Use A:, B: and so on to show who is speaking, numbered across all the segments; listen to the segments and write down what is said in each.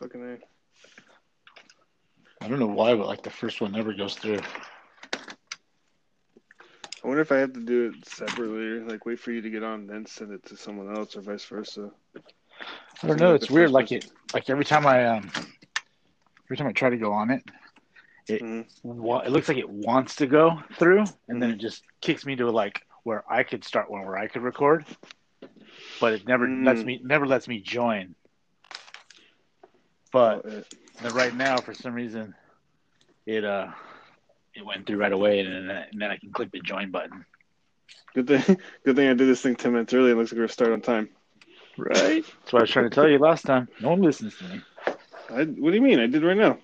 A: Fucking A.
B: I don't know why, but like the first one never goes through.
A: I wonder if I have to do it separately, or like wait for you to get on, then send it to someone else, or vice versa.
B: I don't know. It's weird. Like it, like every time I um, every time I try to go on it, it
A: Mhm.
B: wa- it looks like it wants to go through, and then it just kicks me to like where I could start one where I could record, but it never lets
A: Mm.
B: me never lets me join. But
A: Oh, it-
B: then right now, for some reason, it uh, it went through right away, and then, and then I can click the join button.
A: good thing, good thing I did this thing ten minutes early. It looks like we're starting on time.
B: Right. That's what I was trying to tell you last time. No one listens to me.
A: I, what do you mean? I did right now.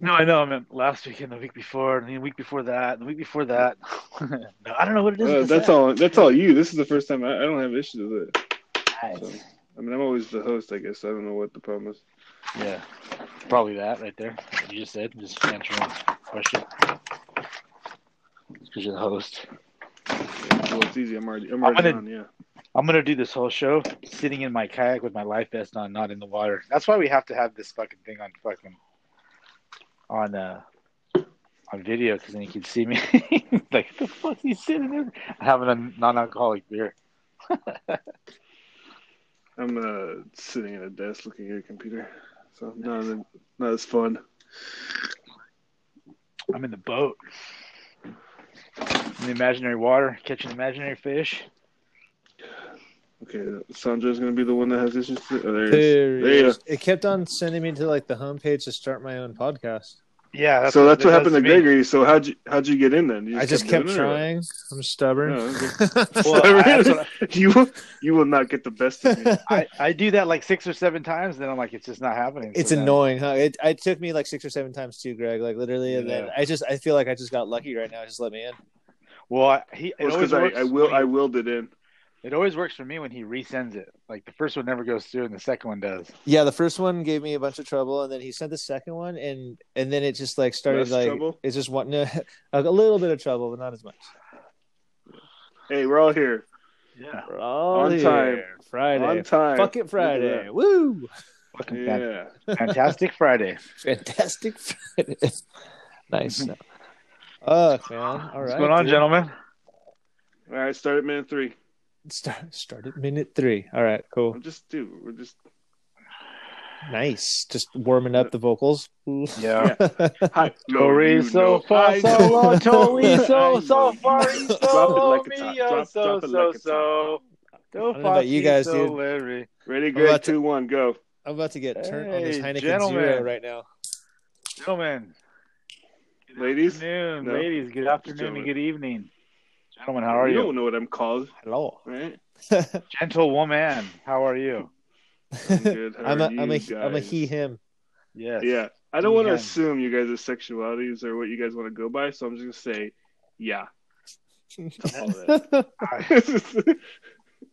B: No, I know. I meant last week and the week before, and the week before that, and the week before that. no, I don't know what it is.
A: Uh,
B: with
A: that's
B: that.
A: all. That's all you. This is the first time I, I don't have issues with it.
B: Nice.
A: I mean, I'm always the host, I guess. I don't know what the problem is.
B: Yeah, probably that right there. What you just said, just answering the question. Because you're the host.
A: Well, it's easy. I'm already, I'm already
B: gonna-
A: on. Yeah.
B: I'm gonna do this whole show sitting in my kayak with my life vest on, not in the water. That's why we have to have this fucking thing on fucking on uh on video, because then you can see me. like the fuck you sitting there having a non-alcoholic beer.
A: I'm uh, sitting at a desk looking at a computer, so not as, not as fun.
B: I'm in the boat. In the imaginary water, catching imaginary fish.
A: Okay, Sandra's gonna be the one that has issues. Today. Oh, there it is.
C: There
A: There you
C: he is. It kept on sending me to like the homepage to start my own podcast.
B: Yeah,
A: so that's what
B: it
A: happened
B: does
A: to
B: me.
A: Gregory. So how'd you how'd you get in then? You
C: I just kept
A: doing it, or what?
C: trying. I'm stubborn.
A: Oh,
B: Well, I- that's what I-
A: you will, you will not get the best of me.
B: I, I do that like six or seven times, then I'm like, it's just not happening.
C: it's
B: So then-
C: annoying, huh? It, it took me like six or seven times too, Greg. Like literally, and then
B: Yeah.
C: I just I feel like I just got lucky right now. Just let me in.
B: Well, I, he it
A: Because
B: always
A: I,
B: works.
A: I will
B: when he-
A: I willed it in.
B: it always works for me when he resends it. Like the first one never goes through, and the second one does.
C: Yeah, the first one gave me a bunch of trouble, and then he sent the second one, and and then it just like started
A: Less
C: like
A: trouble?
C: it's just one no, a little bit of trouble, but not as much.
A: Hey, we're all here
B: Yeah.
C: We're all
A: On
C: here.
A: time.
C: Friday.
A: on time.
C: Fuck it,
A: Look at
C: Friday. Woo!
A: that.
B: Fucking fan-
A: Yeah.
B: fantastic Friday.
C: Fantastic Friday. nice. Fuck, man. All right.
B: What's going on,
C: dude.
B: gentlemen?
A: All right, start at minute three.
C: Start, start at minute three. All right, cool.
A: I'm just dude. We're just
C: Nice. Just warming up the vocals.
B: Yeah.
A: hi.
B: Tori so far, so low. Tori so so far, so
A: Drop it
B: low,
A: like it's hot.
B: me, oh,
A: Drop-
B: so
A: drop it
B: so
A: like it's hot.
B: so.
C: I don't know about you guys, dude.
B: dude.
A: Ready,
C: I'm
A: Greg?
C: about to-
A: Two, one, go.
C: I'm about to get turned on this
B: Hey,
C: Heineken
B: gentlemen.
C: Zero right now.
B: Gentlemen,
A: Ladies?
B: good afternoon.
A: No.
B: ladies, good afternoon
A: Gentlemen.
B: and good evening. Gentlemen, how are
A: you
B: you?
A: don't know what I'm called,
C: Hello.
A: right?
B: Gentlewoman, how are you?
A: I'm good. How
C: I'm a
A: are you
C: am a
A: guys?
C: am a he him.
B: Yes.
A: Yeah. I don't want to
B: Yeah.
A: assume you guys' sexualities or what you guys want to go by, so I'm just gonna say, yeah.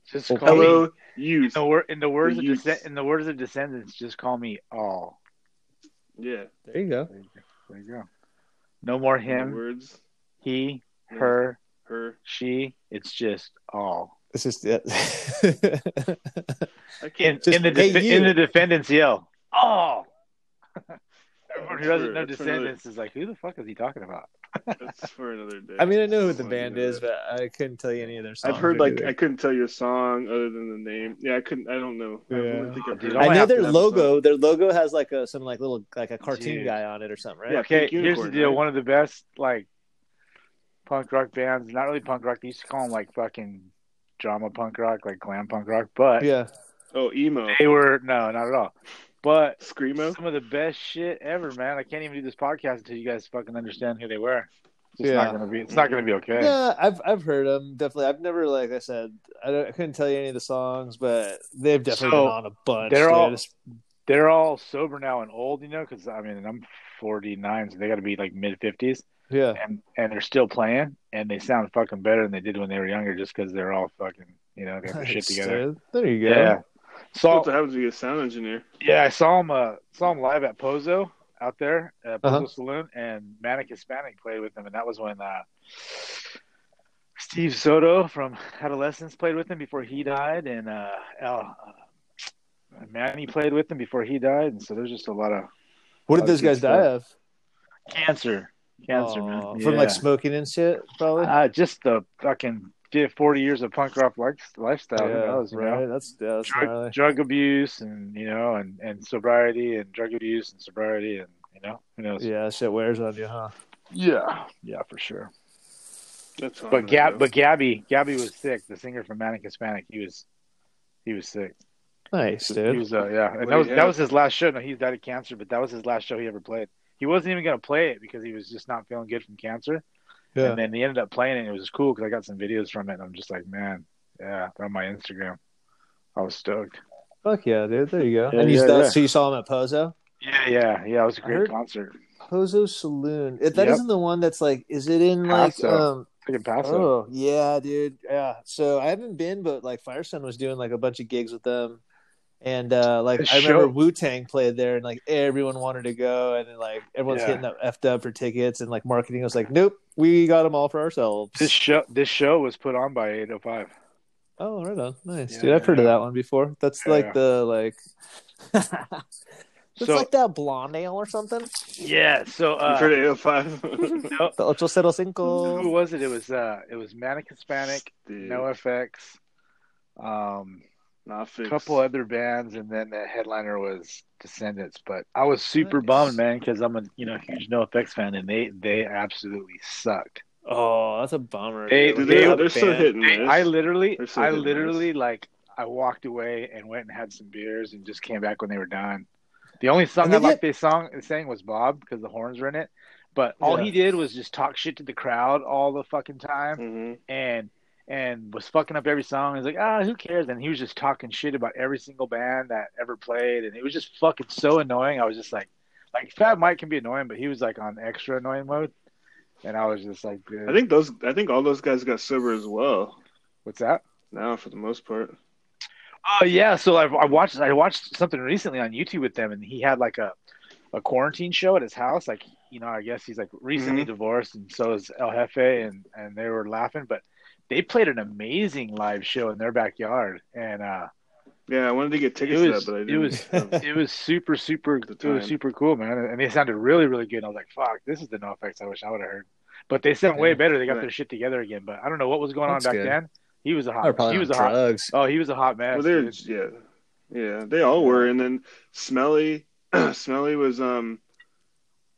B: Just call me
A: Hello, you.
B: in the, wor- in the words of
A: Use.
B: desc- in the words of descendants, just call me all.
A: Yeah.
C: there you go.
B: There you go. There you go. No more him,
A: Words.
B: he,
A: yeah,
B: her,
A: Her.
B: she. It's just all.
C: It's just it.
A: I
B: In,
A: can't.
C: Just,
B: in the
C: hey,
B: def-
C: you.
B: in the defendant's yell, all. Everyone who
A: That's
B: doesn't
A: for-
B: know
A: that's for another-
B: descendants is like, who the fuck is he talking about?
A: That's for another day.
C: I mean, I know who the
A: Well,
C: band
A: you know
C: is,
A: that.
C: but I couldn't tell you any of their songs.
A: I've heard
C: or
A: like
C: anything.
A: I couldn't tell you a song other than the name. Yeah, I couldn't. I don't know. I
C: Yeah.
A: only think I've
B: Dude,
A: heard.
B: I
C: I,
B: might
C: know
B: have
C: their
B: to-
C: logo. Their logo has like a some like little like a cartoon
B: Dude.
C: guy on it or something, right?
A: Yeah,
B: Okay,
A: Pink
B: here's the
A: Unicorn,
B: deal.
A: right?
B: One of the best like punk rock bands, not really punk rock. They used to call them like fucking drama punk rock, like glam punk rock, but
C: Yeah.
A: Oh, emo,
B: they were no, not at all. But
A: screamo.
B: some of the best shit ever, man. I can't even do this podcast until you guys fucking understand who they were. It's just
C: Yeah.
B: not gonna be. It's not gonna be okay.
C: Yeah, I've I've heard them definitely. I've never like I said I, don't, I couldn't tell you any of the songs, but they've definitely
B: So,
C: been on a bunch.
B: they're
C: dude.
B: all-
C: It's-
B: They're all sober now and old, you know. Because I mean, I'm 49, so they got to be like mid 50s,
C: yeah.
B: and and they're still playing, and they sound fucking better than they did when they were younger, just because they're all fucking, you know, got their shit
C: Nice,
B: together.
C: dude. There you go.
B: Yeah. So
A: That's what happens when you get a sound engineer.
B: Yeah, I saw him. Uh, saw him live at Pozo out there, at Pozo
C: Uh-huh.
B: Saloon, and Manic Hispanic played with him, and that was when uh, Steve Soto from Adolescence played with him before he died, and uh, Al, Manny played with him before he died, and so there's just a lot of
C: What
B: Oh,
C: did those
B: good
C: guys die of?
B: cancer, cancer, man.
C: Aw, From like
B: Yeah.
C: smoking and shit, probably.
B: uh, just the fucking fif- 40 years of punk rock li- lifestyle. who knows, you
C: right.
B: know?
C: That's yeah, that's gnarly.
B: Drug, drug abuse and you know, and, and sobriety and drug abuse and sobriety and you know, who knows?
C: Yeah, shit wears on you, huh?
B: yeah, yeah, for sure.
A: That's all I
B: But Gab,
A: know.
B: but Gabby, Gabby was sick. The singer from Manic Hispanic, he was, he was sick.
C: Nice,
B: He
C: dude.
B: was, uh, yeah,
A: What
B: and
A: do
B: that was
A: you
B: that
A: have?
B: was his last show. No, he died of cancer, but that was his last show he ever played. He wasn't even gonna play it because he was just not feeling good from cancer.
C: Yeah.
B: And then he ended up playing it. and It was cool because I got some videos from it. and I'm just like, man, yeah, on my Instagram. I was stoked.
C: Fuck yeah, dude. There you go.
B: Yeah,
C: and you,
B: yeah,
C: that,
B: yeah.
C: so you saw him at Pozo?
B: Yeah, yeah, yeah. It was a great
C: heard-
B: concert.
C: Pozo Saloon. If that
B: Yep.
C: not the one that's like, is it in like,
B: Paso.
C: um,
B: Freaking Paso.
C: Oh yeah, dude. Yeah. So I haven't been, but like Firesun was doing like a bunch of gigs with them, and uh like
B: The
C: I remember
B: show-
C: Wu Tang played there, and like everyone wanted to go, and then like everyone's
B: Yeah.
C: getting up effed up for tickets, and like marketing was like, nope, we got them all for ourselves.
B: This show, this show was put on by 805.
C: oh, right on, nice,
B: Yeah,
C: dude. I've heard of
B: yeah.
C: that one before. That's
B: Yeah.
C: like the like. It's
B: So-
C: like that blonde ale or something.
B: Yeah. So
A: You
B: uh,
A: heard of AO5?
B: no,
C: The Ocho Cero
B: who
C: Cinco.
B: was it? It was uh, it was Manic Hispanic,
A: Dude,
B: No FX, um,
A: not
B: a
A: fixed.
B: couple other bands, and then the headliner was Descendants. But I was super
C: Nice.
B: bummed, man, because I'm a you know huge No FX fan, and they they absolutely sucked.
C: Oh, that's a bummer.
B: They-
A: Dude,
C: dude. Like,
A: they,
B: They-
C: that
A: they're still
C: band.
A: hitting this.
B: I literally,
A: They're so
B: I
A: good,
B: literally like I walked away and went and had some beers and just came back when they were done. The only song
C: And they
B: I liked they song sang was Bob because the horns were in it. But all
C: Yeah.
B: he did was just talk shit to the crowd all the fucking time
A: hmm
B: and and was fucking up every song. He's like, ah, who cares? And he was just talking shit about every single band that ever played, and it was just fucking so annoying. I was just like, like Fat Mike can be annoying, but he was like on extra annoying mode, and I was just like, dude,
A: I think those. I think all those guys got sober as well
B: what's that?
A: now, for the most part.
B: Oh yeah, so I, I watched I watched something recently on YouTube with them, and he had like a a quarantine show at his house. Like you know, I guess he's like recently
A: Mm-hmm.
B: divorced, and so is El Jefe, and and they were laughing, but they played an amazing live show in their backyard, and uh,
A: Yeah, I wanted to get tickets
B: was-
A: to that, but I
B: it
A: didn't.
B: was-
A: Um,
B: it was super super
A: The
B: it was
A: time.
B: super cool, man. And they sounded really really good. And I was like, fuck, this is the no effects I wish I would have heard, but they sound way
C: Yeah.
B: better. They got
A: Right.
B: their shit together again, but I don't know what was going
C: That's
B: on back
C: good.
B: then. He was a
C: They're
B: hot.
C: probably
B: He was a
C: on
B: hot.
C: drugs.
B: Oh, he was a hot man.
A: well, they're yeah, yeah. They all were, and then Smelly, Smelly was um,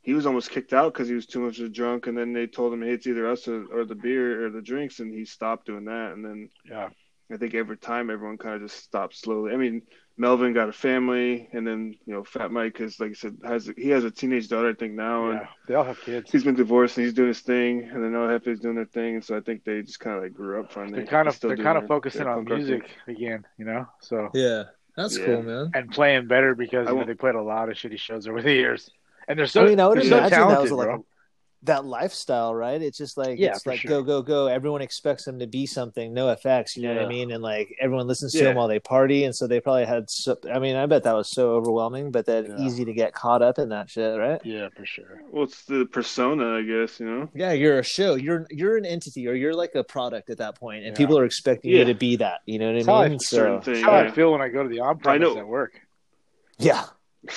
A: he was almost kicked out because he was too much of a drunk, and then they told him hey, it's either us or, or the beer or the drinks, and he stopped doing that, and then
B: Yeah.
A: I think every time everyone kind of just stopped slowly. I mean, Melvin got a family, and then you know Fat Mike is like I said has he has a teenage daughter I think now, and
B: yeah. They all have kids.
A: he's been divorced and he's doing his thing, and then LF is doing their thing, and so I think they just kind of like grew up finally.
B: they're kind of
A: still
B: they're
A: doing
B: kind of
A: their-
B: focusing
A: their
B: on
A: punk rock
B: music
A: thing.
B: again, you know. So
C: Yeah, that's
A: Yeah.
C: cool, man.
B: and playing better
A: I
B: because you know,
A: won't-
B: they played a lot of shitty shows over the years, and they're so
C: I mean, I would
B: they're
A: They're
B: so
C: imagine that was
B: talented,
C: like
B: bro.
C: that lifestyle, right? It's just like
B: Yeah,
C: it's
B: for
C: like
B: sure.
C: go go go. Everyone expects them to be something. No effects, you know what
B: Yeah.
C: I mean? And like everyone listens to
A: Yeah.
C: them while they party, and so they probably had. So, I mean, I bet that was so overwhelming, but then
B: Yeah.
C: easy to get caught up in that shit, right?
B: yeah, for sure.
A: Well, it's the persona, I guess. You know,
C: Yeah, you're a show. You're you're an entity, or you're like a product at that point, and
B: Yeah.
C: people are expecting
A: Yeah.
C: you to be that. You know what
B: It's how
C: I mean?
B: I-
A: certain
C: So
A: thing.
B: That's how I
A: yeah.
B: feel when I go to the on premise
A: know.
B: at work.
C: yeah,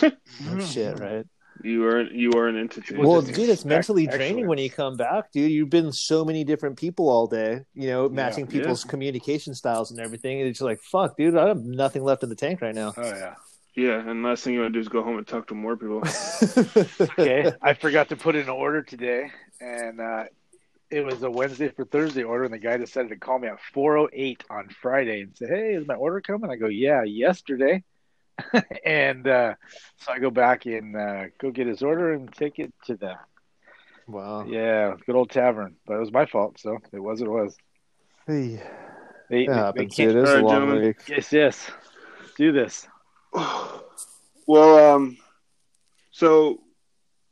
C: No shit, right?
A: You are you are an entity.
B: People
C: well,
B: just
C: dude, it's
B: expect
C: mentally
B: excellence.
C: draining when you come back, dude. You've been so many different people all day, you know, matching
A: Yeah.
C: people's communication styles and everything. And it's just like, fuck, dude, I have nothing left in the tank right now.
B: Oh yeah.
A: yeah, and last thing you want to do is go home and talk to more people.
B: Okay, I forgot to put in an order today, and uh, it was a Wednesday for Thursday order, and the guy decided to call me at four oh eight on Friday and say, "Hey, is my order coming?" I go, "Yeah, yesterday," and uh, so I go back and uh, go get his order and take it to them. Oh.
C: wow.
B: Yeah, good old tavern, but it was my fault, so it was what it was.
C: Hey.
B: They,
C: It happens, dude.
B: can't-
C: It is
A: All
C: a
A: right,
C: long
A: gentlemen.
C: week.
B: Yes, yes. Do this.
A: well, um, so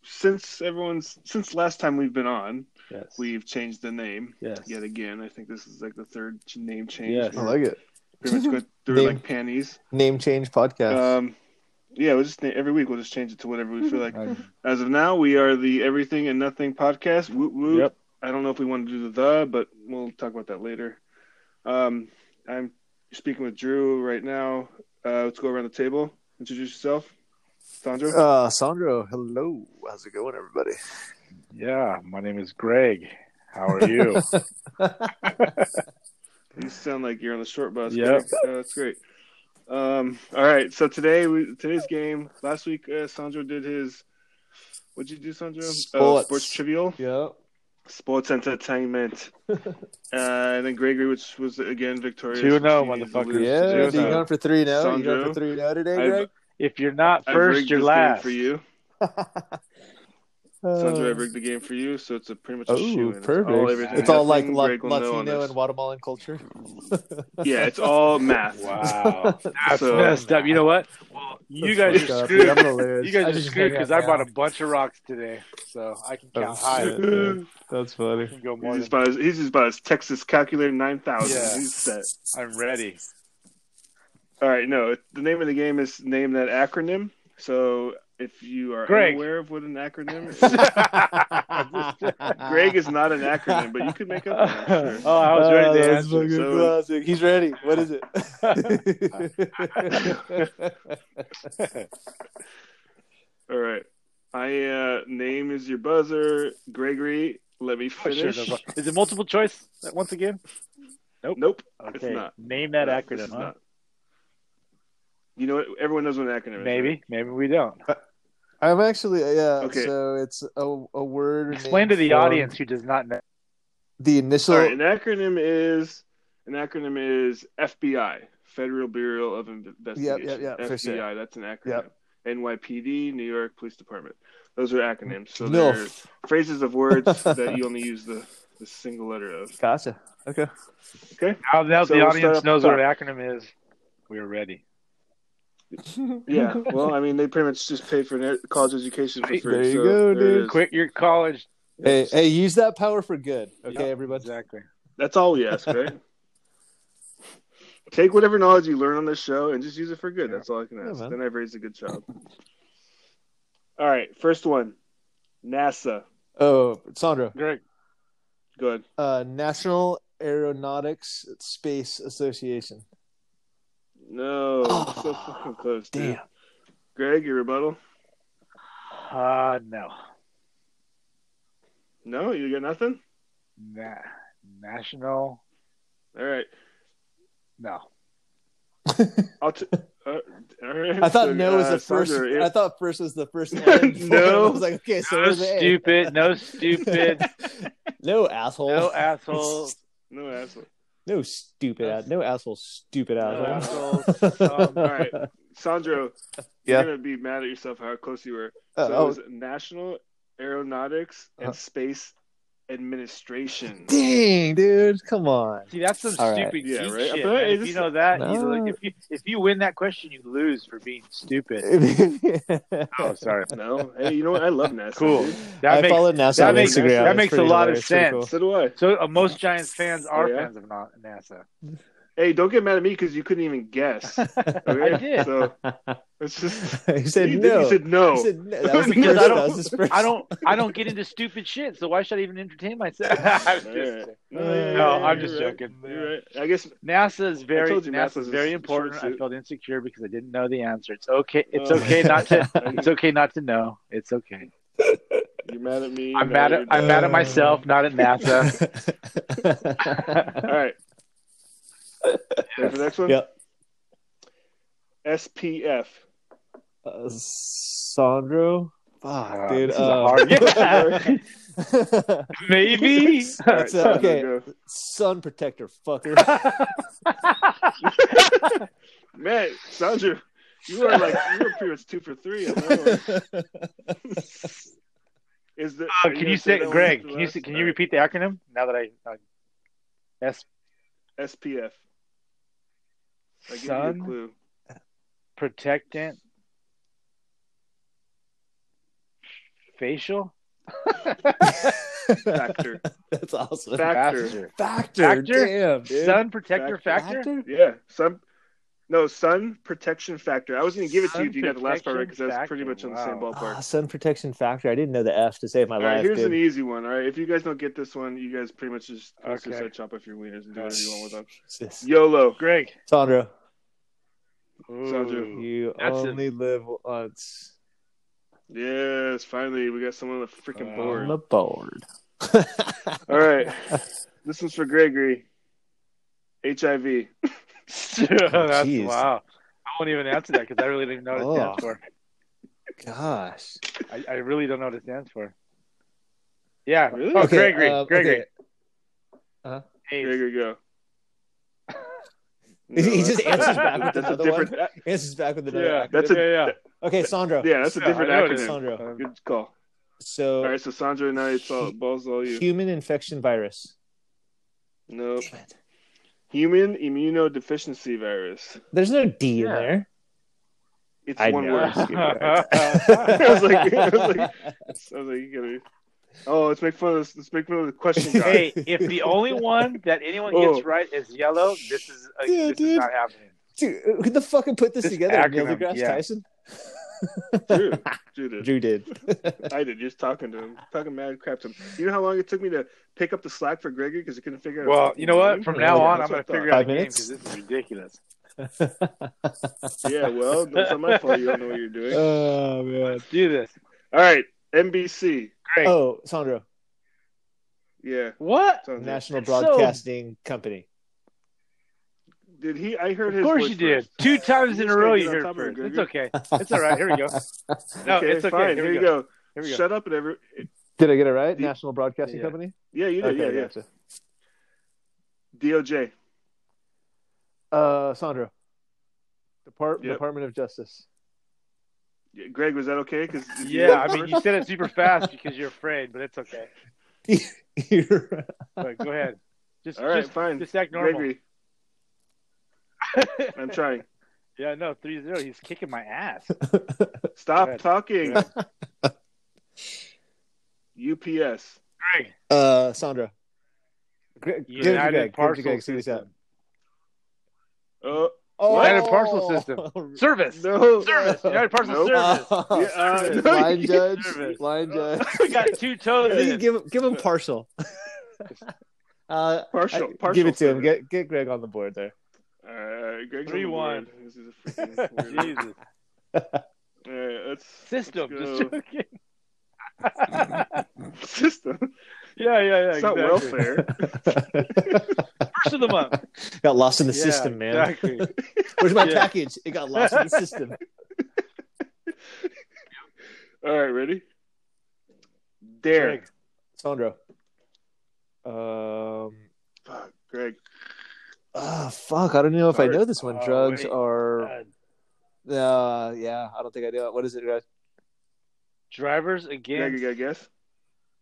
A: since everyone's since last time we've been on,
B: Yes.
A: we've changed the name
B: yes.
A: yet again. I think this is like the third ch- name change.
B: Yes.
C: I like it.
A: Pretty much went through
C: Name.
A: like panties.
C: Name change podcast.
A: Um, yeah, we'll just na- every week we'll just change it to whatever we feel like.
B: I-
A: As of now, we are the Everything and Nothing podcast. Woot woot.
B: Yep.
A: I don't know if we want to do the the, but we'll talk about that later. Um, I'm speaking with Drew right now. Uh, let's go around the table. Introduce yourself, Sandro.
C: Uh, Sandro, hello. How's it going, everybody?
B: Yeah, my name is Greg. How are you?
A: You sound like you're on the short bus.
B: Yeah.
A: Greg. Uh, that's great. Um, all right, so today we today's game. Last week, uh, Sandro did his. What'd you do, Sandro? Uh,
C: Sports.
A: sports trivial,
C: yep.
A: sports entertainment, uh, and then Gregory, which was again victorious.
B: 2-0,
A: He needs to
B: motherfuckers.
A: lose
C: Yeah,
B: Cheers,
C: do you
B: uh,
C: going for three now? you going
A: Sandro.
C: for three now today,
A: I've-
C: Greg?
B: if you're not
A: I've
B: first,
A: rigged
B: you're
A: this game
B: last.
A: for you. Sandro, I rigged the game for you, so it's a pretty much a shoe.
C: Oh, Uh,
A: It's
C: perfect.
A: all, everything,
C: It's all like
A: nothing.
C: La-
A: Greg will know on
C: Latino
A: this.
C: and Guatemalan culture.
A: yeah, it's all math.
B: Wow, that's
A: So-
B: messed up. You know what? Well, you guys
C: Fuck
B: are
C: up, dude, I'm
B: screwed.
C: gonna lose.
B: You guys
C: I
B: are
C: just
B: screwed
C: hang
B: because
C: out
B: I
C: now.
B: bought a bunch of rocks today, so I can
C: Oh,
B: count higher.
C: shit. That's funny.
B: I can go more
A: He's
B: than,
A: just about his, he's just about his Texas calculator nine thousand.
B: Yeah.
A: He's set.
B: I'm ready.
A: All right, no. it- The name of the game is name that acronym. So if you are
B: Greg.
A: unaware of what an acronym is, Greg is not an acronym, but you could make up one. I'm
B: oh, I was ready to
C: that's
B: answer.
C: fucking
A: so-
C: classic. He's ready. What is it?
A: sure. All right. I uh, name is your buzzer, Gregory. Let me
B: Oh, sure,
A: finish.
B: no problem. Is it multiple choice once again?
A: Nope.
B: Okay.
A: not.
B: Name that
A: Uh, this
B: acronym.
A: is
B: huh?
A: not. You know what? Everyone knows what an acronym is. right?
B: Maybe, maybe we don't.
C: I'm actually uh, yeah.
A: Okay.
C: So it's a a word.
B: Explain to
C: named
B: the
C: for
B: audience who does not know.
C: the initial.
A: All right. An acronym is an acronym is FBI, Federal Bureau of Investigation.
C: Yep, yep, yep, for
A: FBI.
C: sure.
A: That's an acronym.
C: Yep.
A: NYPD, New York Police Department. Those are acronyms. So
C: no.
A: they're phrases of words that you only use the, the single letter of.
C: Gotcha. Okay.
B: Now, now
A: So
B: the
A: we'll start
B: audience
A: up
B: knows
A: top.
B: what an acronym is. We're ready.
A: Yeah. Well, I mean, they pretty much just paid for their college education for
B: Right,
A: free.
C: there you
A: so
C: go,
A: there it
C: dude.
A: is.
B: Quit your college.
C: Hey, hey, use that power for good. Okay,
B: Yep,
C: everybody.
B: Exactly.
A: That's all we ask, right? Take whatever knowledge you learn on this show and just use it for good.
B: Yeah.
A: That's all I can
C: Yeah,
A: ask.
C: man.
A: then I've raised a good child. All right, first one, NASA.
C: Oh, Sandro.
B: Greg.
A: Go ahead.
C: Uh, National Aeronautics Space Association.
A: No,
C: Oh,
A: so fucking close. Dude.
C: Damn.
A: Greg, your rebuttal?
B: Uh, no.
A: No, you got nothing.
B: Na- national.
A: All right,
B: No.
A: I'll. T- uh, all right.
C: I thought
A: so,
C: no was
A: uh,
C: the first.
A: Sandra, it-
C: I thought first was the first. N for
A: No.
C: it. I was like, okay, so
B: No
C: where's the A?
B: stupid. No stupid.
C: no asshole.
B: no asshole.
A: no asshole.
C: No stupid ass. No asshole. Stupid asshole.
B: asshole. Um,
A: all right. Sandro,
C: Yeah.
A: you're gonna be mad at yourself how close you were.
C: Uh,
A: so it
C: oh,
A: was National Aeronautics and
C: Uh-huh.
A: Space Administration.
C: dang, dude. Come on.
B: See, that's some
C: All right.
B: stupid
A: Yeah,
B: geek
A: right?
B: shit.
A: But
B: man.
A: it's-
B: If you know that, you,
C: No.
B: if you if you win that question, you lose for being stupid. Oh, sorry.
A: No, hey, you know what? I love NASA.
B: Cool.
A: dude.
B: That
C: I
B: makes-
C: followed NASA
B: that
C: on
A: makes-
C: Instagram.
A: that
C: It's
B: makes a
C: pretty
B: lot of
C: hilarious. Pretty cool.
A: So do I.
B: So uh, most Giants fans are
A: Yeah.
B: fans of not NASA.
A: Hey, don't get mad at me because you couldn't even guess. Okay?
B: I did.
A: So it's just
C: he said
A: you,
C: no.
A: you said no.
C: He said no. That was the
A: Because
C: first.
A: I
C: That
A: don't-
C: was his first.
B: I don't I don't get into stupid shit, so why should I even entertain myself? I'm just
A: All
B: kidding.
A: right.
B: No, I'm
A: Uh, you're
B: just
A: right.
B: joking.
A: You're right. I guess
B: NASA is very
A: told you math
B: NASA
A: was
B: is
A: a
B: very
A: short
B: important. I
A: suit.
B: felt insecure because I didn't know the answer. It's okay. It's
A: Oh.
B: okay not to. It's
A: I-
B: okay not to know. It's okay.
A: you're mad at me.
B: I'm
A: no,
B: mad
A: you're
B: at I'm mad at myself, not at NASA.
A: not. All right. Ready for the next one?
C: Yep.
A: SPF.
C: Uh, Sandro. Fuck,
A: Ah,
B: Uh,
C: dude.
B: this is a
C: uh,
B: hard- Yeah. Maybe.
A: All right,
C: That's a-
A: Sandra,
B: uh,
C: okay.
A: go.
C: Sun protector, fucker.
A: Man, Sandra, you are like you were pretty much two for three. on that one. Is the,
B: Oh,
A: are
B: can
A: gonna
B: you say,
A: that one
B: Greg?
A: after
B: Can you
A: last?
B: say, can you repeat the acronym now that I? I S
A: SPF. I give you a
B: sun
A: clue.
B: protectant facial
A: Factor.
C: That's awesome.
A: Fact- Factor.
B: Factor.
C: Factor.
B: Factor?
C: Damn, dude.
B: sun protector
C: factor.
B: factor.
A: Yeah. Sun. No, sun protection factor. I was going to give it to you if you got the last part right because
B: Sun
A: that's pretty much
B: protection
A: on the same
B: factor,
A: ballpark.
C: Ah, sun protection factor. I didn't know the F to save my
A: All
C: life.
A: right, here's
C: dude.
A: an e- easy one. All right, if you guys don't get this one, you guys pretty much just
B: Okay.
A: suicide chop off your wieners and do whatever you want with them.
C: Jesus.
A: YOLO.
B: Greg,
C: Sandro.
A: Sounds
C: You
D: That's it.
C: only live once.
A: Yes, finally we got someone on the freaking
B: Uh,
A: board.
D: the board.
A: All right, this one's for Gregory. HIV.
B: That's
C: Jeez.
B: wow. I won't even answer that because I really didn't know what it stands
C: Oh.
B: for.
C: Gosh.
B: I, I really don't know what it stands for. Yeah.
A: Really?
B: Oh,
A: Okay,
B: Gregory.
C: um,
B: Gregory.
C: okay.
B: Hey,
A: Gregory, go.
C: He
A: No,
C: just
A: that's-
C: answers back with
A: That's a
C: another
A: different.
C: Answers back with another.
B: Yeah,
C: acronym.
A: That's a-
B: yeah, yeah.
C: okay, Sandro.
A: Yeah, that's a
B: Yeah,
A: different
B: I know
A: acronym.
B: it
A: Uh,
B: is.
C: Sandro.
B: Um,
A: Good call.
C: So,
A: All right, so Sandra, now it's all balls all you.
C: human infection virus.
A: No,
C: Damn it.
A: human immunodeficiency virus.
C: There's no D
B: Yeah.
C: in there.
A: It's
D: I
A: one
D: know.
A: word.
B: Uh,
A: was like- I was like- I was like, you gotta. Oh, let's make fun of this. Let's make fun of the question guy.
B: hey, if the only one that anyone gets
A: Oh.
B: right is yellow, this is uh,
C: Yeah,
B: this is
C: dude.
B: not happening.
C: Dude, who the fucking put this,
B: This
C: together? Neil
B: acronym,
C: deGrasse
B: yeah.
C: Tyson?
A: Drew, Drew did.
C: Drew did.
A: I did. Just talking to him, talking mad crap to him. You know how long it took me to pick up the slack for Gregory because I couldn't figure out. a
B: Well,
A: fucking
B: you know what?
A: name?
B: From
C: Yeah,
B: now on, I'm
A: that's
B: going
A: what
B: to
A: I
B: figure out
C: thought. Five
B: the game
C: minutes?
B: because this is ridiculous.
A: Yeah, well, it's not my fault. You don't know what you're doing.
C: oh, man.
B: Let's do this.
A: All right, NBC.
B: Great.
C: Oh, Sandro.
A: Yeah.
B: What?
A: sounds good.
C: National
B: It's so-
C: Broadcasting Company.
A: Did he? I heard
B: Of
A: his.
B: course
A: voice
B: you did.
A: first.
B: Two times
A: You
B: in a
A: just
B: row
A: gotta
B: you
A: get on
B: heard
A: top of it,
B: first. It's
A: Gregory.
B: okay. It's all right. Here we go. No,
A: okay,
B: it's okay.
A: Fine.
B: Here
A: Here,
B: we
A: you go.
B: Here we go.
A: Shut up and every.
C: Did I get it right?
A: Yeah.
C: National Broadcasting
B: Yeah.
C: Company?
A: Yeah, you did. yeah, yeah.
C: gotcha.
A: DOJ.
C: Uh, Sandro. Depart-
A: Yep.
C: Department of Justice.
A: Yeah, Greg, was that okay? Because
B: Yeah, I mean, you said it super fast because you're afraid, but it's okay.
C: You're-
B: But go ahead. Just,
A: All right,
B: just,
A: fine.
B: just act normal.
A: Gregory, I'm trying.
B: yeah, no, 3 0. He's kicking my ass.
A: Stop
B: Good.
A: talking. UPS.
B: Greg,
C: uh, Sandro. Greg, give it to
B: United
C: Greg. Give it to
B: Parcel
C: Greg. See what he's got.
B: System.
A: Oh
B: United Parcel
C: Oh!
B: System. Service.
A: no!
B: Service. United Parcel
A: Nope.
B: Service.
C: Oh.
A: Yeah, uh, no,
C: blind
A: you-
C: judge.
B: Service.
C: Blind judge.
B: we got two toes in. it.
C: give, him- give him partial. uh,
A: partial.
C: I-
A: partial
C: give it to him.
A: service.
C: Get get Greg on the board there.
A: All right, Greg's on the
B: 3-1.
A: board. This is a freaking weird.
B: Jesus.
A: All right, let's
B: System.
A: let's
B: Just
A: go.
B: joking. yeah,
A: system.
B: yeah, yeah.
A: It's not
B: exactly.
A: welfare.
B: First of the month.
C: Got lost in the
B: Yeah,
C: system, man.
B: Exactly.
C: Where's my
B: Yeah.
C: package? It got lost in the system.
A: All right, ready? Dare.
B: Greg.
C: Sandro. Um.
A: Fuck, Greg.
C: Ah, fuck. I don't know if I
A: Sorry.
C: know this one.
B: Oh,
C: Drugs
B: wait.
C: are.
B: Uh,
C: Uh, yeah, I don't think I do. it. What is it, Greg?
B: drivers
A: Greg,
B: again.
A: you got a guess?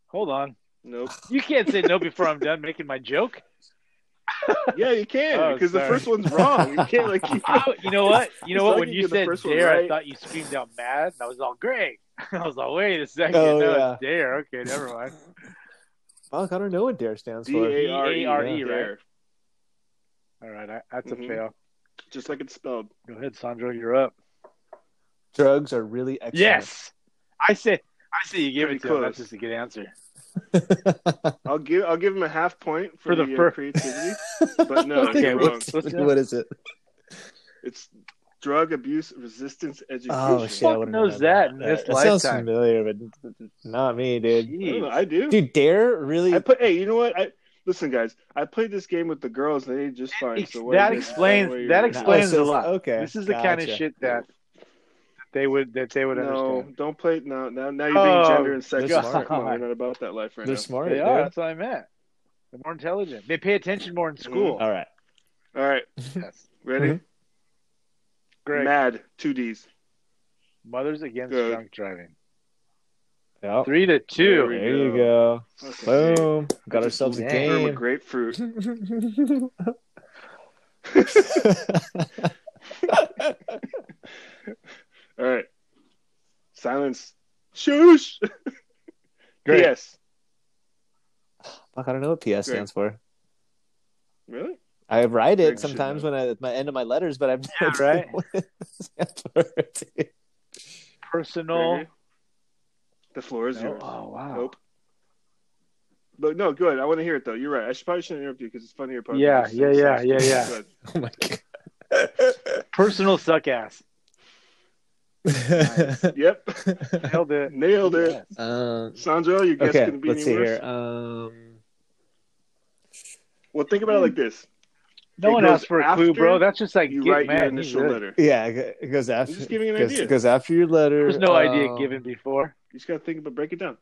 B: Hold on.
A: Nope.
B: You can't say no before I'm done making my joke.
A: Yeah, you can
B: Oh,
A: because the
B: sorry.
A: first one's wrong. You can't like. You
B: Oh, you know what? You know
A: It's
B: what?
A: like
B: When
A: you
B: you
A: did the
B: said
A: first one,
B: dare, I
A: right?
B: thought you screamed out mad, and I was all Greg. I was like, wait a second,
C: Oh,
B: no,
C: yeah.
B: it's dare. Okay, never mind.
C: Fuck, I don't know what DARE stands
A: D
C: for.
A: A R E,
B: D-A-R-E, right?
A: dare.
B: All right, I, that's
A: Mhm.
B: a fail.
A: Just like it's spelled.
B: Go ahead, Sandro. You're up.
C: Drugs are really excellent.
B: Yes, I say. I say you give
A: Pretty
B: it to him. That's
A: close.
B: just a good answer.
A: I'll give I'll give him a half point for,
B: For
A: the,
B: the
A: uh,
B: fir-
A: creativity, but no, it's
B: Okay,
A: wrong.
B: what's- what's-
C: what is it?
A: It's drug abuse resistance education.
C: Oh shit! I
B: fuck
C: wouldn't
B: knows
C: know
B: that in this
C: That sounds
B: lifetime?
C: familiar, but not me, dude.
A: I, don't know,
B: Jeez.
A: Oh, I do.
C: Dude, Dare really?
A: I put. Hey, you know what? I listen, guys. I played this game with the girls, and they did just fine.
B: Ex-
A: So what
B: that
A: is it?
B: explains-
A: Where you're-
B: that
C: No,
B: explains
C: Oh, so-
B: a lot.
C: Okay,
B: This is the kind of
C: gotcha.
B: shit that they would that they would
A: No,
B: understand.
A: don't play. No, now now you're being
B: Oh,
A: gender and sex.
C: they're
A: Come on,
C: smart.
A: we're not about that life right
C: They're
A: now.
C: smart.
B: They
C: dude.
B: are. That's what I meant. They're more intelligent. They pay attention more in
A: Mm,
B: school.
C: All right.
A: All right,
B: Yes.
A: ready?
B: Greg,
A: Mad two D's.
B: mothers against
A: Good.
B: drunk driving.
C: Yep.
B: Three to
A: There
B: two.
A: we
C: There you go.
A: Okay.
C: Boom. Got
A: Just
C: ourselves a
B: confirm
A: Confirm a
C: game.
A: grapefruit. All right. Silence. Shush.
B: Great.
A: Yes.
C: Fuck, I don't know what PS stands for.
A: Really?
C: I write it
A: Greg should
C: sometimes
A: know.
C: when I at my end of my letters, but I've
B: Yeah,
C: never
B: right.
C: what it stands for, dude.
B: Personal.
A: Gregory? The floor is
B: No.
A: yours.
B: Oh wow.
A: Nope. But no, good. I want to hear it though. You're right. I should probably shouldn't interrupt you because it's fun to hear.
B: Oh Yeah, yeah, yeah, yeah, yeah.
A: Good.
C: Oh my god.
B: Personal suck ass.
A: Yep,
B: Nailed it.
A: nailed it.
B: Yes.
C: um,
A: Sandra, your guess
C: okay,
A: couldn't be
C: let's see
A: any worse.
C: here. Um,
A: Well, think about it like this:
B: No
A: It
B: one
A: goes
B: asked for a clue,
A: after
B: bro. That's just like
A: you
B: get
A: write
B: mad
A: your
B: and he's
A: initial
B: good.
A: letter.
C: yeah, it goes after.
A: just giving an
C: goes,
A: idea.
C: goes after your letter.
B: There's
A: Uh,
B: no idea
C: um,
B: given before.
A: You just gotta think about break it down.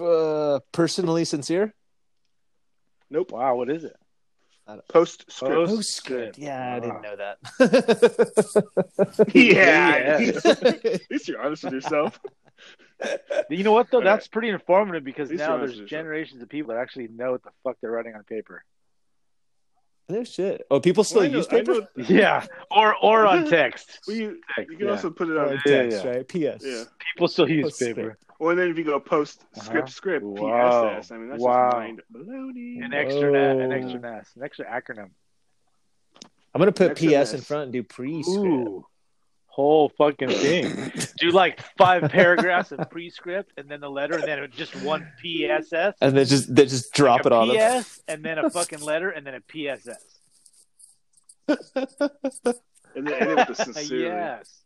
C: Uh, personally sincere.
A: Nope.
B: Wow, what is it?
A: Postscript.
B: Post-
C: Postscript. Yeah, I
B: Ah.
C: didn't know that.
A: yeah.
B: Yeah.
A: At least you're honest with yourself.
B: You know what though?
A: All
B: That's pretty informative because
A: These
B: now
A: are
B: there's
A: answers, though.
B: generations of people that actually know what the fuck they're writing on paper.
C: no shit. Oh, people still
A: Well, I know-
C: use
A: I
C: paper.
A: know-
B: Yeah, or or on text.
A: well, you, you
B: Text,
A: can
B: yeah.
A: also put it
C: Oh,
A: on.
B: Yeah,
C: text,
B: yeah.
C: right? P.S.
A: Yeah.
B: People still use
C: Post
B: paper.
A: Or then if you go post
B: Uh-huh.
A: script script
B: Wow.
A: PSS, I mean that's
B: Wow.
A: just mind blowing.
B: An extra, na- an
C: Whoa.
B: extra,
A: Oh.
B: nas, an extra acronym.
C: I'm gonna put
A: That's a
C: P.S. in
A: mess.
C: front and do pre-script.
B: Ooh, whole fucking thing. Do like five paragraphs of prescript and then the letter and then just one PSS.
C: And then just they just drop
B: a
C: it on them.
B: PS and then a fucking letter and then a PSS.
A: And then end up with the sincerely.
B: yes.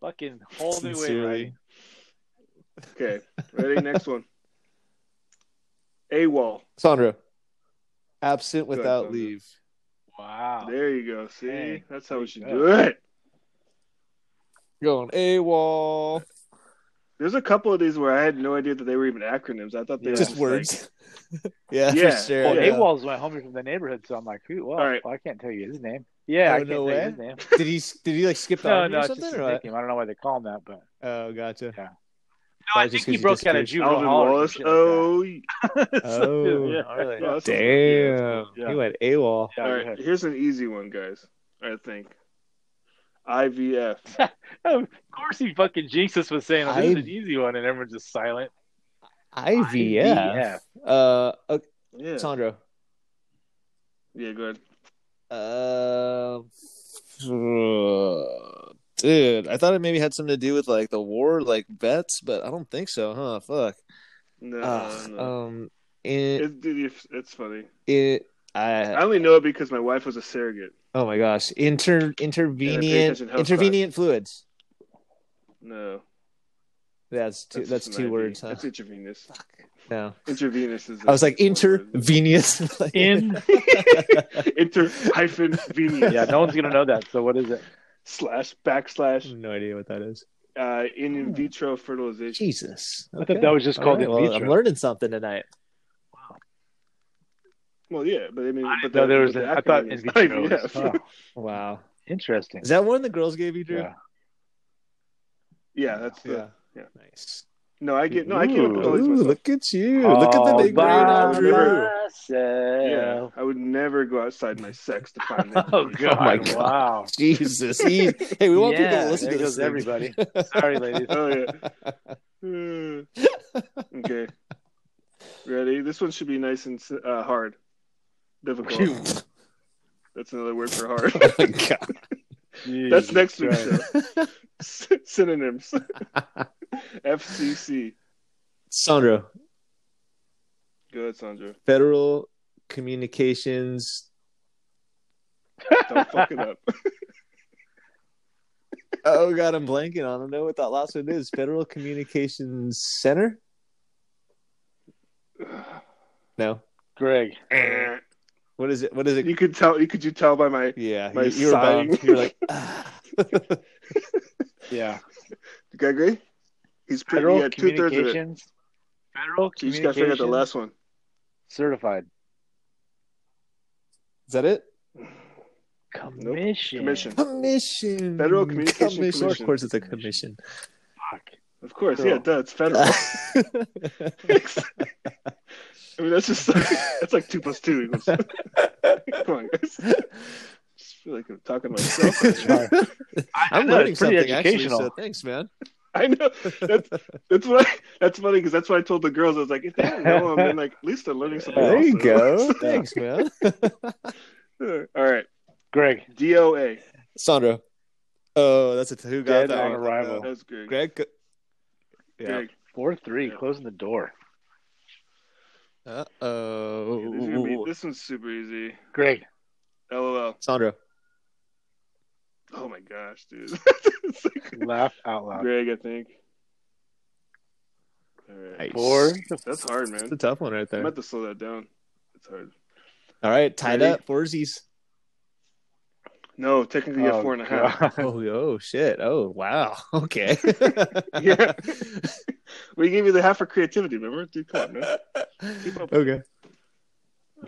B: Fucking whole new way, right?
C: Sincerely.
A: Okay, ready? Next one. AWOL.
C: Sandra.
A: ahead,
C: Absent without
A: Sandra.
C: leave.
B: Wow.
A: There you go. See,
B: Hey,
A: that's how we should
B: go.
A: do it.
C: Going AWOL.
A: There's a couple of these where I had no idea that they were even acronyms. I thought they
B: Yeah.
A: were
C: Just
A: like-
C: words. yeah,
A: Yeah.
C: for sure.
B: Well,
A: Yeah.
B: AWOL's my homie from the neighborhood, so I'm like, who? Well,
A: All right.
B: well, I can't tell you his name. Yeah,
C: Oh,
B: I can't
C: no
B: tell
C: way?
B: you his name.
C: Did he did he like skip the
B: No,
C: army
B: no,
C: or
B: it's
C: something?
B: just
C: or
B: his
C: what?
B: nickname. I don't know why they call him that, but
C: Oh, gotcha.
B: no,
C: Probably
B: I think
C: just 'cause
B: he
C: you
B: broke out of
C: disappeared.
B: juvenile
A: Alvin
B: hall. or
A: Wallace.
B: some shit like that.
A: Oh,
C: Oh,
B: Yeah.
C: alright.
A: Yeah, that's-
C: damn.
B: yeah.
C: He went AWOL.
B: Yeah,
A: all
B: go
A: right.
B: ahead.
A: Here's an easy one, guys. I think. IVF.
B: Oh, of course, he fucking jinxed us with saying like, this is an easy one, and everyone's just silent.
C: IVF. Uh, okay,
A: Yeah.
C: Sandro.
A: Yeah. Go ahead.
C: Uh, dude, I thought it maybe had something to do with like the war, like vets, but I don't think so, huh? Fuck.
A: No.
C: Ugh,
A: no.
C: um, it,
A: It, dude, if- it's funny.
C: it,
A: I
C: I,
A: only know it because my wife was a surrogate.
C: oh my gosh, inter intervenient
A: attention to health
C: intervenient fluids.
A: No,
C: That's two. That's,
A: just an
C: two
A: IV.
C: words. Huh?
A: That's intravenous.
C: no,
A: Intravenous is.
C: I was like
A: one word.
C: intervenous. like-
B: In
A: Inter hyphen venous.
B: yeah, no one's gonna know that. So what is it?
A: Slash backslash
C: no idea what that is.
A: uh, in in vitro fertilization.
C: Jesus,
B: I thought that was just
C: All
B: called
C: right,
B: in
C: well,
B: vitro.
C: I'm learning something tonight.
A: Well, yeah, but I mean,
B: I
A: but
B: didn't know there was.
A: but
B: An,
A: the
B: I thought
A: acronym
B: in
A: is IVF.
B: vitro. was- oh,
C: Wow,
B: interesting.
C: is that one the girls gave you, Drew?
B: Yeah.
A: Yeah, that's the. yeah.
C: Nice.
A: No, I get. No, I came up with all these
C: Ooh,
A: myself.
C: look at you. look at the
B: All
C: big brain
B: by
C: on Drew.
A: Yeah,
B: myself.
A: I would never go outside my sex to find that.
B: Oh god!
C: my God.
B: Wow.
C: Jesus. He, hey, we want people
B: Yeah,
C: to listen
B: there
C: to
B: goes
C: this. thing.
B: everybody. Sorry, ladies.
A: Oh yeah. Uh, okay. Ready? This one should be nice and uh, hard. Difficult. That's another word for hard.
C: oh my God.
A: That's next week's
B: week.
A: show. S- Synonyms. FCC.
C: Sandro,
A: Go ahead, Sandra.
C: Federal Communications.
A: Don't fuck it up.
C: Oh God, I'm blanking on. I don't know what that last one is. Federal Communications Center. No.
B: Greg.
C: What is it? What is it?
A: you could tell. You could you tell by my?
C: yeah,
A: my
C: you, you were
A: sighing.
C: bummed. You were like, ah.
B: Yeah.
A: You guys agree? He's pretty.
B: Federal
A: yeah, two thirds of it.
B: communications. Federal
A: So you just got to figure out the
B: communications
A: last one.
B: certified
C: is that it?
B: commission.
A: Commission.
C: Commission.
A: Federal Communication
C: Of
A: Commission.
C: course, it's a commission.
B: Fuck.
A: Of course,
B: Federal.
A: yeah, that's federal. I mean, that's just that's like two plus two equals. Come on, guys. I just feel like I'm talking to myself.
C: I'm
B: know,
C: learning
B: it's pretty
C: something
B: educational.
C: actually. So thanks, man.
A: I know that's that's what I, that's funny because that's what I told the girls. I was like, if they don't know, I'm then like at least they're learning something.
B: There
A: else.
B: you
C: thanks, man.
A: All right,
B: Greg.
A: DOA.
C: Sandro. Oh, that's a t- who got
B: Dead
C: that
B: on
C: one?
B: arrival.
A: That's good.
C: Oh, Greg. go- Yeah.
A: Greg.
B: Four three,
A: Yeah.
B: closing the door.
C: Uh
A: Yeah, this, is gonna be,
C: oh.
A: this one's super easy.
B: Greg.
A: LOL.
C: Sandro.
A: Oh my gosh, dude. It's like-
B: Laugh out loud.
A: Greg, I think. All right.
C: Nice.
B: Four.
A: That's hard,
C: It's a
A: man.
C: tough one right
A: I
C: there.
A: meant to slow that down. It's hard.
C: All right, tied
A: Ready?
C: up. Foursies.
A: No, technically you have four and a half.
B: God.
C: Oh, oh shit. Oh wow. Okay.
A: Yeah. We gave you the half for creativity, remember? Dude, come on, man. Keep up.
C: okay.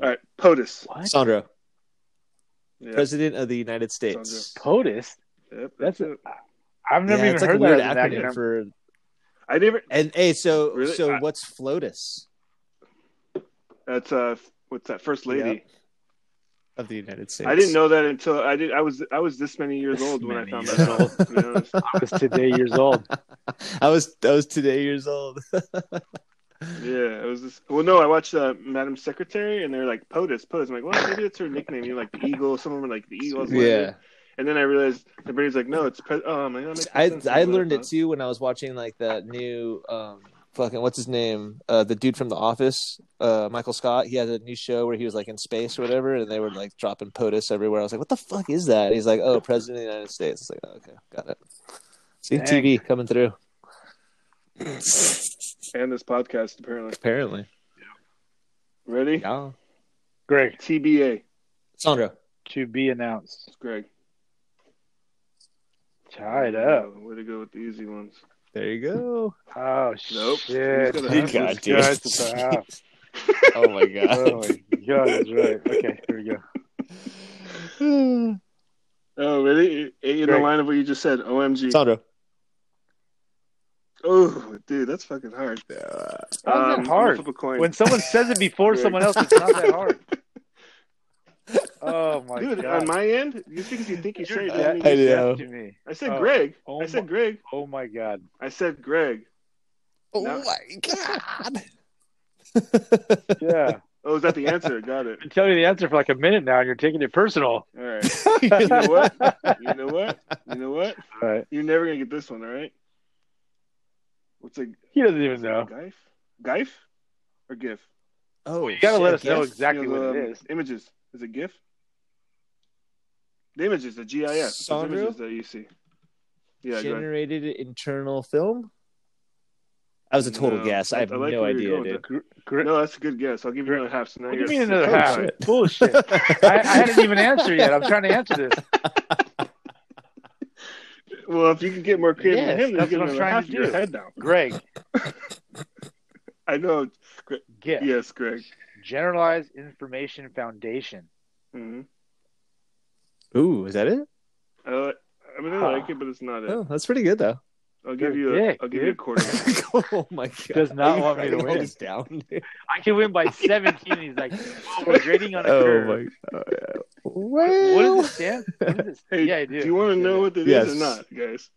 A: All right, POTUS.
B: What?
C: Sandro,
A: Yeah,
C: President of the United States.
B: POTUS?
A: yep, that's,
B: That's
A: it.
B: a, I've never
C: yeah,
B: even
C: it's like a
B: heard
C: weird
B: that as an
C: acronym
B: acronym.
C: for.
A: I never.
C: And hey, so
A: Really?
C: so
A: I-
C: what's FLOTUS
A: That's uh, what's that? First lady.
C: of the United States?
A: I didn't know that until I did. I was I was this many years
C: This
A: old when I
C: many
A: found
C: years
A: that out. to be honest.
B: I was today years old.
C: I was I was today years old.
A: Yeah, it was this. Well, no, I watched uh, Madam Secretary, and they're like POTUS, POTUS. I'm like, well, maybe it's her nickname. You know, like the Eagle. Some of them are like the Eagle.
C: yeah,
A: And then I realized everybody's like, no, it's pre- oh my god. that makes
C: I
A: sense.
C: I
A: That's what
C: learned it
A: thought.
C: too when I was watching like that new um fucking what's his name uh the dude from The Office uh Michael Scott. He had a new show where he was like in space or whatever, and they were like dropping POTUS everywhere. I was like, what the fuck is that? And he's like, oh, President of the United States. It's like, oh, okay, got it. See
B: Dang.
C: TV coming through.
A: And this podcast apparently
C: Apparently,
A: ready.
C: yeah.
B: Greg,
A: TBA.
C: Sandro,
B: to be announced.
A: It's Greg.
B: Tied up.
A: Way to go with the easy ones.
C: there you go.
B: Oh,
A: Nope.
B: shit.
A: He's got a
C: You
A: half.
C: got
A: This
C: it.
B: Guys, it's a half.
C: oh my god.
B: Oh, my God, that's right. Okay, here we go.
A: Oh, really? In the
B: Greg.
A: line of what you just said. OMG.
C: Sandro.
A: Oh, dude, that's fucking hard.
B: How's that
A: I'm gonna
B: hard?
A: flip a coin.
B: When someone says it before
A: Greg.
B: someone else, it's not that hard. Oh, my
A: Dude,
B: God.
A: on my end, you think you think you
B: You're
A: said it,
B: that-
A: didn't
C: I
A: you?
C: know.
B: to me.
A: I said
B: Oh.
A: Greg.
B: Oh
A: I said
B: my-
A: Greg.
B: Oh, my God.
A: I said Greg.
C: Oh
A: No.
C: my god.
B: Yeah.
A: Oh, is that the answer? Got it.
B: Been telling you the answer for like a minute now, and you're taking it
A: All
B: personal.
A: right. You know what? You know what? You know what?
B: All right.
A: You're never gonna get this one, all right? What's a
B: He doesn't even know.
A: Gife? Gife? Or GIF?
C: oh,
B: You gotta let us
C: shit,
B: know
C: yes.
B: exactly
A: You know,
B: what
A: the,
B: it
A: um,
B: is.
A: Images. Is it GIF? The images, the GIF. Those
C: Sandro?
A: images that you see. Yeah, go ahead.
C: Generated internal film. That was a total
A: No,
C: guess. I
A: I-
C: have
A: I like
C: no
A: where you're
C: idea,
A: going
C: dude.
B: Gr-
A: No, that's a good guess. I'll give you another half. So now
B: what do
A: you're
B: you mean
A: at
B: another
A: six.
C: Oh,
B: half?
C: shit.
B: Bullshit. I, I hadn't even answered yet. I'm trying to answer this.
A: Well, if you can get more creative
B: Yes,
A: than him, then you
B: that's
A: get
B: what I'm
A: another
B: trying
A: half
B: to
A: of your
B: do.
A: head down.
B: Greg,
A: I know.
B: GIF,
A: Yes, Greg.
B: Generalized Information Foundation.
A: hmm
C: Ooh, is that it?
A: Uh, I mean, I
B: Huh.
A: like it, but it's not it.
C: Oh, that's pretty good though.
A: I'll give
B: You're
A: you. A,
B: dick,
A: I'll give you a
B: dude.
A: quarter.
C: oh my god.
B: Does not want me to
C: Writing all
B: win.
C: this down, dude.
B: I can win by 17. and He's like, well, we're grading on a
C: Oh
B: curve.
C: my god.
B: What
C: Well,
B: does it stand? What does it
A: Hey,
B: yeah, I do.
A: do you want to know what it is
C: Yes.
A: or not, guys?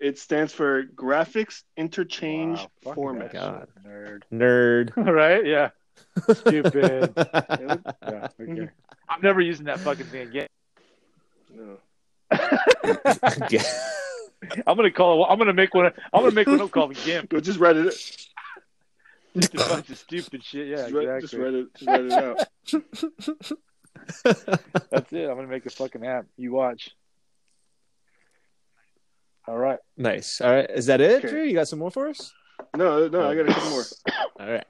A: It stands for Graphics Interchange
B: Wow, fuck
A: Format.
B: that
C: God.
B: shit, Nerd.
C: nerd.
B: right? Yeah. Stupid.
A: Yep.
B: yeah,
A: Mm-hmm.
B: okay. I'm never using that fucking thing again.
A: No.
B: I'm gonna call. I'm gonna make one. I'm gonna make one up called GIMP.
A: But just write it. Just,
B: Just a bunch of stupid shit. Yeah,
A: write, just
B: exactly.
A: write it. Just write it out.
B: That's it. I'm gonna make a fucking app. You watch. All right.
C: nice. All right. Is that it,
A: Okay.
C: Drew? You got some more for us?
A: No, no, I got a couple more.
C: All right.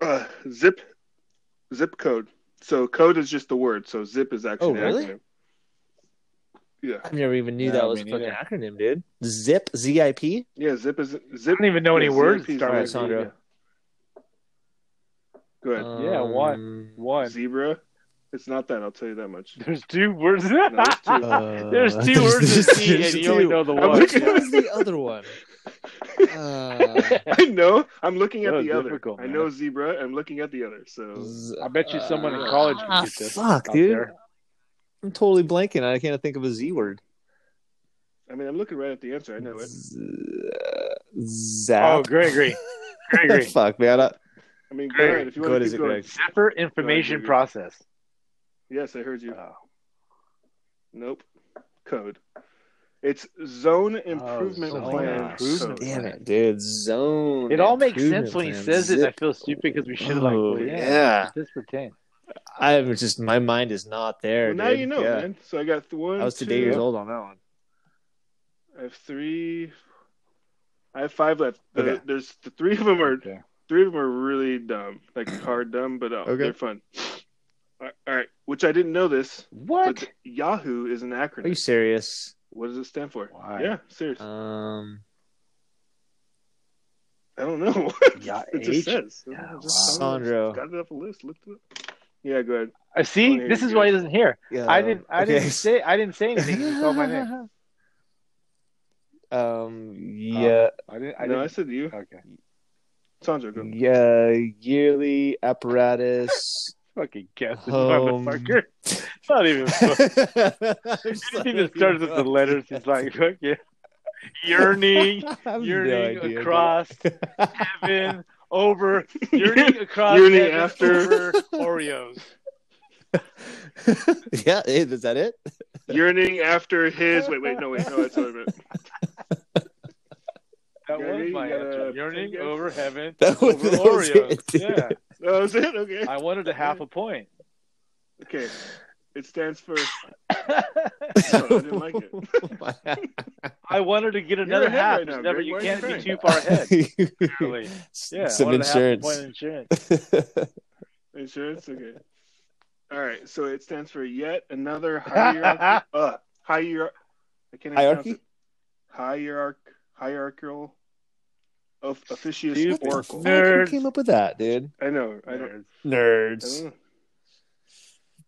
A: Uh, zip, zip code. So code is just the word. So zip is actually
C: Oh,
A: the
C: really?
A: acronym. Yeah,
C: I never even
B: No,
C: knew that was a
B: me
C: fucking
B: neither.
C: acronym, dude. Zip Z I P.
A: yeah. Zip is
B: I
A: zip.
B: don't even know any
A: yeah,
B: words.
A: ZIP
B: that
A: is
B: Start
C: All right,
B: with. Uh,
C: Sandro.
A: Go ahead.
B: Yeah,
C: Um,
B: One.
A: Zebra. It's not that. I'll tell you that much.
B: There's two words.
A: there's two.
B: There's
C: Uh,
B: two words in C, and you only know the
A: I'm
B: one.
A: looking
C: What was the other one? Uh,
A: I know. I'm looking at
B: That was
A: the other.
B: difficult,
A: I
B: man.
A: know zebra. I'm looking at the other. So
C: z-
B: I bet you someone in college can
C: Ah,
B: get this
C: Fuck,
B: out
C: dude.
B: there.
C: I'm totally blanking. I can't think of a Z word.
A: I mean, I'm looking right at the answer. I know it.
C: Z- uh,
B: Oh,
C: Zap.
B: Gregory. Gregory.
C: fuck, man. I-
A: I mean,
B: Greg,
A: Greg, if you
C: go
A: want
C: ahead,
A: to
C: is
A: keep
C: it
A: going.
C: Greg?
B: Zephyr information
A: Gregory.
B: process.
A: Yes, I heard you.
B: Oh.
A: Nope. Code. It's zone improvement
B: Oh, zone
A: plan.
B: improvement.
A: code.
C: Damn it, dude. Zone.
B: It all makes
C: improvement
B: sense when he
C: plan.
B: says it. and I
C: Zip.
B: feel stupid because we should have like,
C: Oh,
B: well, yeah,
C: yeah.
B: This pertains.
C: I'm just my mind is not there.
A: Well, now
C: dude.
A: you know,
C: Yeah.
A: man. So I got th- one.
C: I was
A: two,
C: today years old on that one.
A: I have three. I have five left. The,
C: Okay.
A: There's the three of them are
B: Okay.
A: three of them are really dumb, like hard dumb, but uh,
C: Okay.
A: they're fun. All right, which I didn't know this,
C: What?
A: but Yahoo is an acronym.
C: Are you serious?
A: What does it stand for?
B: Why?
A: Yeah, seriously,
C: Um,
A: I don't know.
B: Yeah,
A: it just
B: H-
A: says.
B: Yeah,
A: Just-
C: wow.
A: I don't know. Just Got it off a list. Looked it up. Yeah, go ahead.
B: I uh, see.
A: Well, here
B: This
A: you
B: is
A: go.
B: why he doesn't hear.
C: yeah,
B: I didn't. I
C: okay.
B: didn't say. I didn't say anything. He just called my name.
C: um, yeah,
B: I didn't. I
A: no, I
B: didn't.
A: said you,
B: Okay.
A: Sandra. Go.
C: yeah, yearly apparatus.
B: Fucking guess this
C: Um,
B: motherfucker. It's not even.
C: I'm
B: Funny.
C: just
B: He
C: like,
B: just starts with the letters. He's like, fucking yearning,
C: I have no
B: yearning
C: idea, dude.
B: across heaven, over yearning across
A: Yearning
B: heaven
A: after-
B: over Oreos.
C: yeah, hey, is that it?
A: Yearning after his. Wait, wait, no, wait, no, that's what I meant.
B: That was
A: Gary,
B: my
A: you gotta
B: answer.
A: take
B: Yearning
A: it?
B: over heaven,
C: That was-
B: over
C: that was
B: Oreos.
C: it, dude.
B: yeah,
A: That was it. Okay.
B: I wanted a half a point.
A: Okay. It stands for.
B: I
A: Oh, I didn't like it.
B: wanted to get another
A: ahead
B: half.
A: right now,
B: It's never,
A: Greg.
B: you
A: Why are you
B: can't be
A: crying?
B: too far ahead. Clearly. Yeah, I
C: Some
B: wanted a half a
C: insurance.
B: point of insurance.
A: Insurance. Okay. All right. So it stands for yet another hierarchy. uh, hierarchy. I can't even pronounce
C: Hierarchy?
A: it. Hierarch hierarchical. Of
B: Dude,
A: officious
B: what the
A: oracle.
B: fuck?
C: Who
B: Nerds.
C: came up with that, dude?
A: I know. I don't. I
C: Nerds.
A: don't know.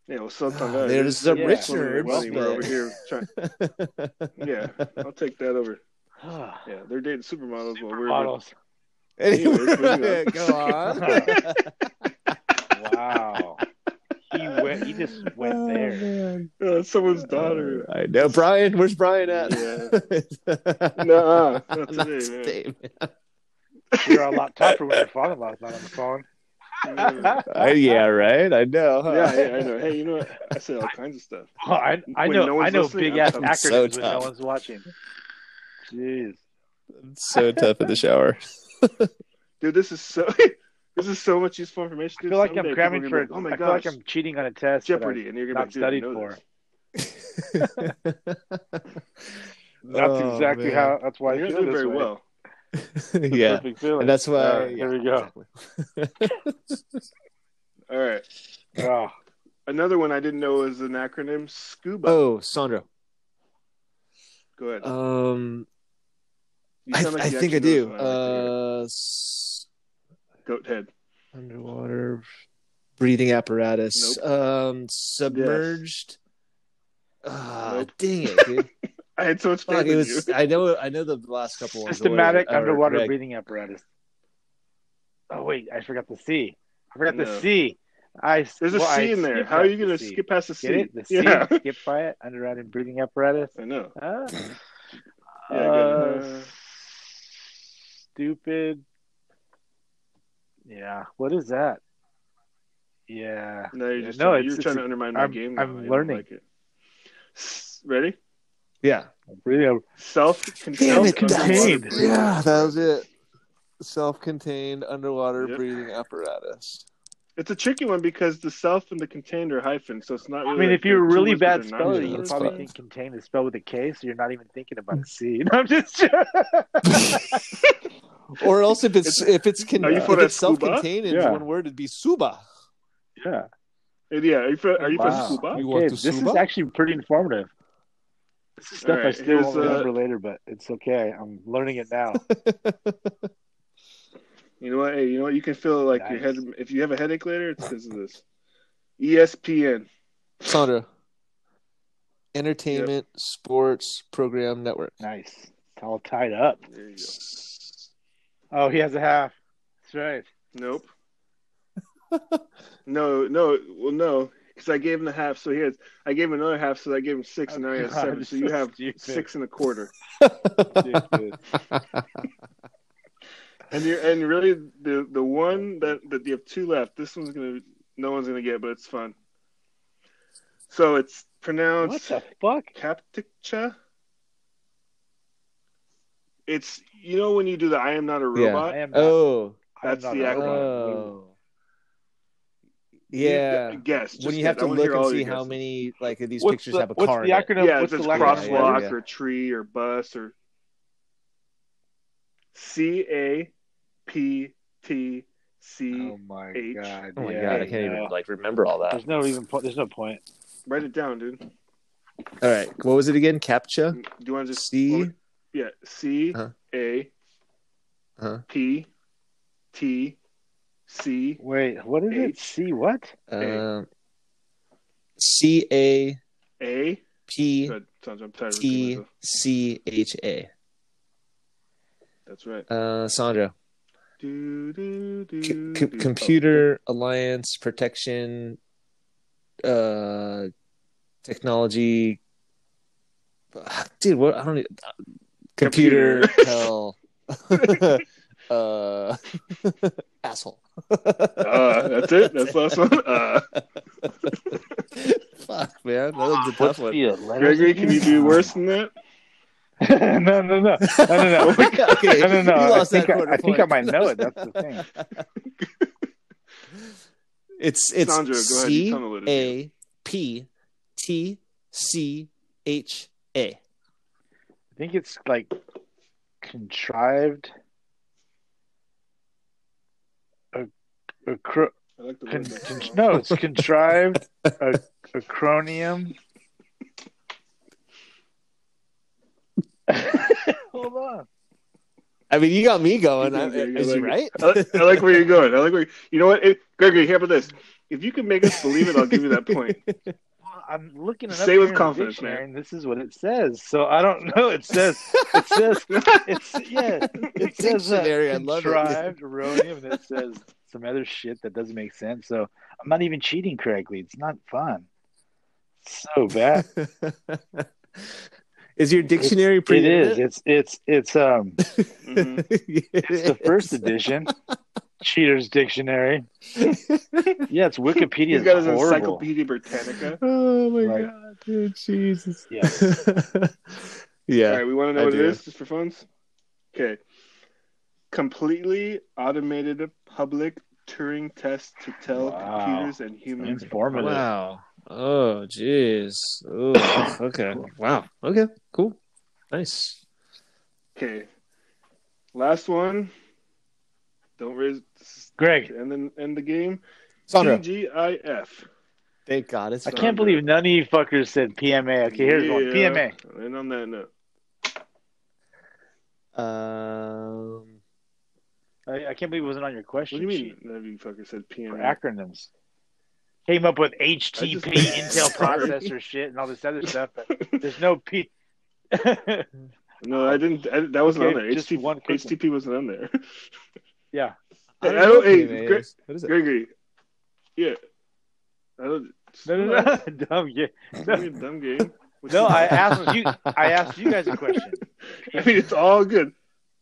A: Yeah, well, so
C: There's some
B: Yeah.
C: rich
A: We're
C: nerds.
A: over
C: but-
A: here trying. Yeah, I'll take that over.
B: Ah,
A: Yeah, they're dating supermodels while we're
B: Models.
A: Anyways,
C: Anyway,
A: moving on.
C: go on.
B: Wow. He went. He just went there.
A: Oh, it's someone's daughter.
B: Uh,
C: I know. Brian, where's Brian at?
A: Yeah. Nuh-uh. Not
C: Not
A: today, man.
C: today, man.
B: We were a lot tougher when your father-in-law was not on the phone.
A: yeah,
C: I- yeah, right. I know. huh?
A: yeah, I know. Hey, you know what? I say all kinds of stuff.
B: Oh, I, I
A: When
B: know.
A: no one's
B: I know.
A: listening,
B: Big
A: I'm
B: ass
A: tough.
B: acronyms
C: So
B: when no
C: tough.
B: one's watching. Jeez.
C: So tough in the shower.
A: Dude, this is so this is so much useful information.
B: I
A: Dude,
B: feel like
A: Someday
B: I'm
A: people
B: cramming
A: are gonna
B: for.
A: be like, oh my
B: I feel
A: gosh,
B: like I'm cheating on a test. but I-
A: Jeopardy, and you're gonna be
B: not
A: like, dude, I
B: studied
A: know
B: for.
A: this.
B: That's
C: Oh,
B: exactly
C: man.
B: how. That's why I
A: You're
B: feel
A: doing
B: this
A: very
B: way.
A: well.
B: It's a
C: yeah.
B: perfect feeling.
C: And that's why.
A: Uh,
C: yeah,
B: there we go.
C: exactly.
A: All right,
B: Oh,
A: another one I didn't know was an acronym. Scuba.
C: Oh, Sandra.
A: Go ahead.
B: uh,
C: Um,
A: You
C: I,
A: sound like
C: I
A: you
C: think
A: actually
C: I
A: know this
C: do.
A: one. I like to hear it.
C: Uh, s-
A: Goat head.
C: underwater breathing apparatus. Um, submerged. Ah,
A: Nope.
C: dang it, dude.
A: I had so much faith in
C: Fuck, it
A: you.
C: was. I know. I know the last couple ones.
B: systematic
C: were- are
B: underwater
C: correct.
B: breathing apparatus. Oh wait, I forgot the C. I forgot
A: No.
B: the C. I
A: There's a
B: well,
A: C
B: I
A: in there.
B: skipped
A: How are
B: past
A: you
B: the
A: gonna
B: C.
A: skip past the C?
B: Get it? The C.
A: Yeah,
B: Skip by it. Underwater breathing apparatus.
A: I know.
B: Ah.
A: Yeah,
B: Uh,
A: good.
B: stupid. Yeah. What is that? Yeah.
A: No, you're
B: Yeah,
A: just
B: no,
A: trying,
B: it's-
A: you're
B: it's
A: trying
B: a-
A: to undermine my
B: I'm-
A: game.
B: I'm
A: now. I don't
B: learning.
A: like it. S- Ready?
C: Yeah.
B: Breathing-
A: Self
C: Damn
A: contained.
C: it,
B: Self-contained.
C: that's- Yeah, that was it. Self-contained underwater
A: Yep.
C: breathing apparatus.
A: It's a tricky one because the self and the contained are hyphen, so it's not really.
B: I mean,
A: like
B: if you're a
A: they're
B: really
A: two words,
B: bad
A: but they're not
B: speller, you
A: two
C: that's
B: probably
C: fine.
B: can contain the spell with a K, so you're not even thinking about a C. No, I'm just joking.
C: Or else if it's, if it's con-
A: Are you
C: if
A: for
C: it's
A: that scuba?
C: self-contained in
B: Yeah.
C: one word, it'd be suba.
B: yeah.
A: words. Yeah, are you from, are you
B: Wow.
A: from Cuba?
C: You
B: Okay,
C: want to
B: this
C: suba?
B: is actually pretty informative. This is
A: All
B: stuff I
A: right,
B: still
A: here's,
B: won't
A: uh,
B: remember later, but it's okay. I'm learning it now.
A: You know what? Hey, you know what? You can feel like your
B: Nice.
A: head. If you have a headache later, it's because of this. E ESPN.
C: Sandra. Entertainment Sports Program Network.
B: nice. It's all tied up.
A: There you go.
B: Oh, he has a half. That's right.
A: Nope. no, no, well, no, because I gave him the half, so he has. I gave him another half, so I gave him six, and now he has
B: Oh, God,
A: seven. So you
B: so
A: have
B: stupid.
A: six and a quarter.
B: Stupid.
A: And you're and really the the one that that you have two left. This one's gonna no one's gonna get, but it's fun. So it's
B: what
A: pronounced
B: the fuck?
A: Kaptikcha. It's you know when you do the I am not a
C: Yeah.
A: robot.
B: I am not,
C: Oh.
B: I'm
A: That's
B: not
A: the
B: a
A: acronym.
B: robot.
C: Oh. Yeah.
A: Guess. Just
C: when you
A: guess.
C: have
A: I
C: to
A: wanna
C: look
A: hear
C: and
A: all
C: see
A: your
C: how
A: guesses.
C: many like of these
B: What's
C: pictures
B: the-
C: have a
B: what's
C: car.
B: the
C: in it.
B: acronym?
A: Yeah,
B: what's
A: it's just
B: the letter?
A: crosswalk
C: Yeah, yeah.
A: or tree or bus or C A P T C.
B: Oh my
A: H.
B: god!
C: Oh my
B: yeah.
C: god, I can't even like remember all that.
B: There's no even. Po- there's no point.
A: Write it down, dude. Do
C: All right, what was it again? Captcha.
A: you want to just
C: C.
A: Yeah, C
C: Uh-huh.
A: A
C: Uh-huh.
A: P T C.
B: Wait, what is it?
A: H.
B: C what?
C: Um, C A
A: A.
C: P
A: Good. Sounds I'm tired of repeating
C: T
A: myself.
C: C H A.
A: That's right.
C: Uh, Sandra.
A: Do, do, do,
C: C-
A: do.
C: c- computer Alliance Protection. Uh, technology. Fuck, Dude, what I don't. e- Computer,
A: Computer.
C: hell. uh, asshole.
A: Oh. Uh, that's it. That's the last one. Uh,
C: Fuck, man, that was a tough
B: What's
C: one.
B: the letters
A: Gregory, can you
B: again?
A: do worse than that?
B: no, no, no, no, no,
A: Oh
B: no.
C: okay,
B: No, no, no.
C: you
B: I
C: lost
B: think
C: that
B: I,
C: quarter
B: I think I
C: point.
B: might know it. That's the thing.
C: It's it's
A: Sandra, go ahead. You
C: C
A: tell me what it is.
C: A P T C H A.
B: I think it's like contrived. A, a cro-
A: I like the
B: con-
A: word.
B: con-
A: that.
B: no, it's contrived. A, acronium. Hold on.
C: I mean, you got me going.
A: You
C: I,
A: do, you
C: is
A: like
C: he
A: it.
C: right?
A: I like, I like where you're going. I like where you, you know what, it, Gregory. How about this? If you can make us believe it, I'll give you that point.
B: I'm looking it up
A: Say
B: here
A: with
B: in the
A: confidence,
B: dictionary,
A: man.
B: And this is what it says. So I don't know. It says it says it's yeah. It says uh,
C: Dictionary, I love it.
B: contrived erroneum, and it says some other shit that doesn't make sense. So I'm not even cheating correctly. It's not fun. It's so bad.
C: "Oh." is your dictionary
B: it
C: pretty?
B: is. It's it's it's um.
A: Mhm.
B: It's the first edition. Cheaters Dictionary. yeah, it's Wikipedia.
A: He's
B: is
A: got his
B: horrible.
A: Encyclopedia Britannica.
C: Oh my
B: Like-
C: god, dude, Jesus.
B: Yeah.
A: All
C: yeah.
A: right, we want to know
C: I
A: what
C: do.
A: it is, just for funds. Okay. Completely automated public Turing test to tell
B: Wow.
A: computers and humans.
B: Informative.
C: Wow. Oh, jeez. Oh, okay. Wow. Okay. Cool. Nice.
A: Okay. Last one. Don't raise.
B: Greg,
A: And then end the game.
C: Sandra.
A: TGIF.
C: Thank God it's
B: I
A: Sandra.
B: can't believe none of you fuckers said PMA. Okay, here's one.
A: Yeah.
B: PMA.
A: And on that note,
C: Um,
B: I, I can't believe it wasn't on your
A: what
B: question.
A: do you mean?
B: sheet
A: None of you fuckers said
B: for
A: PMA.
B: acronyms. Came up with HTP,
A: I just-
B: Intel
A: Sorry.
B: processor shit, and all this other stuff, but there's no P.
A: No, I didn't. I, that wasn't
B: Okay,
A: on there.
B: just
A: HTTP,
B: one quick one.
A: HTTP wasn't on there.
B: yeah,
A: I don't
C: know
A: know,
C: what
A: hey,
C: PMA
A: Gre-
C: is. What is it?
A: Gregory. Yeah. I don't.
B: no, no, no, dumb. Yeah.
A: It's gonna be a dumb game. What's
B: No,
A: the-
B: I asked you. I asked you guys a question.
A: I mean, it's all good.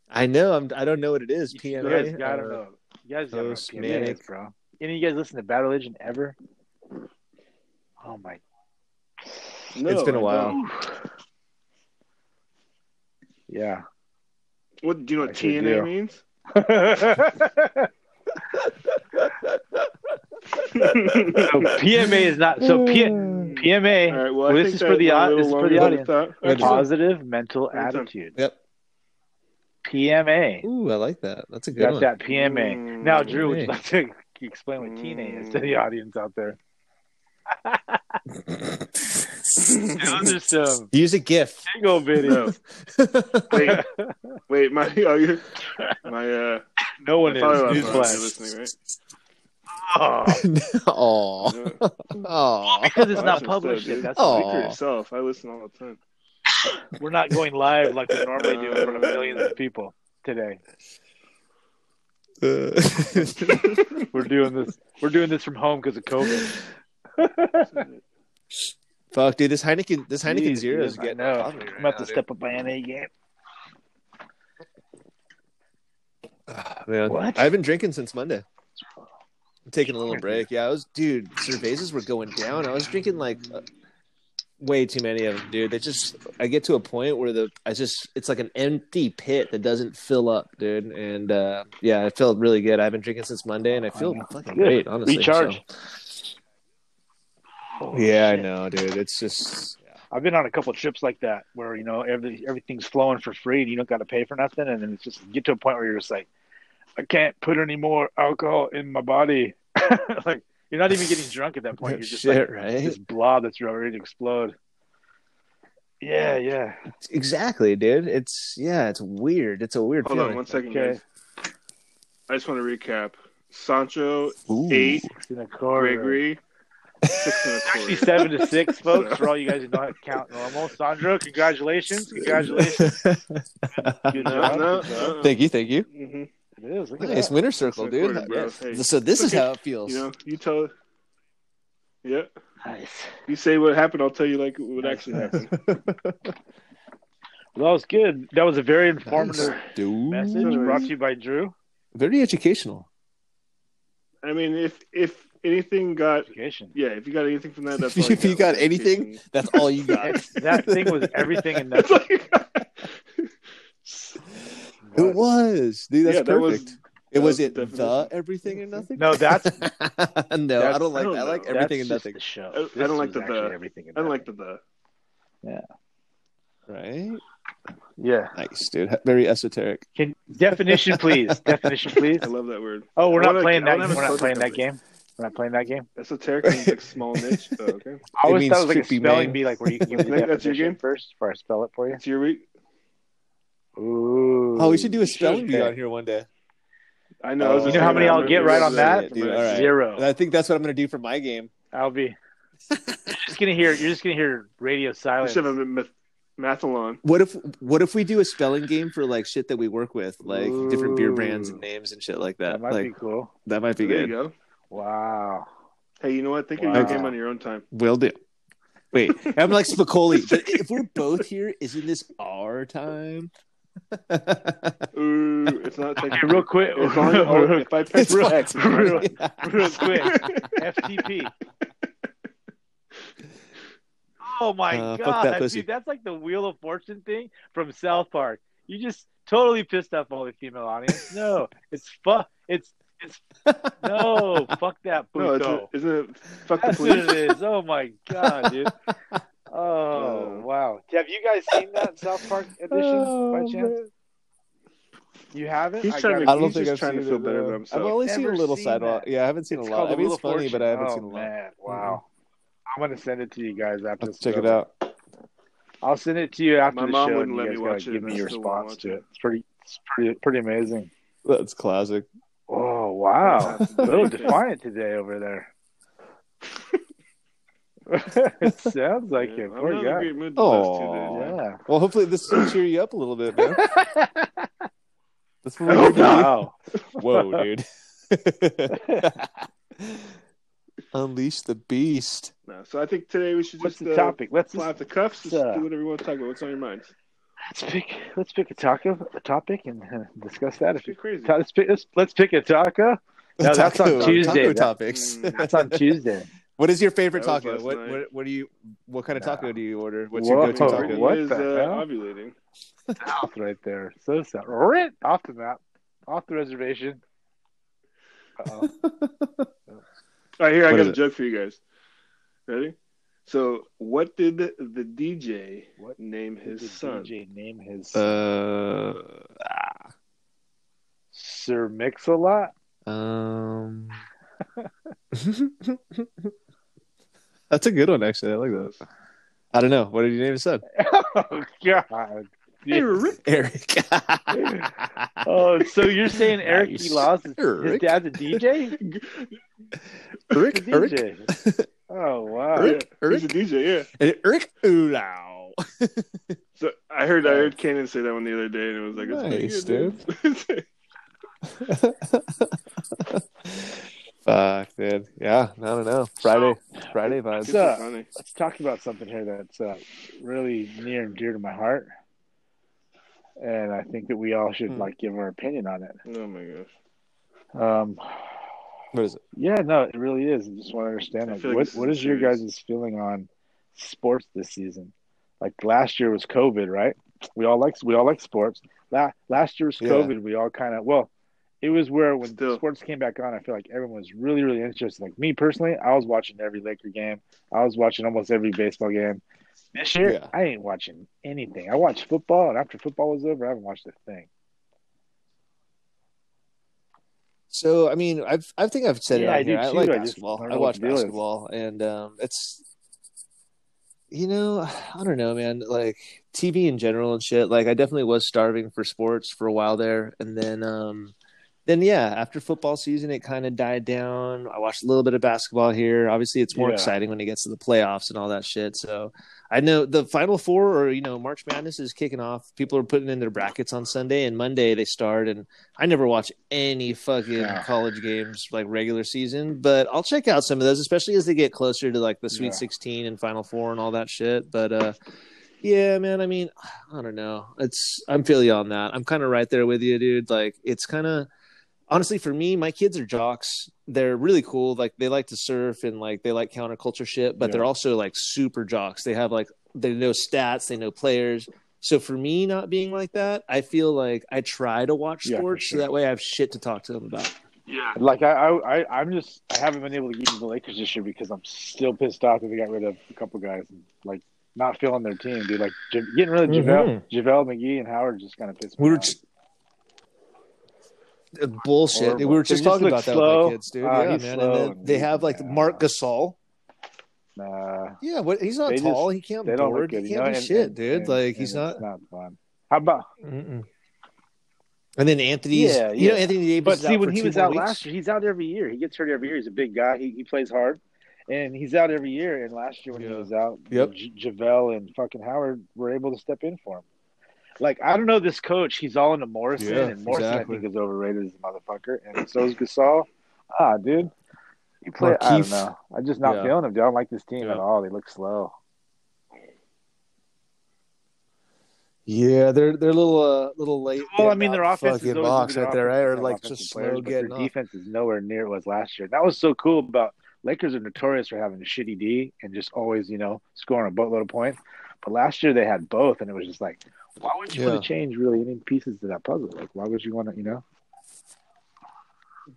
C: I know. I'm. I don't know what it is.
B: You
C: PMA.
B: guys gotta
C: Uh,
B: know. You guys gotta know what
C: Post
B: PMA is,
C: Manic.
B: bro. Any of you guys listen to Battle Legend ever? Oh my!
A: No,
C: It's been a
A: I
C: while.
A: don't.
B: Yeah.
A: What do you know? What
B: I sure
A: TNA
B: do.
A: means?
B: so PMA is not so P, PMA.
A: All right. Well, I
B: This
A: think
B: is
A: that
B: for the
A: went a
B: au-
A: little
B: this is for
A: longer
B: the
A: than I
B: audience.
A: thought.
C: Wait,
A: Actually,
B: Positive mental
A: Anytime.
B: attitude.
C: Yep.
B: PMA.
C: Ooh, I like that. That's a good
B: Got
C: one.
B: that PMA.
A: Mm.
B: Now, Drew, would you
C: Mm.
B: like to explain what TNA is to the audience out there? Those are some
C: Use a GIF.
B: single videos.
A: wait, wait, my oh, you're, my uh,
B: No one
A: my
B: is.
A: father-in-law probably
B: Newsflash.
A: listening, right?
B: Oh,
C: Oh.
A: No,
C: Oh.
B: because it's
A: I
B: not
A: listen
B: published
A: still,
B: yet.
A: dude.
B: That's
C: Oh.
A: Speak for yourself. I listen all the time.
B: we're not going live like we normally do in front of millions of people today. We're doing this. We're doing this from home because of COVID.
C: Fuck, dude. This Heineken. This Heineken
B: Jeez,
C: Zero is
B: dude, I
C: getting.
B: know.
C: on
B: I'm
C: me right
B: about
C: now,
B: to step up my NA game.
C: Ah, man.
B: What?
C: I've been drinking since Monday. I'm taking a little break. Yeah, I was, dude. Cervezas were going down. I was drinking like uh, way too many of them, dude. They just, I get to a point where the, I just, it's like an empty pit that doesn't fill up, dude. And uh, yeah, I felt really good. I've been drinking since Monday, and I feel
A: Oh,
B: I know.
C: fucking
B: Good.
C: great, honestly.
B: Recharge.
C: so. yeah,
B: shit.
C: I know, dude. It's just
B: I've been on a couple trips like that where you know every everything's flowing for free and you don't got to pay for nothing, and then it's just you get to a point where you're just like, I can't put any more alcohol in my body. like you're not even getting drunk at that point. You're just
C: shit,
B: like
C: right?
B: this blob that's ready to explode. Yeah, yeah.
C: Exactly, dude. It's yeah, it's weird. It's a weird
A: Hold on
C: feeling.
A: one second,
B: Okay.
A: guys. I just want to recap. Sancho
C: Ooh.
A: eight,
B: It's in a corridor.
A: Gregory six and a quarter.
B: Actually, seven to six, folks. For all you guys who don't count normal, Sandro, congratulations, congratulations. Good
A: No,
B: job.
A: no,
B: Good job.
A: no.
C: thank you, thank you.
A: Mhm.
B: It is. Look at
C: Nice
B: that.
C: winner circle, dude.
A: Recorded, bro. Hey.
C: So this is how it feels.
A: You know, you tell. Yeah,
B: Nice.
A: you say what happened. I'll tell you like what actually happened.
B: Well, that was good. That was a very informative
C: Nice, dude.
B: message
A: Nice.
B: brought to you by Drew.
C: Very educational.
A: I mean, if if anything got
B: Education.
A: yeah, if you got anything from that, that's all
C: if you got anything, that's all you got.
B: that thing was everything and
A: that's
B: nothing.
A: all you got.
C: It was, dude. That's
A: yeah, that was.
C: perfect. it was
A: that was
C: it
A: the
C: the
A: definition.
C: everything or nothing.
B: No, that's, that's
C: no,
B: That's-
C: I don't like
A: I don't
C: that. I like
A: know.
C: everything and
B: just
C: nothing.
B: The show.
A: I- I don't
B: This
A: like
B: was
A: the-
B: actually
A: the-
B: everything. And
A: I don't
B: nothing.
A: like the the.
C: Right?
B: Yeah.
C: Nice, dude. Very esoteric.
B: Can definition, please? definition, please.
A: I love that word.
B: Oh, we're
A: I
B: not
A: wanna-
B: playing
A: I
B: that.
A: wanna
B: We're
A: have a
B: not
A: closer
B: playing that
A: conversation.
B: game. We're not playing that game.
A: Esoteric means like small niche. Oh, okay,
B: I
C: It
B: always
C: means
B: thought it was like a
C: creepy
B: spelling
C: man.
B: bee, like where you can give me the
A: Think that's your
B: definition
A: game?
B: first before I spell it for you.
A: it's your week.
B: Ooh.
C: Oh, we should do a spelling bee
B: Okay.
C: on here one day.
A: I know. I was
C: Oh.
A: just
C: You know how
A: thinking
C: many
A: that.
C: I'll
A: I'm
C: get
A: gonna
C: right
A: do
C: on
A: that.
C: that? Dude, all right.
B: Zero.
C: And I think that's what I'm gonna do for my game.
B: I'll be. You're just gonna hear. You're just gonna hear radio
A: I
B: silence.
A: should have a math- mathalon.
C: What if what if we do a spelling game for like shit that we work with, like different beer brands and
A: Ooh.
C: names and shit like
B: That
C: that?
B: might
C: like
B: be cool.
C: that might be
A: There you
C: good.
A: go.
B: Wow.
A: Hey, you know what? Think of your
B: Wow.
A: game on your own time.
C: Will do. Wait, I'm like Spicoli. But if we're both here, isn't this our time?
A: Ooh, it's not.
B: Okay, real quick.
A: As long as- oh,
B: Real
A: if I press
C: It's-
A: X, it's right.
B: quick. FTP. Oh my
C: Uh, fuck
B: god,
C: that
B: that-
C: pussy.
B: dude, that's like the Wheel of Fortune thing from South Park. You just totally pissed off all the female audience. No, it's fuck. It's it's no fuck that
A: no,
B: Pluto.
A: it's a, isn't it? Fuck the
B: That's what
A: police.
B: it is. Oh my god, dude. Oh
A: Uh,
B: wow. Have you guys seen that South Park edition by
C: Oh,
B: chance? You haven't?
A: He's
B: I
A: trying
B: gotta-
A: to-
C: I don't
A: He's
C: think
A: just
C: I've
A: trying to
C: seen
A: feel
C: it,
A: better
C: uh,
A: about himself.
C: I've only seen a
B: Never
C: little
B: seen
C: sidewalk.
B: that.
C: Yeah, I haven't seen
B: It's
C: a lot.
B: called
C: I
B: The
C: mean,
B: Wheel
C: it's
B: of
C: funny, but I haven't
B: Fortune.
C: seen a
B: Oh,
C: lot.
B: Man, wow. I'm gonna send it to you guys after.
C: Let's
B: this
C: check
B: is
C: it
B: over.
C: out.
B: I'll send it to you after
A: My
B: the
A: mom
B: show.
A: wouldn't
B: and
A: let
B: you
A: me
B: guys gotta
A: watch it,
B: Give
A: and
B: me
A: I
B: your
A: still wanna
B: response
A: watch
B: to
A: it.
B: it. It's pretty, it's pretty, pretty amazing.
C: That's classic.
B: Oh wow, a little defiant today over there. it sounds like
A: Yeah,
B: it.
A: I'm
B: Poor
A: not in a
B: guy.
A: great mood the last two days.
B: Yeah.
C: Well, hopefully this will cheer you up a little bit, man. That's what
A: I
C: we're
A: hope
C: here to
B: Wow.
C: do. Whoa, dude. Unleash the beast.
A: No, so I think today we should
B: What's
A: just
B: the
A: uh,
B: topic? Let's
A: fly
B: just,
A: off the cuffs. Just
B: Uh,
A: do whatever you want to talk about. What's on your mind?
B: let's pick let's pick a taco a topic and uh, discuss that. If
A: Shit
B: you,
A: crazy.
B: let's pick let's, let's pick a taco. No, that's on
C: Taco-
B: Tuesday.
C: Taco
B: That-
C: topics.
A: Mm,
B: That's on Tuesday.
C: What is your favorite
A: That was
C: taco?
A: last
C: What,
A: night.
C: what what do you what kind of
B: Nah.
C: taco do you order? What's
B: Whoa.
A: Oh,
C: your go-to
A: Brittany
C: taco?
B: What
A: is
B: the
A: uh,
B: hell?
A: ovulating.
B: south right there. So south. Right off the map. Off the reservation. Oh, Uh-oh.
A: All right, here I
C: What
A: got
C: is
A: a
C: it?
A: joke for you guys. Ready? So, what did the DJ
B: What
A: name his
B: Did
A: son?
B: DJ name his
C: Uh,
B: Sir Mix-a-Lot?
C: Uh, um, that's a good one, actually. I like that. I don't know. What did you name his son?
B: Oh God.
A: Hey, Rick.
C: Eric.
B: Oh, so you're saying Eric
C: Nice.
B: Elas is his
C: Eric.
B: dad's a DJ?
C: Eric.
B: He's a
C: Eric.
B: DJ. Oh wow.
C: Eric.
A: Yeah, He's a
C: Eric.
A: DJ, yeah.
C: Eric Ulau.
A: So I heard I heard Cannon say that one the other day, and it was like, it's
C: Nice,
A: pretty good, dude.
C: Fuck, dude. Yeah, I don't know. Friday, Friday vibes.
A: It's
B: So-
A: funny.
B: Let's talk about something here that's uh, really near and dear to my heart. And I think that we all should
C: Hmm.
B: like give our opinion on it.
A: Oh my gosh.
B: Um,
C: What is it?
B: Yeah, no, it really is. I just want to understand
A: I
B: like,
A: feel like
B: what
A: this
B: what
A: is
B: is your
A: serious.
B: guys' feeling on sports this season? Like last year was COVID, right? We all like we all like sports. La- last year was
C: Yeah.
B: COVID. We all kind of well, it was where when
A: Still.
B: sports came back on, I feel like everyone was really, really interested. Like me personally, I was watching every Laker game. I was watching almost every baseball game. This year,
C: Yeah.
B: I ain't watching anything. I watched football, and after football was over, I haven't watched a thing.
C: So I mean, I've I think I've said
B: Yeah,
C: it
B: I
C: on
B: do
C: here. I
B: too.
C: like
B: I just
C: basketball.
B: don't
C: I
B: know what
C: watch
B: the deal is.
C: basketball, and um, it's you know I don't know, man. Like TV in general and shit. Like I definitely was starving for sports for a while there, and then um, then yeah, after football season, it kind of died down. I watched a little bit of basketball here. Obviously, it's more
B: Yeah.
C: exciting when it gets to the playoffs and all that shit. So I know the Final Four or you know March Madness is kicking off. People are putting in their brackets on Sunday and Monday they start. And I never watch any fucking
B: Yeah.
C: college games like regular season, but I'll check out some of those, especially as they get closer to like the Sweet
B: Yeah.
C: 16 and Final Four and all that shit. But uh, yeah, man. I mean, I don't know. It's I'm feeling you on that. I'm kind of right there with you, dude. Like it's kind of honestly for me, my kids are jocks. They're really cool. Like they like to surf and like they like counterculture shit, but
B: Yeah.
C: they're also like super jocks. They have like they know stats, they know players. So for me, not being like that, I feel like I try to watch
B: Yeah, for
C: sports
B: sure.
C: so that way I have shit to talk to them about.
A: Yeah.
B: Like I, I, I, I'm just I haven't been able to get into the Lakers this year because I'm still pissed off that they got rid of a couple guys. And, like not feeling their team, dude. Like Ja- getting rid of
C: Mm-hmm.
B: JaVale, JaVale McGee and Howard just kind of pissed me
C: We were
B: off.
C: just, Uh, bullshit.
B: Horrible.
C: We were just
B: They just
C: talking
B: look
C: about that with
B: slow.
C: my kids, dude.
B: Uh,
C: yeah,
B: he's
C: man.
B: slow
C: And then
B: and
C: they
B: he's-
C: have like
B: yeah.
C: Mark Gasol.
B: Nah,
C: Yeah, what he's not
B: They just-
C: tall. he can't
B: they don't look
C: board.
B: good.
C: He
B: you
C: can't
B: know?
C: do
B: and-
C: shit,
B: and-
C: dude.
B: and-
C: like
B: and
C: he's
B: It's
C: not.
B: not fun. How about?
C: Mm-mm. And then Anthony's.
B: Yeah,
C: You know,
B: yeah.
C: Anthony Davis.
B: But
C: is
B: see,
C: out
B: when
C: for
B: he
C: two
B: was
C: more
B: out
C: weeks.
B: last year, he's out every year. He gets hurt every year. He's a big guy. He he plays hard, and he's out every year. And last year when he
C: Yeah.
B: was out,
C: Yep.
B: J- JaVale and fucking Howard were able to step in for him. Like I don't know this coach. He's all into Morrison,
C: Yeah,
B: and Morrison
C: exactly.
B: I think is overrated as a motherfucker, and so is Gasol. Ah, dude, he play. I don't
C: Markieff.
B: know. I'm just not
C: Yeah.
B: feeling him. Dude. I don't like this team
C: Yeah.
B: at all. They look slow.
C: Yeah, they're they're a little uh, little late.
B: Well, Oh, I
C: getting
B: mean,
C: out
B: their
C: the
B: offense is
C: fucking
B: always
C: box
B: gonna be
C: right
B: their
C: there, right? Or
B: offensive
C: like
B: offensive
C: just
B: players,
C: slow
B: but their
C: getting off.
B: defense is nowhere near it was last year. That was so cool about Lakers are notorious for having a shitty D and just always, you know, scoring a boatload of points. But last year they had both, and it was just like, why would you
C: Yeah.
B: want to change really any pieces to that puzzle? Like, why would you want to, you know?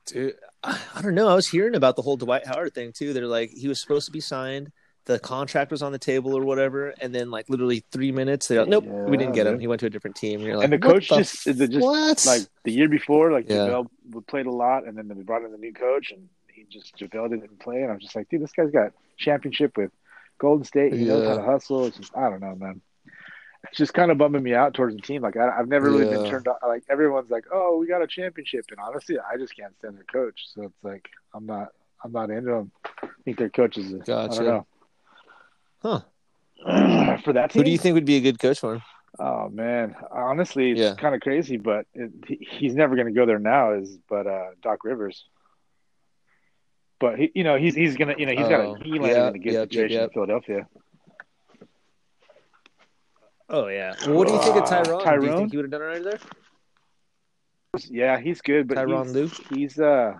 C: Dude, I I don't know. I was hearing about the whole Dwight Howard thing too. They're like he was supposed to be signed. The contract was on the table or whatever, and then like literally three minutes, they're like, "Nope, we didn't
B: Yeah,
C: get him.
B: dude.
C: He went to a different team." You're like,
B: And the
C: "What
B: coach just-
C: f-
B: the- just,
C: what?
B: Like the year before, like
C: Yeah.
B: JaVale played a lot, and then they brought in the new coach, and he just JaVale didn't play, and I'm just like, dude, this guy's got championship with Golden State. He knows
C: Yeah.
B: how to hustle. It's just, I don't know, man. It's just kind of bumming me out towards the team. Like I, I've never really been
C: Yeah.
B: turned on. Like everyone's like, oh, we got a championship, and honestly, I just can't stand their coach. So it's like I'm not, I'm not into them. I think their coach is, a,
C: Gotcha.
B: I don't
C: huh?
B: know, for that team.
C: Who do you think would be a good coach for him?
B: Oh man, honestly, it's
C: Yeah.
B: kind of crazy, but it, he- he's never going to go there now. Is but uh, Doc Rivers. But he, you know, he's he's gonna, you know, he's
C: Oh,
B: got a he landed
C: yeah,
B: in a good
C: yep, yep,
B: situation
C: yep.
B: in Philadelphia.
C: Oh yeah. Well, what do you think of
B: Uh,
C: Tyrone? Do you
B: Tyrone?
C: think he would have done all right there?
B: Yeah, he's good, but
C: Tyronn Lue?
B: he's, he's uh,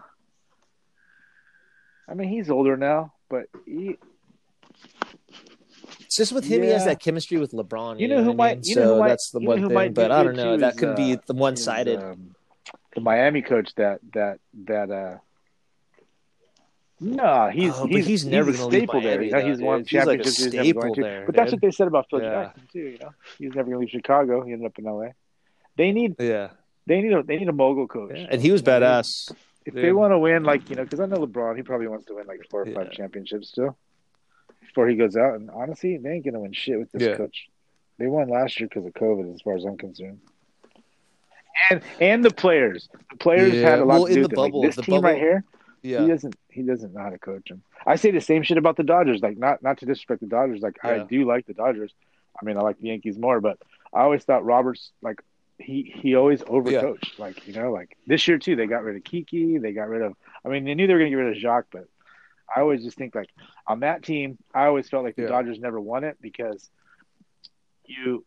B: I mean, he's older now, but he,
C: It's just with him, he has
B: Yeah.
C: that chemistry with LeBron.
B: You know
C: what
B: who
C: I mean?
B: might- you know
C: so
B: who might-
C: that's the
B: you know
C: one
B: who might
C: thing.
B: do
C: But I don't
B: good
C: know.
B: too
C: That
B: is,
C: could be
B: uh,
C: the one-sided.
B: is, um, the Miami coach that that that uh. No, he's
C: Oh, but
B: he's,
C: he's never
B: a
C: gonna leave
B: staple there.
C: Miami,
B: You know,
C: though,
B: he's won
C: dude. He's like a
B: championships. He's, never
C: staple
B: going to.
C: there,
B: but that's what
C: dude.
B: they said about Phil
C: Yeah.
B: Jackson too. You know, he's never going to leave Chicago. He ended up in L.A. They need
C: yeah.
B: they need a they need a mogul coach.
C: yeah, and he was
B: You know, they-
C: badass.
B: If
C: dude.
B: they want to win, like you know, because I know LeBron, he probably wants to win like four or
C: Yeah.
B: five championships still before he goes out. And honestly, they ain't going to win shit with this
C: Yeah.
B: coach. They won last year because of COVID, as far as I'm concerned. And and the players, the players
C: Yeah.
B: had a lot
C: Well,
B: to do
C: in
B: with
C: the
B: it. Like,
C: bubble-
B: this
C: the
B: team right
C: bubble-
B: here,
C: Yeah.
B: he doesn't he doesn't know how to coach him. I say the same shit about the Dodgers. Like not not to disrespect the Dodgers. Like I
C: Yeah.
B: do like the Dodgers. I mean I like the Yankees more, but I always thought Roberts like he he always overcoached. Like you know like this year too they got rid of Kiki. They got rid of. I mean they knew they were gonna get rid of Jacques, but I always just think like on that team I always felt like the
C: Yeah.
B: Dodgers never won it because you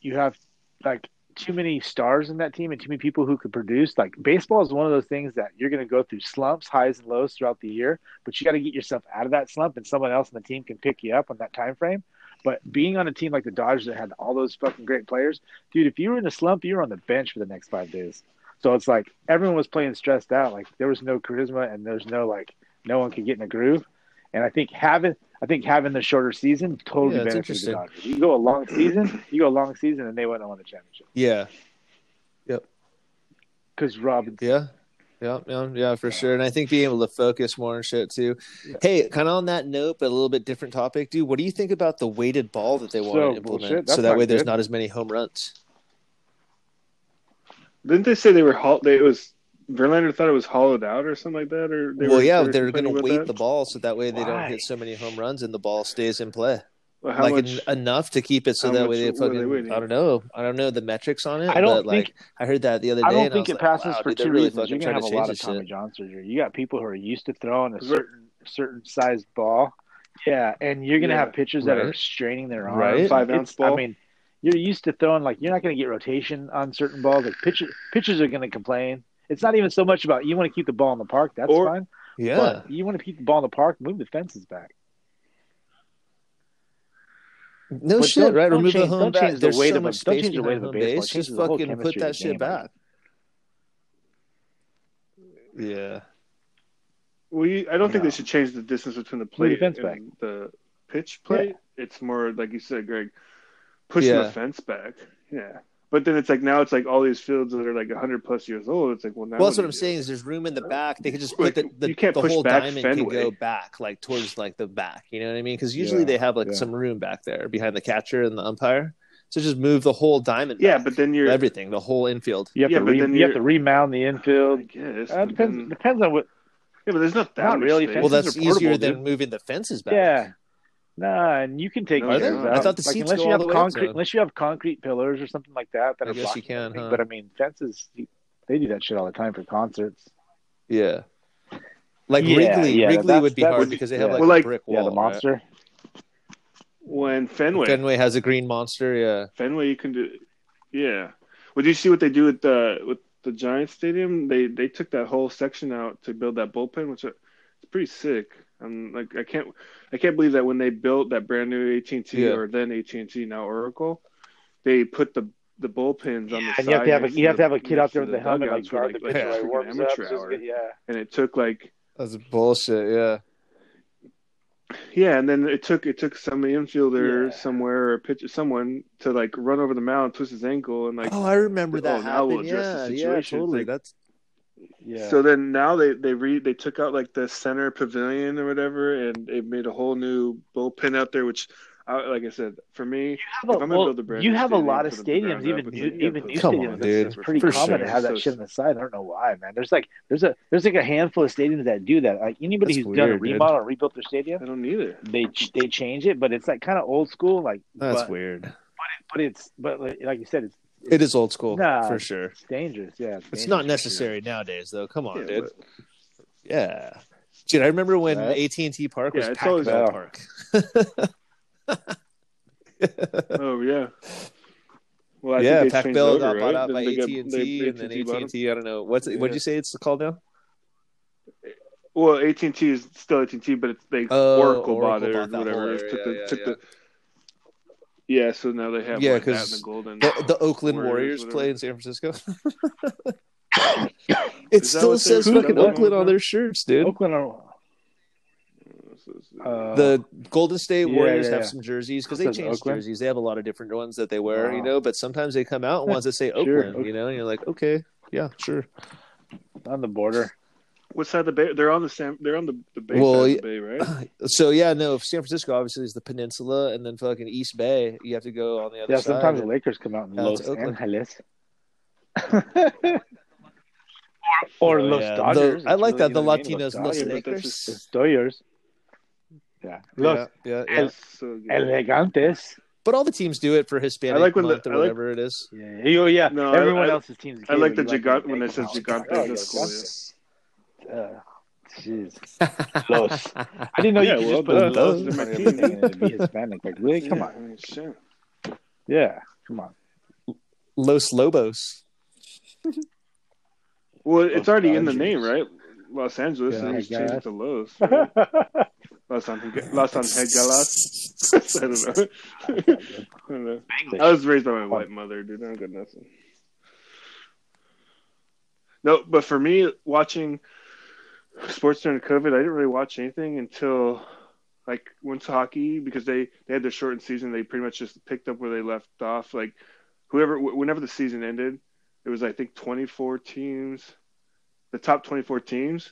B: you have like too many stars in that team and too many people who could produce. Like baseball is one of those things that you're going to go through slumps, highs and lows throughout the year, but you got to get yourself out of that slump and someone else in the team can pick you up on that time frame. But being on a team like the Dodgers that had all those fucking great players, dude, if you were in a slump, you were on the bench for the next five days. So it's like everyone was playing stressed out. Like there was no charisma and there's no like no one could get in a groove. And I think having I think having the shorter season totally
C: Yeah, it's
B: benefited the
C: interesting.
B: Dodgers. You go a long season, you go a long season, and they wouldn't have won the championship
C: Yeah.
B: because Rob.
C: Yeah. Yeah, yeah, yeah, for sure. And I think being able to focus more and shit too. Hey, kind of on that note, but a little bit different topic, dude. What do you think about the weighted ball that they want
B: So
C: to
B: bullshit.
C: implement?
B: That's
C: So that
B: not
C: way there's
B: good.
C: not as many home runs.
A: Didn't they say they were hauled? They, it was Verlander thought it was hollowed out or something like that. Or they
C: well,
A: were,
C: yeah,
A: they were
C: they're going to
A: complaining
C: weight
A: about
C: the ball so that way they
B: Why?
C: don't hit so many home runs and the ball stays in play,
A: Well, how
C: like
A: much?
C: en- enough to keep it so
A: how
C: that
A: much
C: way
A: were
C: they
A: they
C: fucking.
A: weighting?
C: I don't know. I don't know the metrics on it.
B: I don't
C: but, like
B: think
C: I heard that the other day.
B: I don't
C: and
B: think
C: was
B: it
C: like,
B: passes
C: wow,
B: for
C: dude, they're
B: two
C: really
B: reasons. You're
C: fucking
B: gonna have
C: trying to
B: a
C: change
B: lot of
C: this
B: Tommy
C: shit.
B: John surgery. You got people who are used to throwing a
A: Ver-
B: certain certain sized ball. Yeah, and you're gonna
A: Yeah.
B: have pitchers that are
C: Right.
B: straining their arms.
C: Right.
A: Five ounce
B: It's- I
A: ball.
B: mean, you're used to throwing like you're not gonna get rotation on certain balls. Like pitchers, pitchers are gonna complain. It's not even so much about you want to keep the ball in the park. That's
A: Or-
B: fine.
C: Yeah,
B: But you want to keep the ball in the park. Move the fences back.
C: no
B: But
C: shit,
B: don't-
C: right?
B: don't
C: Remove the
B: change-
C: home
B: don't
C: back.
B: change the
C: There's
B: weight
C: so
B: of a-
C: much
B: don't
C: space
B: change the weight
C: behind
B: of a
C: home
B: baseball.
C: base.
B: Change
C: Just
B: the whole
C: fucking put
B: chemistry of
C: that
B: the
C: shit
B: game, I
C: back. Yeah.
A: Well, you, I don't think
B: No.
A: they should change the distance between the
B: Move the
A: plate
B: fence
A: and
B: back.
A: the pitch plate. It's more like you said, Greg, pushing the
C: Yeah.
A: fence back. Yeah, but then it's like now it's like all these fields that are like hundred plus years old. It's like well now.
C: Well, that's
A: do
C: what I'm
A: you do?
C: saying is there's room in the back. They could just
A: Like,
C: put the, the,
A: you can't
C: the
A: push
C: whole
A: back
C: diamond
A: Fenway.
C: could go back like towards like the back. You know what I mean? Because usually
B: Yeah,
C: they have like
B: yeah.
C: some room back there behind the catcher and the umpire. So just move the whole diamond.
A: Yeah,
C: back.
A: but then you're.
C: everything, the whole infield.
B: You have
A: Yeah,
B: to
A: but
B: re-
A: then
B: you have to
A: you're-
B: remound the infield.
A: I guess.
B: Uh,
A: but
B: depends
A: then-
B: depends on what
A: yeah, but there's not that
B: Not
A: much
B: really.
A: space.
C: Well,
B: Fences
C: that's
B: are portable,
C: easier
B: dude.
C: than moving the fences back.
B: Yeah. Nah, and you can take
A: No,
C: Are
B: those
A: they?
B: out.
A: I
C: thought the
B: like,
C: seats
B: unless
C: go
B: you
C: all
B: have
C: the way up
B: concrete,
C: to them.
B: unless you have concrete pillars or something like that that
C: I
B: are
C: guess
B: blocking
C: you can,
B: everything.
C: huh?
B: But I mean, fences they do that shit all the time for concerts.
C: Yeah. Like
B: Yeah,
C: Wrigley,
B: yeah,
C: Wrigley
B: that's-
C: would be
B: that's-
C: hard because they have
B: yeah.
C: like
A: Well,
C: a
A: like-
C: brick wall.
B: yeah, the
C: right?
B: monster.
A: When Fenway,
C: Fenway has a green monster. Yeah.
A: Fenway, you can do. Yeah. Well, do you see what they do with the with the Giants Stadium? They they took that whole section out to build that bullpen, which is it's pretty sick. I'm like I can't I can't believe that when they built that brand new AT and T
C: Yeah.
A: or then AT and T now Oracle, they put the the bullpens on the side.
B: and you have to have a
A: next
B: you have to have a
A: the-
B: kid out there with
A: next to
B: the helmet like
A: dugouts for,
B: guard the
A: like,
B: pitcher
A: a
B: while he
A: freaking
B: warms up.
A: amateur
B: It's just
A: hour.
B: good- Yeah,
A: and it took like
C: That's bullshit. Yeah.
A: Yeah, and then it took it took some infielder
B: Yeah.
A: somewhere or a pitcher someone to like run over the mound, twist his ankle, and like
C: oh, I remember
A: oh,
C: that
A: now we'll
C: happened. Yeah.
A: address the
C: Yeah.
A: situation. It's
C: Totally.
A: like-
C: That's
B: yeah.
A: so then now they they re they took out like the center pavilion or whatever, and they made a whole new bullpen out there. Which, I, like I said, for me,
B: have a-
A: if I'm gonna
B: well,
A: build a brand
B: you
A: new
B: have a
A: stadium
B: lot of
A: from the ground
B: stadiums,
A: up,
B: even
A: it's
B: new,
A: like, yeah,
B: even
A: put
B: new
A: it
C: Come
B: stadiums.
C: on,
B: it's-
C: dude.
B: It's pretty
C: For
B: common
C: sure.
B: to have that
A: So-
B: shit on the side. I don't know why, man. There's like there's a there's like a handful of stadiums that do that. Like anybody
C: That's
B: who's done a
C: weird, dude.
B: remodel or rebuilt their stadium,
A: I don't either.
B: they ch- they change it, but it's like kind of old school. Like
C: that's
B: but,
C: weird.
B: but it's but like, like you said, it's
C: It is old school
B: Nah.
C: for sure.
B: it's dangerous. Yeah,
C: It's
B: dangerous.
C: not necessary nowadays, though. Come on,
A: Yeah,
C: dude.
A: but-
C: Yeah, dude. I remember when
B: Right?
C: AT and T Park
A: Yeah,
C: was
A: it's
C: packed
A: always-
C: out
B: Yeah.
C: park.
A: oh yeah. Well, I
C: yeah,
A: think they
C: Pac
A: changed
C: Bell
A: over,
C: got bought
A: right?
C: out
A: Didn't
C: by
A: they
C: AT
A: get-
C: and
A: they-
C: T, and then
A: bought
C: AT
A: 'em?
C: and T. I don't know what's
A: Yeah.
C: what'd you say it's called now?
A: Well, AT and T is still AT and T, but it's they
C: Oh,
A: Oracle, bought
C: Oracle
A: it or
C: bought that
A: whatever.
C: whole
A: It took the,
C: area, yeah,
A: took
C: yeah.
A: the. Yeah, so now they have
C: Yeah,
A: like that
C: 'cause
A: and the Golden.
C: The, the Oakland
A: Warriors,
C: Warriors,
A: whatever.
C: play in San Francisco. it
A: Is that
C: still
A: what they're-
C: says
A: who-
C: fucking
A: that what-
C: Oakland on their shirts, dude.
B: Oakland, are- uh,
C: the Golden State
B: Yeah,
C: Warriors
B: yeah,
C: have
B: yeah.
C: some jerseys because
B: It
C: they
B: says
C: change
B: Oakland.
C: jerseys. They have a lot of different ones that they wear, you
B: Wow.
C: know. But sometimes they come out in ones that say
B: Sure.
C: Oakland, you know. And you're like, okay, yeah, sure.
B: on the border.
A: What side of the bay? They're on the Sam. They're on the, the bay
C: Well,
A: side of the bay, right?
C: So yeah, no. San Francisco obviously is the peninsula, and then fucking East Bay. You have to go on the other
B: Yeah,
C: side.
B: sometimes the Lakers come out in
C: Yeah,
B: Los
C: it's Oakland.
B: Angeles. or or
C: Oh,
B: Los
C: yeah.
B: Dodgers.
C: The- I
B: It's
C: like that.
B: really-
C: The
B: you know what I mean?
C: Latinos,
B: Los
C: Los
A: Dodgers, but that's
C: Lakers.
B: Los Dodgers. Yeah. Los
C: yeah, yeah, yeah.
A: That's so good.
B: Elegantes.
C: But all the teams do it for Hispanic
A: I like when the-
C: month
A: I
C: or
A: like-
C: whatever it is.
B: Yeah. Oh, yeah.
A: No, I-
B: Everyone
A: I-
B: else's team's
A: I like the
B: gay, but you
A: gigant when it says
B: them out.
A: gigante.
B: Oh, yeah,
A: That's cool. yeah.
B: Uh, Jeez. Los. I didn't know
A: Yeah,
B: you
A: well,
B: could just put
A: those-
B: Los
A: those
B: in
A: are
B: front
A: my
B: of everything and it'd be Hispanic. Like, really? Come
A: Yeah,
B: on.
A: I mean, sure.
B: Yeah. Come on.
C: Los Lobos.
A: Well, it's
B: Los
A: already in the
B: Dodgers.
A: name, right? Los Angeles,
C: Yeah,
A: and
B: I
A: he's changed
B: guess.
A: it to Los. Right? Los Angeles. Los Angeles. I don't know. I don't know. I was raised by my white mother, dude. I don't got nothing. No, but for me, watching sports during COVID, I didn't really watch anything until like once hockey because they they had their shortened season. They pretty much just picked up where they left off. Like whoever, wh- whenever the season ended, it was I think 24 teams, the top 24 teams.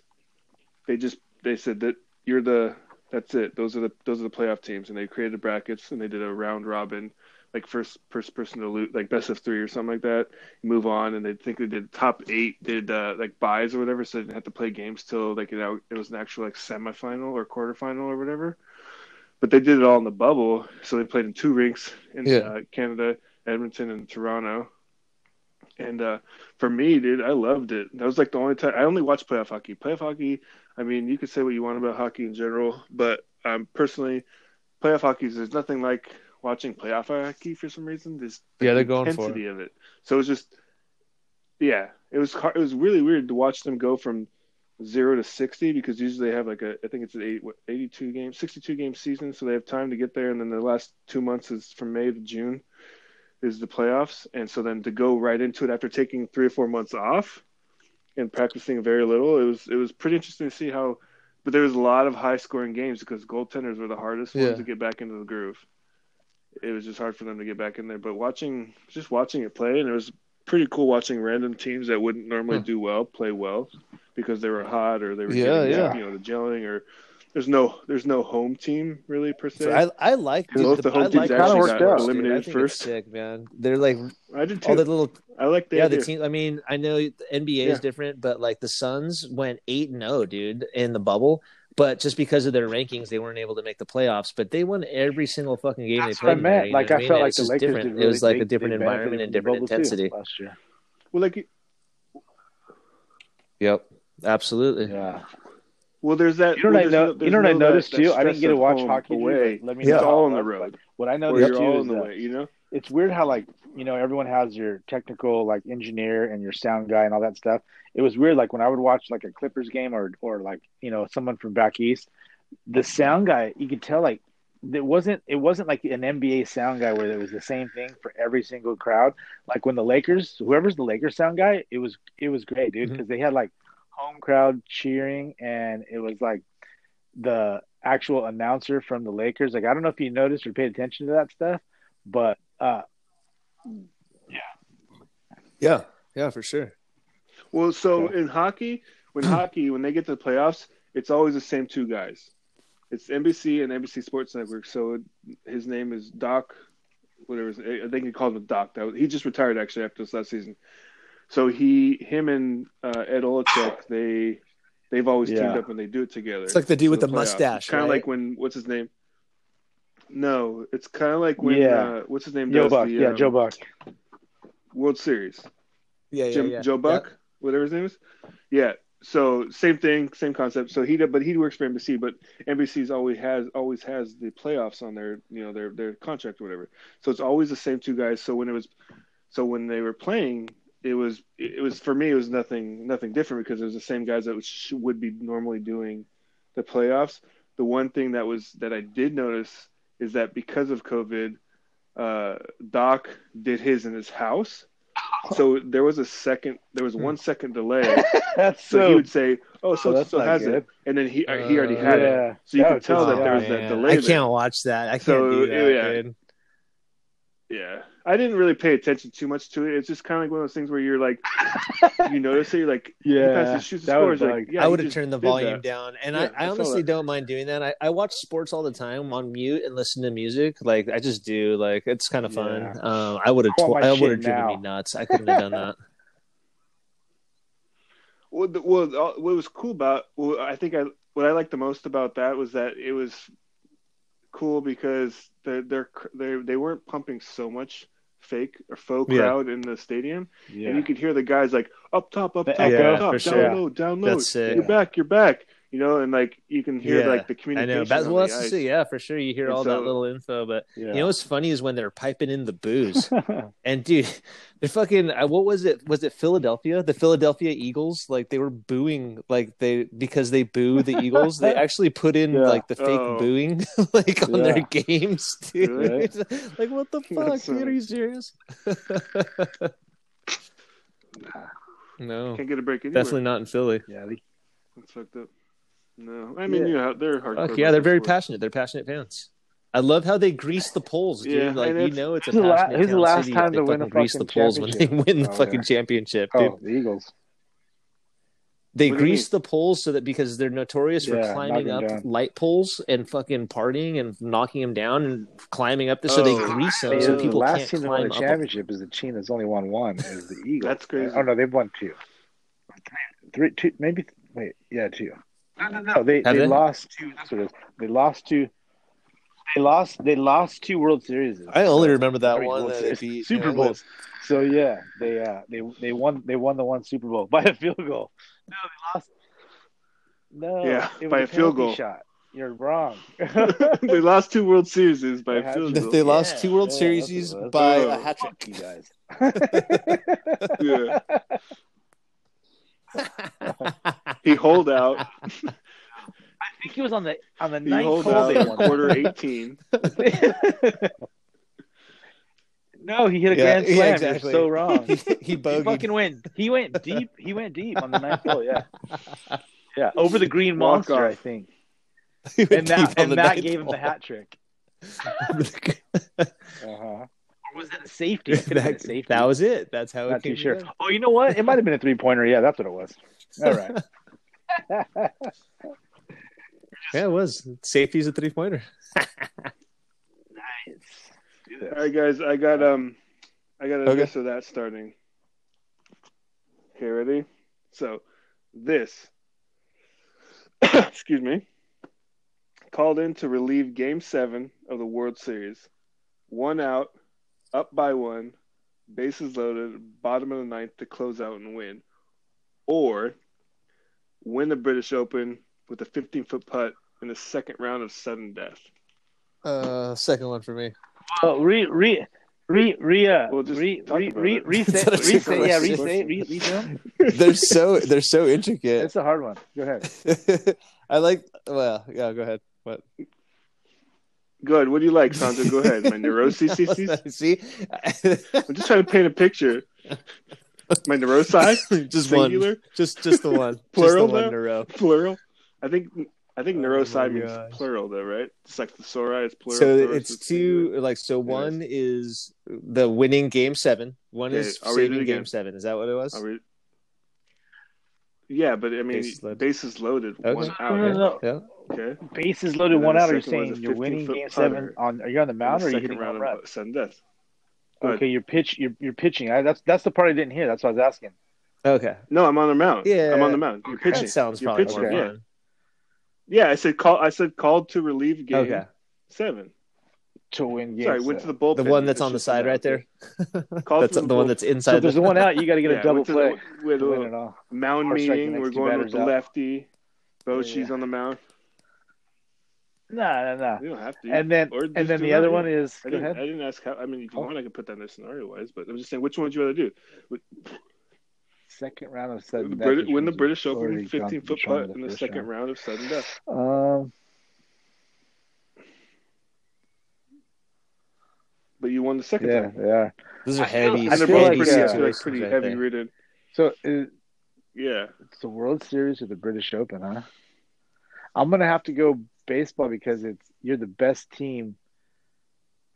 A: They just they said that you're the that's it. Those are the those are the playoff teams, and they created brackets and they did a round robin, like first first person to loot like best of three or something like that. move on, and they think they did top eight did uh, like buys or whatever, so they didn't have to play games till like you know it was an actual like semifinal or quarterfinal or whatever. But they did it all in the bubble, so they played in two rinks in
C: Yeah.
A: uh, Canada, Edmonton, and Toronto. And uh, for me, dude, I loved it. That was like the only time I only watched playoff hockey. Playoff hockey I mean, you could say what you want about hockey in general, but um, personally, playoff hockey there's nothing like watching playoff hockey for some reason. This
C: Yeah, they're going for
A: intensity of it. So it's just, yeah, it was hard, it was really weird to watch them go from zero to sixty because usually they have like a I think it's an eight, what, 82 game, sixty two game season, so they have time to get there, and then the last two months is from May to June is the playoffs, and so then to go right into it after taking three or four months off and practicing very little, it was it was pretty interesting to see how. But there was a lot of high scoring games because goaltenders were the hardest
C: Yeah.
A: ones to get back into the groove. It was just hard for them to get back in there. But watching just watching it play, and it was pretty cool watching random teams that wouldn't normally
C: Hmm.
A: do well play well because they were hot or they were
C: Yeah,
A: getting,
C: yeah.
A: you know the gelling or there's no there's no home team really per se.
C: So I I like
A: Because both the home
C: I
A: teams
C: like
B: actually
C: college
B: got
C: sports, dude.
A: eliminated
C: I think it's
A: first.
C: Sick man, they're like
A: I, did too.
C: all the little
A: I like the
C: yeah,
A: idea.
C: the team. I mean, I know the NBA
A: Yeah.
C: is different, but like the Suns went eight and zero, dude, in the bubble. But just because of their rankings, they weren't able to make the playoffs. But they won every single fucking game
B: That's
C: they
B: what I
C: played. in there,
B: meant.
C: you know
B: Like
C: what
B: I
C: mean?
B: felt
C: It
B: like
C: was
B: the
C: just
B: Lakers
C: different.
B: did
C: it
B: really-
C: was like
B: they-
C: a different
B: they benefited
C: environment and
B: from the
C: different
B: bubble too
C: intensity.
B: last year.
A: Well, like
C: Yep, absolutely.
B: Yeah.
A: well, there's that.
B: You know
A: well,
B: what I
A: there's
B: know? You know what I
A: there's that-
B: noticed
A: that
B: too? I
A: stress
B: didn't get to
A: of
B: watch
A: home
B: hockey. dude,
A: away.
B: but Let me
C: Yeah.
A: It's
B: know.
A: all on the road.
B: What I
A: Or
B: noticed
A: you're all
B: too
A: on
B: is
A: the
B: that
A: way. You know.
B: it's weird how like you know everyone has your technical like engineer and your sound guy and all that stuff. It was weird like when I would watch like a Clippers game or or like you know someone from back east, the sound guy you could tell like it wasn't it wasn't like an NBA sound guy where there was the same thing for every single crowd. Like when the Lakers, whoever's the Lakers sound guy, it was it was great, dude,
C: Mhm.
B: because they had like home crowd cheering and it was like the actual announcer from the Lakers. Like I don't know if you noticed or paid attention to that stuff, but uh
C: Yeah, yeah, for sure.
A: Well, so in hockey, when hockey, when they get to the playoffs, it's always the same two guys. It's NBC and NBC Sports Network. So his name is Doc, whatever. His, I think he called him Doc. That was, he just retired actually after this last season. So he, him, and uh, Ed Olacek, they they've always
B: Yeah.
A: teamed up and they do it together.
C: It's like the dude with the mustache,
A: kind of
C: right?
A: like when what's his name? No, it's kind of like when
B: Yeah.
A: uh, what's his name?
B: Joe
A: does
B: Buck,
A: the,
B: yeah,
A: um,
B: Joe Buck.
A: World Series.
C: Yeah, yeah,
A: Jim,
C: yeah.
A: Joe Buck, whatever his name is. Yeah. So same thing, same concept. So he did, but he works for NBC, but NBC's always has always has the playoffs on their you know their their contract or whatever. So it's always the same two guys. So when it was, so when they were playing, it was it was for me it was nothing nothing different because it was the same guys that sh- would be normally doing the playoffs. The one thing that was that I did notice is that because of COVID, uh, Doc did his in his house. So there was a second, there was one second delay.
B: That's
A: So, he
B: so,
A: would say, "Oh, so
B: Oh,
A: so
B: that's not
A: has it,"
B: good.
A: and then he he already
C: Uh,
A: had it.
B: yeah.
A: So you
B: That
A: could
B: would
A: tell
B: piss
A: that
B: me
A: there
B: off.
A: was that
C: man.
A: delay.
C: I
A: there.
C: can't watch that. I can't
A: So,
C: do that,
A: yeah.
C: dude.
A: Yeah, I didn't really pay attention too much to it. It's just kind of like one of those things where you're like, you notice it, you're like, he
B: Yeah,
A: passes, shoots,
B: that would
A: scores. Like,
B: bug.
A: yeah,
C: I
A: he
C: would have
A: just
C: turned the
A: did that.
C: volume down. And
A: Yeah, I
C: I, I
A: saw
C: honestly
A: that.
C: don't mind doing that. I, I watch sports all the time on mute and listen to music. Like I just do. Like it's kind of fun.
B: Yeah.
C: Um, I would have
B: I want
C: tw-
B: my
C: I would have
B: shit
C: driven me
B: now.
C: nuts. I couldn't have done that.
A: Well, the, well, the- what was cool about well, I think I what I liked the most about that was that it was cool because they're, they're they they weren't pumping so much fake or faux
C: Yeah.
A: crowd in the stadium,
B: yeah.
A: and you could hear the guys like up top, up
B: The
A: top,
B: echo,
A: up top,
C: for
A: down
C: sure.
A: low, down low.
C: That's sick.
A: You're back, you're back. You know, and like you can hear
C: Yeah,
A: like the
C: I
A: communication.
C: know. That's,
A: on
C: well,
A: the
C: that's
A: ice.
C: the- yeah, for sure. You hear
A: And
C: all
A: so-
C: that little info, but
B: yeah.
C: you know what's funny is when they're piping in the booze. and dude, they're fucking. uh, What was it? Was it Philadelphia? The Philadelphia Eagles? Like they were booing, like they because they boo the Eagles. They actually put in
B: Yeah.
C: like the fake
A: Oh.
C: booing, like on their games, dude.
A: Really?
C: like what the
A: That's
C: fuck? Dude,
A: funny.
C: are you serious? No,
A: Can't get a break anywhere.
C: definitely not in Philly.
B: Yeah, they,
A: That's fucked up. No, I mean
C: Yeah.
A: you know they're hardcore.
C: Fuck yeah, they're very
A: about
C: passionate. They're passionate fans. I love how they grease the polls, dude.
A: Yeah,
C: like
A: and
C: you
A: it's-
C: know, it's a
B: Who's the la-
C: passionate
B: who's the
C: town
B: last
C: city
B: time
C: if they
B: to win a
C: fucking grease the
B: fucking
C: polls when they win the
B: Oh,
C: fucking
B: yeah.
C: championship, dude.
B: oh, the Eagles.
C: They
A: What do you
C: grease the poles so that because they're notorious for
B: Yeah,
C: climbing
B: knock
C: up
B: 'em down.
C: light poles and fucking partysport partying and knocking them down and climbing up this, so they
A: Oh,
C: grease them
A: yeah.
C: so
A: The
C: people
B: last
C: can't
B: team to win
C: climb
B: the
C: up. them.
B: championship is the team that's only won one is the Eagles.
A: That's crazy.
B: Oh no, they've won two, three, two, maybe. Wait, yeah, two. No, no, no. They
C: Have
B: they
C: they?
B: lost two. That's what it is. They lost two. They lost. They lost two World Series.
C: I only remember that
B: Three
C: one
B: World
C: that they
B: Series.
C: beat
B: Super
C: New
B: Bowl.
C: England.
B: So yeah, they uh they they won they won the one Super Bowl by a field goal. No, they lost. No,
A: Yeah,
B: it was
A: by a field
B: penalty
A: goal.
B: shot. You're wrong.
A: it. they lost two World Series by
B: They had
A: field
B: to.
A: goal.
C: They lost
B: Yeah,
C: two World
B: yeah,
C: Series
B: that's what it was.
C: by
A: Oh.
C: a hat trick.
B: you guys.
A: Yeah. He holed out.
B: I think he was on the on the
A: He
B: ninth
A: holed
B: hole.
A: out
B: They
A: in
B: won that.
A: quarter eighteen.
B: no, he hit a
C: Yeah,
B: grand
C: yeah,
B: slam.
C: exactly.
B: You're so wrong.
C: he
B: he
C: he bogeyed.
B: fucking win. He went deep. He went deep on the ninth hole. Yeah, yeah, over the green
A: Walk
B: monster,
A: off.
B: I think.
C: he went
B: And that
C: deep on
B: and
C: the
B: that
C: ninth
B: gave him
C: hole.
B: the hat trick. Uh
A: Uh-huh.
B: huh. Or was that a safety? It could have been a
C: that,
B: safety.
C: that was it. That's how it
B: not
C: came
B: too sure.
C: together.
B: Oh, you know what? It might have been a three pointer. Yeah, that's what it was. All right.
C: Yeah, it was. Safety's a three pointer.
A: All right, guys, I got um, I got a
C: Okay.
A: this or that starting. Okay, ready? So, this. Excuse me. Called in to relieve Game Seven of the World Series, one out, up by one, bases loaded, bottom of the ninth to close out and win, or win the British Open with a 15-foot putt in the second round of sudden death.
C: Uh, second one for me.
B: Oh, re re re re uh,
A: We'll just
B: re
A: talk
B: re
A: about
B: re
A: it.
B: reset
C: That's a
B: reset yeah
C: question.
B: reset re re them.
C: They're so they're so intricate.
B: That's a hard one. Go ahead.
C: I like. Well, yeah. Go ahead. What?
A: Good. What do you like, Sandra? Go ahead, my neuroses.
C: See,
A: I'm just trying to paint a picture. My neurosi,
C: just
A: singular,
C: one. Just just the one.
A: Plural,
C: just the one
A: though?
C: in a row.
A: plural. I think I think
C: Oh
A: neurosi
C: my
A: means
C: gosh.
A: plural, though, right? It's like the sora is plural.
C: So
A: thoros
C: it's
A: is
C: two.
A: singular.
C: Like so, one is the winning game seven. One
A: Okay,
C: is
A: I'll read it
C: saving
A: again.
C: game seven. Is that what it was?
A: Are we... Yeah, but I mean,
C: Bases loaded.
A: bases loaded,
C: Okay.
A: one
B: No, no,
A: out.
B: no.
C: Yeah.
A: Okay,
B: Bases
A: And
B: loaded,
A: then
B: one
A: the
B: out. You're
A: second one's
B: saying
A: a
B: you're winning
A: 15-foot
B: game seven
A: putter.
B: on. Are you on the mound or
A: And
B: are
A: the second
B: you hitting
A: round
B: home
A: of
B: run?
A: sudden death. Good.
B: Okay, you're pitch. You're you're pitching. I, that's that's the part I didn't hear. That's what I was asking.
C: Okay.
A: No, I'm on the mound.
C: Yeah.
A: I'm on the mound. You're pitching.
C: That sounds
A: You're
C: probably
A: pitching,
C: more
A: yeah.
C: fun.
A: Yeah, I said call. I said called to relieve game
C: Okay.
A: seven.
B: To win game.
A: Sorry, went to
B: seven.
A: the bullpen.
C: The one that's
A: It's
C: on the
A: just
C: side
A: an
C: right
A: out.
C: there.
A: Called
C: that's
A: to
C: the, one
A: bull-
C: that's
B: So
C: inside.
B: if there's
C: the,
B: the one out. You got to get
A: Yeah,
B: a double
A: went to the-
B: play
A: with
B: to
A: a-
B: win it all.
A: mound
B: Or strike the
A: meeting.
B: next
A: We're
B: two
A: going with
B: batters
A: the
B: out.
A: lefty. Boshi's
B: Yeah.
A: on the mound.
B: No, no, no.
A: We don't have to.
B: And then
A: Or just
B: and then
A: do
B: the
A: that,
B: other
A: yeah.
B: one is.
A: I
B: go
A: didn't, I
B: ahead.
A: didn't ask how. I mean, if you
B: Oh.
A: want, I could put that in there scenario wise, but I'm just saying, which one would you rather do?
B: Second round of
A: The
B: sudden. death,
A: Brit-
B: which
A: win the
B: means
A: British
B: it's already
A: Open, 15
B: gone-
A: foot
B: drawn
A: putt
B: the
A: in the
B: first
A: second
B: round.
A: round of sudden death.
B: Um,
A: But you won the second
B: yeah,
A: time.
B: yeah.
C: those are
B: I feel-
C: heavy.
A: And they're
B: feel
A: both
C: heavy
A: pretty,
B: yeah.
A: they're
C: situations
A: pretty
C: right
A: heavy
C: there.
A: ridden.
B: So is,
A: Yeah.
B: it's the World Series or the British Open, huh? I'm gonna have to go baseball because it's you're the best team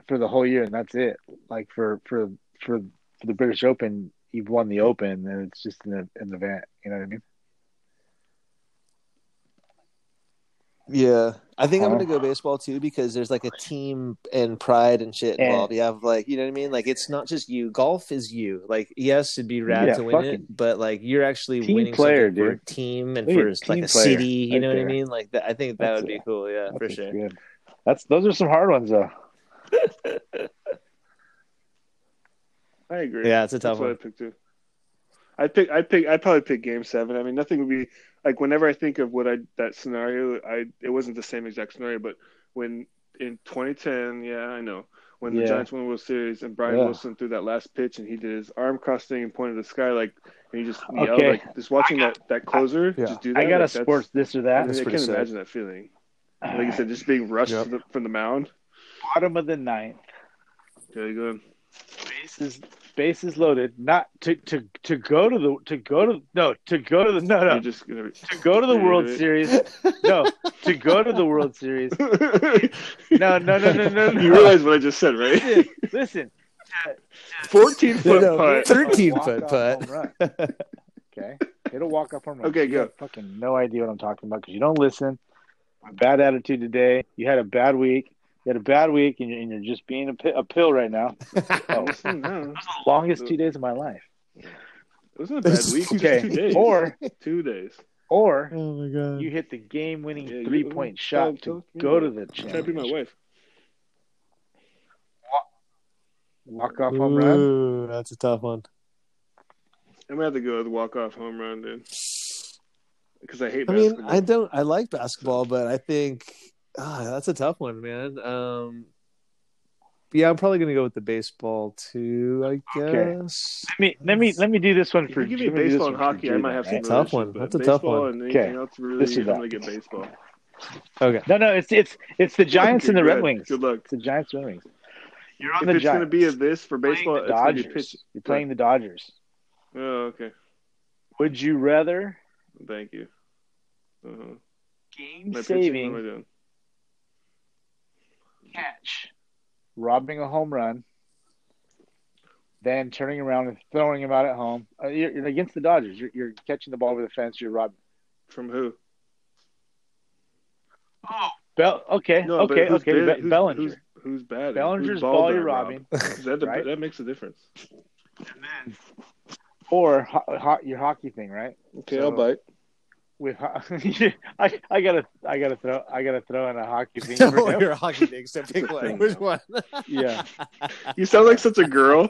B: for the whole year, and that's it. Like for for for, for the British Open, you've won the Open, and it's just an, an event. You know what I mean?
C: Yeah, I think I'm
B: Huh?
C: gonna go baseball too because there's like a team and pride and shit
B: Yeah.
C: involved. You have like you know what I mean. Like it's not just you. Golf is you. Like yes, it'd be rad
B: Yeah,
C: to win
B: fucking-
C: it, but like you're actually
B: Team
C: winning
B: player,
C: something for a
B: dude.
C: team and
B: Look
C: for
B: at
C: like
B: team player
C: a city. You
B: right
C: know what I
B: there.
C: mean? Like that, I think that
B: That's
C: would be
B: it.
C: cool. Yeah,
B: That's
C: for
B: what's
C: sure.
B: good. That's those are some hard ones though.
A: I agree.
C: Yeah, it's a
A: That's
C: tough
A: what I
C: one.
A: picked too. I pick. I pick. I probably pick Game Seven. I mean, nothing would be like whenever I think of what I that scenario. I it wasn't the same exact scenario, but when in 2010, yeah, I know when the
B: Yeah.
A: Giants won the World Series and Brian
B: Yeah.
A: Wilson threw that last pitch and he did his arm cross thing and pointed to the sky like and he just yelled
B: Okay.
A: like just watching that that closer
C: Yeah.
A: just do that.
B: I got a
A: like, that's-
B: sports this or
A: I,
B: that.
A: mean,
C: That's
A: I
C: pretty
A: can't
C: sick.
A: imagine that feeling. Like you said, just being rushed
C: Yep.
A: from, the, from the mound.
B: bottom of the ninth.
A: There you go.
B: bases space is loaded. Not to to to go to the to go to no to go to the no no
A: You're just gonna be...
B: to go to the World
A: Reiterate.
B: Series. No, to go to the World Series. No, no, no, no, no, no.
A: You realize what I just said, right?
B: Listen, listen.
A: Fourteen foot
C: No, no.
A: putt.
C: 13
B: A walk-off
C: foot putt.
B: home run. Okay, it'll walk up home run.
A: Okay,
B: You
A: go.
B: have Fucking no idea what I'm talking about because you don't listen. My bad attitude today. You had a bad week. You had a bad week, and you're, and you're just being a, pi- a pill right now. Oh, those
A: No,
B: are the longest two days of my life.
A: it wasn't a bad week. Just two
B: Okay,
A: days.
B: or
A: two days.
B: or
C: Oh my god.
B: you hit the game-winning
A: Yeah, you-
B: three-point
A: Yeah,
B: shot
A: tell
B: to
A: me
B: go
A: about
B: to
A: it.
B: the
A: Try to be my
B: championship.
A: wife.
B: Walk-off home run.
C: Ooh, that's a tough one.
A: I'm gonna have to go with walk off home run, dude. Because I hate.
C: I mean,
A: basketball.
C: I don't. I like basketball, but I think ah, that's a tough one, man. Um, yeah, I'm probably gonna go with the baseball too. I
B: Okay.
C: guess.
B: Let me let me let me do this one
A: If
B: for
A: you give me
B: let do this
A: baseball and
B: one for
A: hockey, I
B: Judah,
A: might have
B: right?
A: some
C: That's a tough
A: relationship,
C: one.
A: but
C: That's a tough
A: baseball
C: one.
A: And anything
B: Okay.
A: else
B: This
A: really,
B: is
A: I'm
B: that.
A: gonna get baseball.
C: Okay.
B: No, no, it's it's it's the Giants and the
A: Good
B: Red
A: luck.
B: Wings.
A: Good luck.
B: It's the Giants and Red Wings. You're on
A: If
B: the
A: it's
B: Giants.
A: gonna be a this for
B: You're playing
A: baseball,
B: the
A: it's gonna be
B: Dodgers.
A: pitch.
B: You're playing the Dodgers.
A: Oh, okay.
B: Would you rather
A: Thank you. Uh-huh.
B: game
A: My pitching, what am I
B: saving
A: doing?
B: catch robbing a home run, then turning around and throwing him out at home? Uh, you're, you're against the Dodgers. You're, you're catching the ball over the fence. You're robbing.
A: From who?
B: Oh, Bell. Okay,
A: No, but
B: okay,
A: who's
B: okay.
A: bid-
B: Be-
A: who's,
B: Bellinger.
A: Who's, who's bad?
B: Bellinger's ball you're robbing.
A: That,
B: right?
A: that makes a difference.
B: And then, or ho- ho- your hockey thing, right?
A: Okay, I'll
B: So-
A: bite.
B: With ho- I, I gotta, I gotta throw, I gotta throw in a hockey thing. For
C: oh,
B: him.
C: you're a hockey thing, so pick one.
A: Which
C: one?
B: yeah,
A: You sound like such a girl.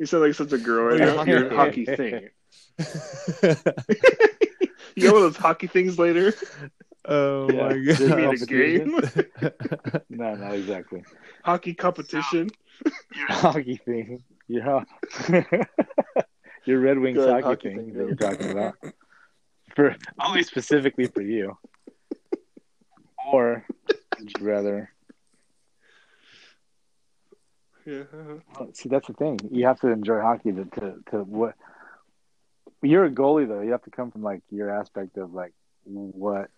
A: You sound like such a girl right
C: Oh,
A: now.
C: you're
A: You're a hockey
B: hockey.
A: thing. You got one of those hockey things later.
C: oh
B: Yeah.
C: my
B: Did
A: You
B: you
C: god.
A: mean a
B: Competition.
A: game?
B: no, not exactly.
A: hockey competition.
B: Your hockey thing. Your ho- your Red Wings
A: Go ahead,
B: hockey,
A: hockey
B: thing,
A: thing,
B: that you're talking about. For only specifically for you. Or would you rather?
A: Yeah. uh-huh.
B: See, that's the thing. You have to enjoy hockey to to, to what. You're a goalie though. You have to come from like your aspect of like what.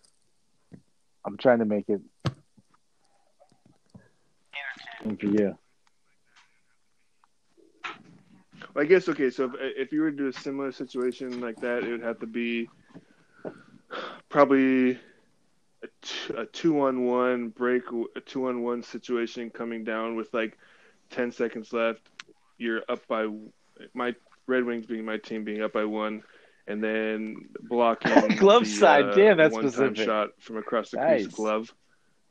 B: I'm trying to make it entertaining for you.
A: I guess okay. So if if you were to do a similar situation like that, it would have to be probably a t- a two-on-one break, a two-on-one situation coming down with like ten seconds left. You're up by my Red Wings being my team being up by one, and then blocking uh,
B: Glove side. Damn, that's
A: one-time
B: specific.
A: shot from across the
B: Nice.
A: crease, glove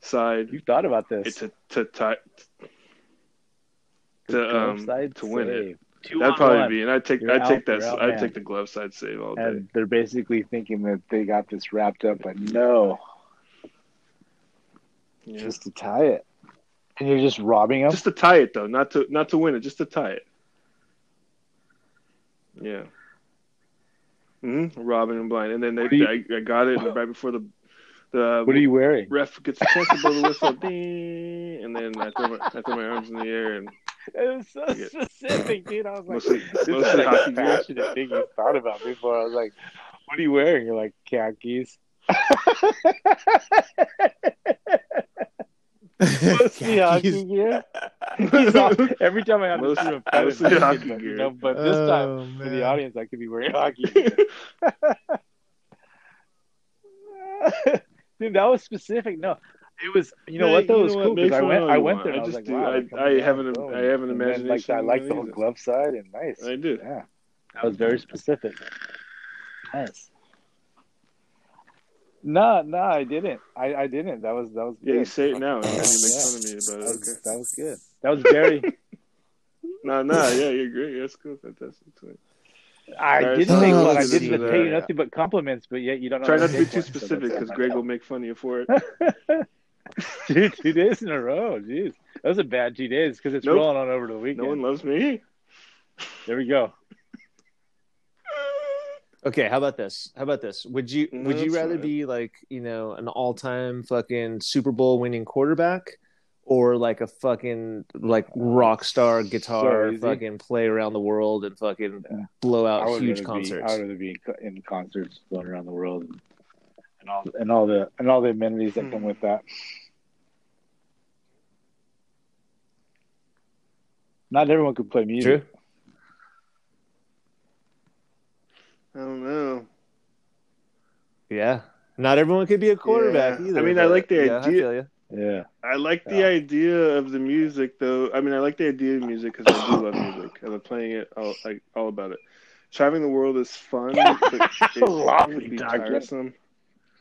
A: side.
B: You thought about this.
A: It's a to tie
B: The
A: to
B: glove
A: um
B: side
A: to win it.
B: save. Two
A: That'd
B: on
A: probably
B: one.
A: be, and I would take
B: You're
A: I would take
B: out,
A: that
B: you're out,
A: I would
B: man.
A: take the glove side save all day.
B: And they're basically thinking that they got this wrapped up, but no,
A: Yeah.
B: just to tie it. And you're just robbing them.
A: Just to tie it though, not to not to win it, just to tie it. Yeah. hmm Robin and blind, and then they,
B: What do you-
A: I, I got it right before the the
B: what are you wearing?
A: ref gets a chance to blow the whistle, ding, and then I throw my I throw my arms in the air and
B: It was so
A: Yeah.
B: specific, dude. I was like,
A: Mostly-
B: this
A: mostly
B: is like
A: hockey
B: a
A: gear.
B: passionate thing you E thought about before. I was like, what are you wearing? You're like, khakis. mostly hockey gear. He's all- every time I have to
A: Mostly-
B: do a pattern,
A: mostly
B: I
A: hockey
B: get that,
A: gear.
B: You know, but this
A: Oh,
C: Oh,
B: time, for the audience, I could be wearing hockey gear. Dude, that was specific. No, it was. You know
A: Yeah,
B: what? That
A: you
B: was
A: know what?
B: cool because
A: Make
B: I
A: fun
B: went.
A: all
B: I
A: you
B: went
A: want.
B: there.
A: I
B: and I was
A: just
B: like,
A: do-
B: wow,
A: I-
B: that comes
A: I
B: out
A: have an-
B: cool.
A: I have an
B: And then,
A: imagination
B: Like I like the
A: amazing.
B: glove side and nice.
A: I do.
B: Yeah, that was very specific. Nice. No, no, I didn't. I, I didn't. That was that was
A: Yeah,
B: good.
A: you say it now and you make fun of me
B: That
A: about it.
B: was,
A: Okay.
B: that was good. That was very.
A: No, no, yeah, you're great. That's cool. Fantastic.
B: I
A: All right,
B: didn't
C: so
B: make
C: let's
B: fun. I
C: do
B: didn't
A: that.
B: pay you nothing but compliments, but yet you don't know
A: Try
B: how
A: not to be
B: make
A: too
B: one, so that's
A: specific
B: not
A: because
B: my
A: Greg
B: fault.
A: will make fun of you for it.
B: Dude, two days in a row. Jeez, that was a bad two days because it's
A: Nope.
B: rolling on over to the
A: No
B: weekend.
A: one loves me.
B: There we go.
C: Okay, how about this? How about this? Would you
A: No,
C: would you
A: that's
C: rather
A: fine.
C: be like, you know, an all-time fucking Super Bowl winning quarterback or like a fucking like rock star guitar
B: easy.
C: fucking play around the world and fucking
B: Yeah.
C: blow
B: I
C: out
B: would
C: huge
B: rather Be,
C: concerts.
B: I would rather be in co- in concerts going around the world and, and all and all the and all the amenities that come with that. Not everyone can play music.
C: True.
A: I don't know.
C: Yeah. Not everyone could be a quarterback
A: Yeah.
C: either.
A: I mean, I
C: but-
A: like the
C: yeah, I
A: idea-
C: feel ya.
B: Yeah.
A: I like the
B: Yeah.
A: idea of the music, though. I mean, I like the idea of music because I do love music. I love playing it. All, like all about it. Traveling the world is fun, but it
B: Lovely
A: can be
B: dog.
A: tiresome.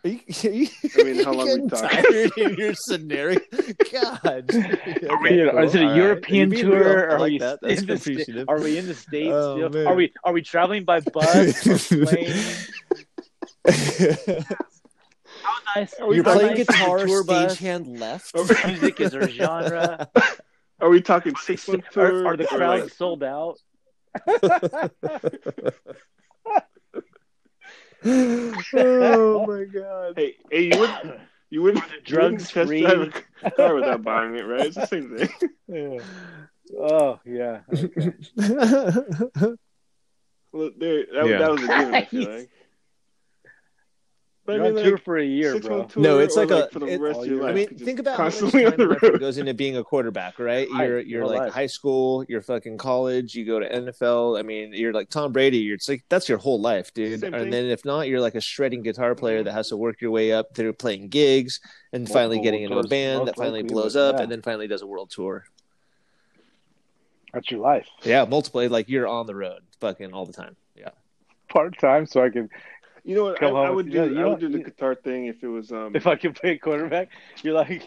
C: Are you, are you,
A: I mean, how long we
C: getting
A: talking?
C: tired in your scenario? God.
B: Are we,
C: Okay,
B: is it a
C: cool. All right.
B: European
C: You're being
B: tour?
C: real. I
B: Are
C: like
B: we
C: that. That's
B: in the sta-
C: appreciative.
B: Are we in the states?
C: Oh,
B: still?
C: man.
B: Are we are we traveling by bus or plane? How nice.
A: Are we
C: You're
B: how
C: playing
B: nice is the
C: guitar,
B: tour bus?
C: stagehand left.
B: Music is our genre.
A: Are we talking six month tour?
B: Are, are the
A: or,
B: crowds
A: like,
B: sold out?
C: oh my god.
A: hey, hey, you wouldn't, you wouldn't
B: drugs
A: you
B: free?
A: wouldn't test drive a car without buying it, right? It's the same thing.
B: Yeah. Oh yeah. Okay.
A: Well, there, that,
C: Yeah.
A: that was a given. I feel like. But
B: You're
A: I mean,
B: on
A: like,
B: tour for a year,
A: six
B: bro.
A: month
C: No,
A: tour
C: it's
A: or,
C: like a-
A: for the
C: it-
A: rest of your
C: I
A: life.
C: mean,
A: It's just
C: think about how much
A: constantly on
C: time
A: the
C: and effort
A: road.
C: goes into being a quarterback, right?
B: Right,
C: You're you're
B: your
C: like
B: life.
C: high school, you're fucking college, you go to NFL. I mean, you're like Tom Brady. You're it's like that's your whole life, dude.
A: Same thing. Mm-hmm.
C: and then if not, you're like a shredding guitar player that has to work your way up through playing gigs and finally
B: Multiple
C: getting into a
B: tours,
C: band that
B: most
C: finally
B: likely,
C: blows
B: but
C: up
B: yeah.
C: and then finally does a world tour.
B: That's your life.
C: Yeah, multiple. Like you're on the road, fucking all the time. Yeah.
B: Part time, so I can.
A: You know what? I,
B: Come
A: I
B: home.
A: would do.
B: Yeah, you
A: I would do
B: don't-
A: the
B: you-
A: guitar thing if it was um.
B: If I can play quarterback, you're like, you know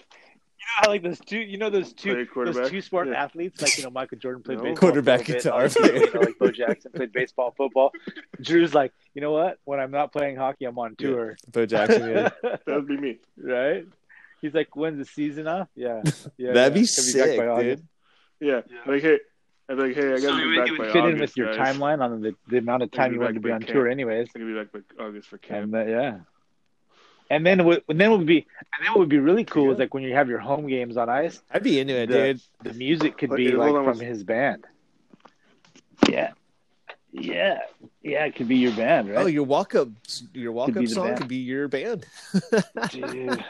B: how like those two, you know those
A: Play
B: two,
A: quarterback?
B: those two smart
A: Yeah.
B: athletes, like you know Michael Jordan played
A: No.
B: baseball,
C: Quarterback
B: for a
C: guitar
B: bit, like, you know, like Bo Jackson played baseball, football. Drew's like, you know what? When I'm not playing hockey, I'm on
C: Yeah.
B: tour,
C: Bo Jackson. Yeah.
A: That would be me.
B: right? He's like, when's the season off? Yeah, yeah.
C: That'd be
B: yeah. He'll back
C: sick,
B: by August.
C: dude.
A: Yeah.
B: Yeah.
A: Like hey, I'd be like hey, I
B: So
A: gotta
B: it
A: be
B: would-
A: back
B: it
A: by
B: would fit
A: August.
B: in with your
A: guys.
B: timeline on the, the amount of time
A: Maybe
B: you wanted to
A: back
B: be
A: by
B: on
A: camp.
B: tour, anyways.
A: I could be back by August for camp.
B: And then, yeah, and then what? And then what would be? And then what would be really cool is
A: Yeah.
B: like when you have your home games on ice,
C: I'd be into it,
B: the,
C: dude.
B: the music could
A: Wait,
B: be
A: hold
B: like
A: on
B: from
A: one-
B: his band. Yeah, yeah, yeah. It could be your band,
C: Oh,
B: right?
C: your walk up, your walk
B: be
C: up
B: the
C: song
B: band.
C: could be your band.
B: Dude.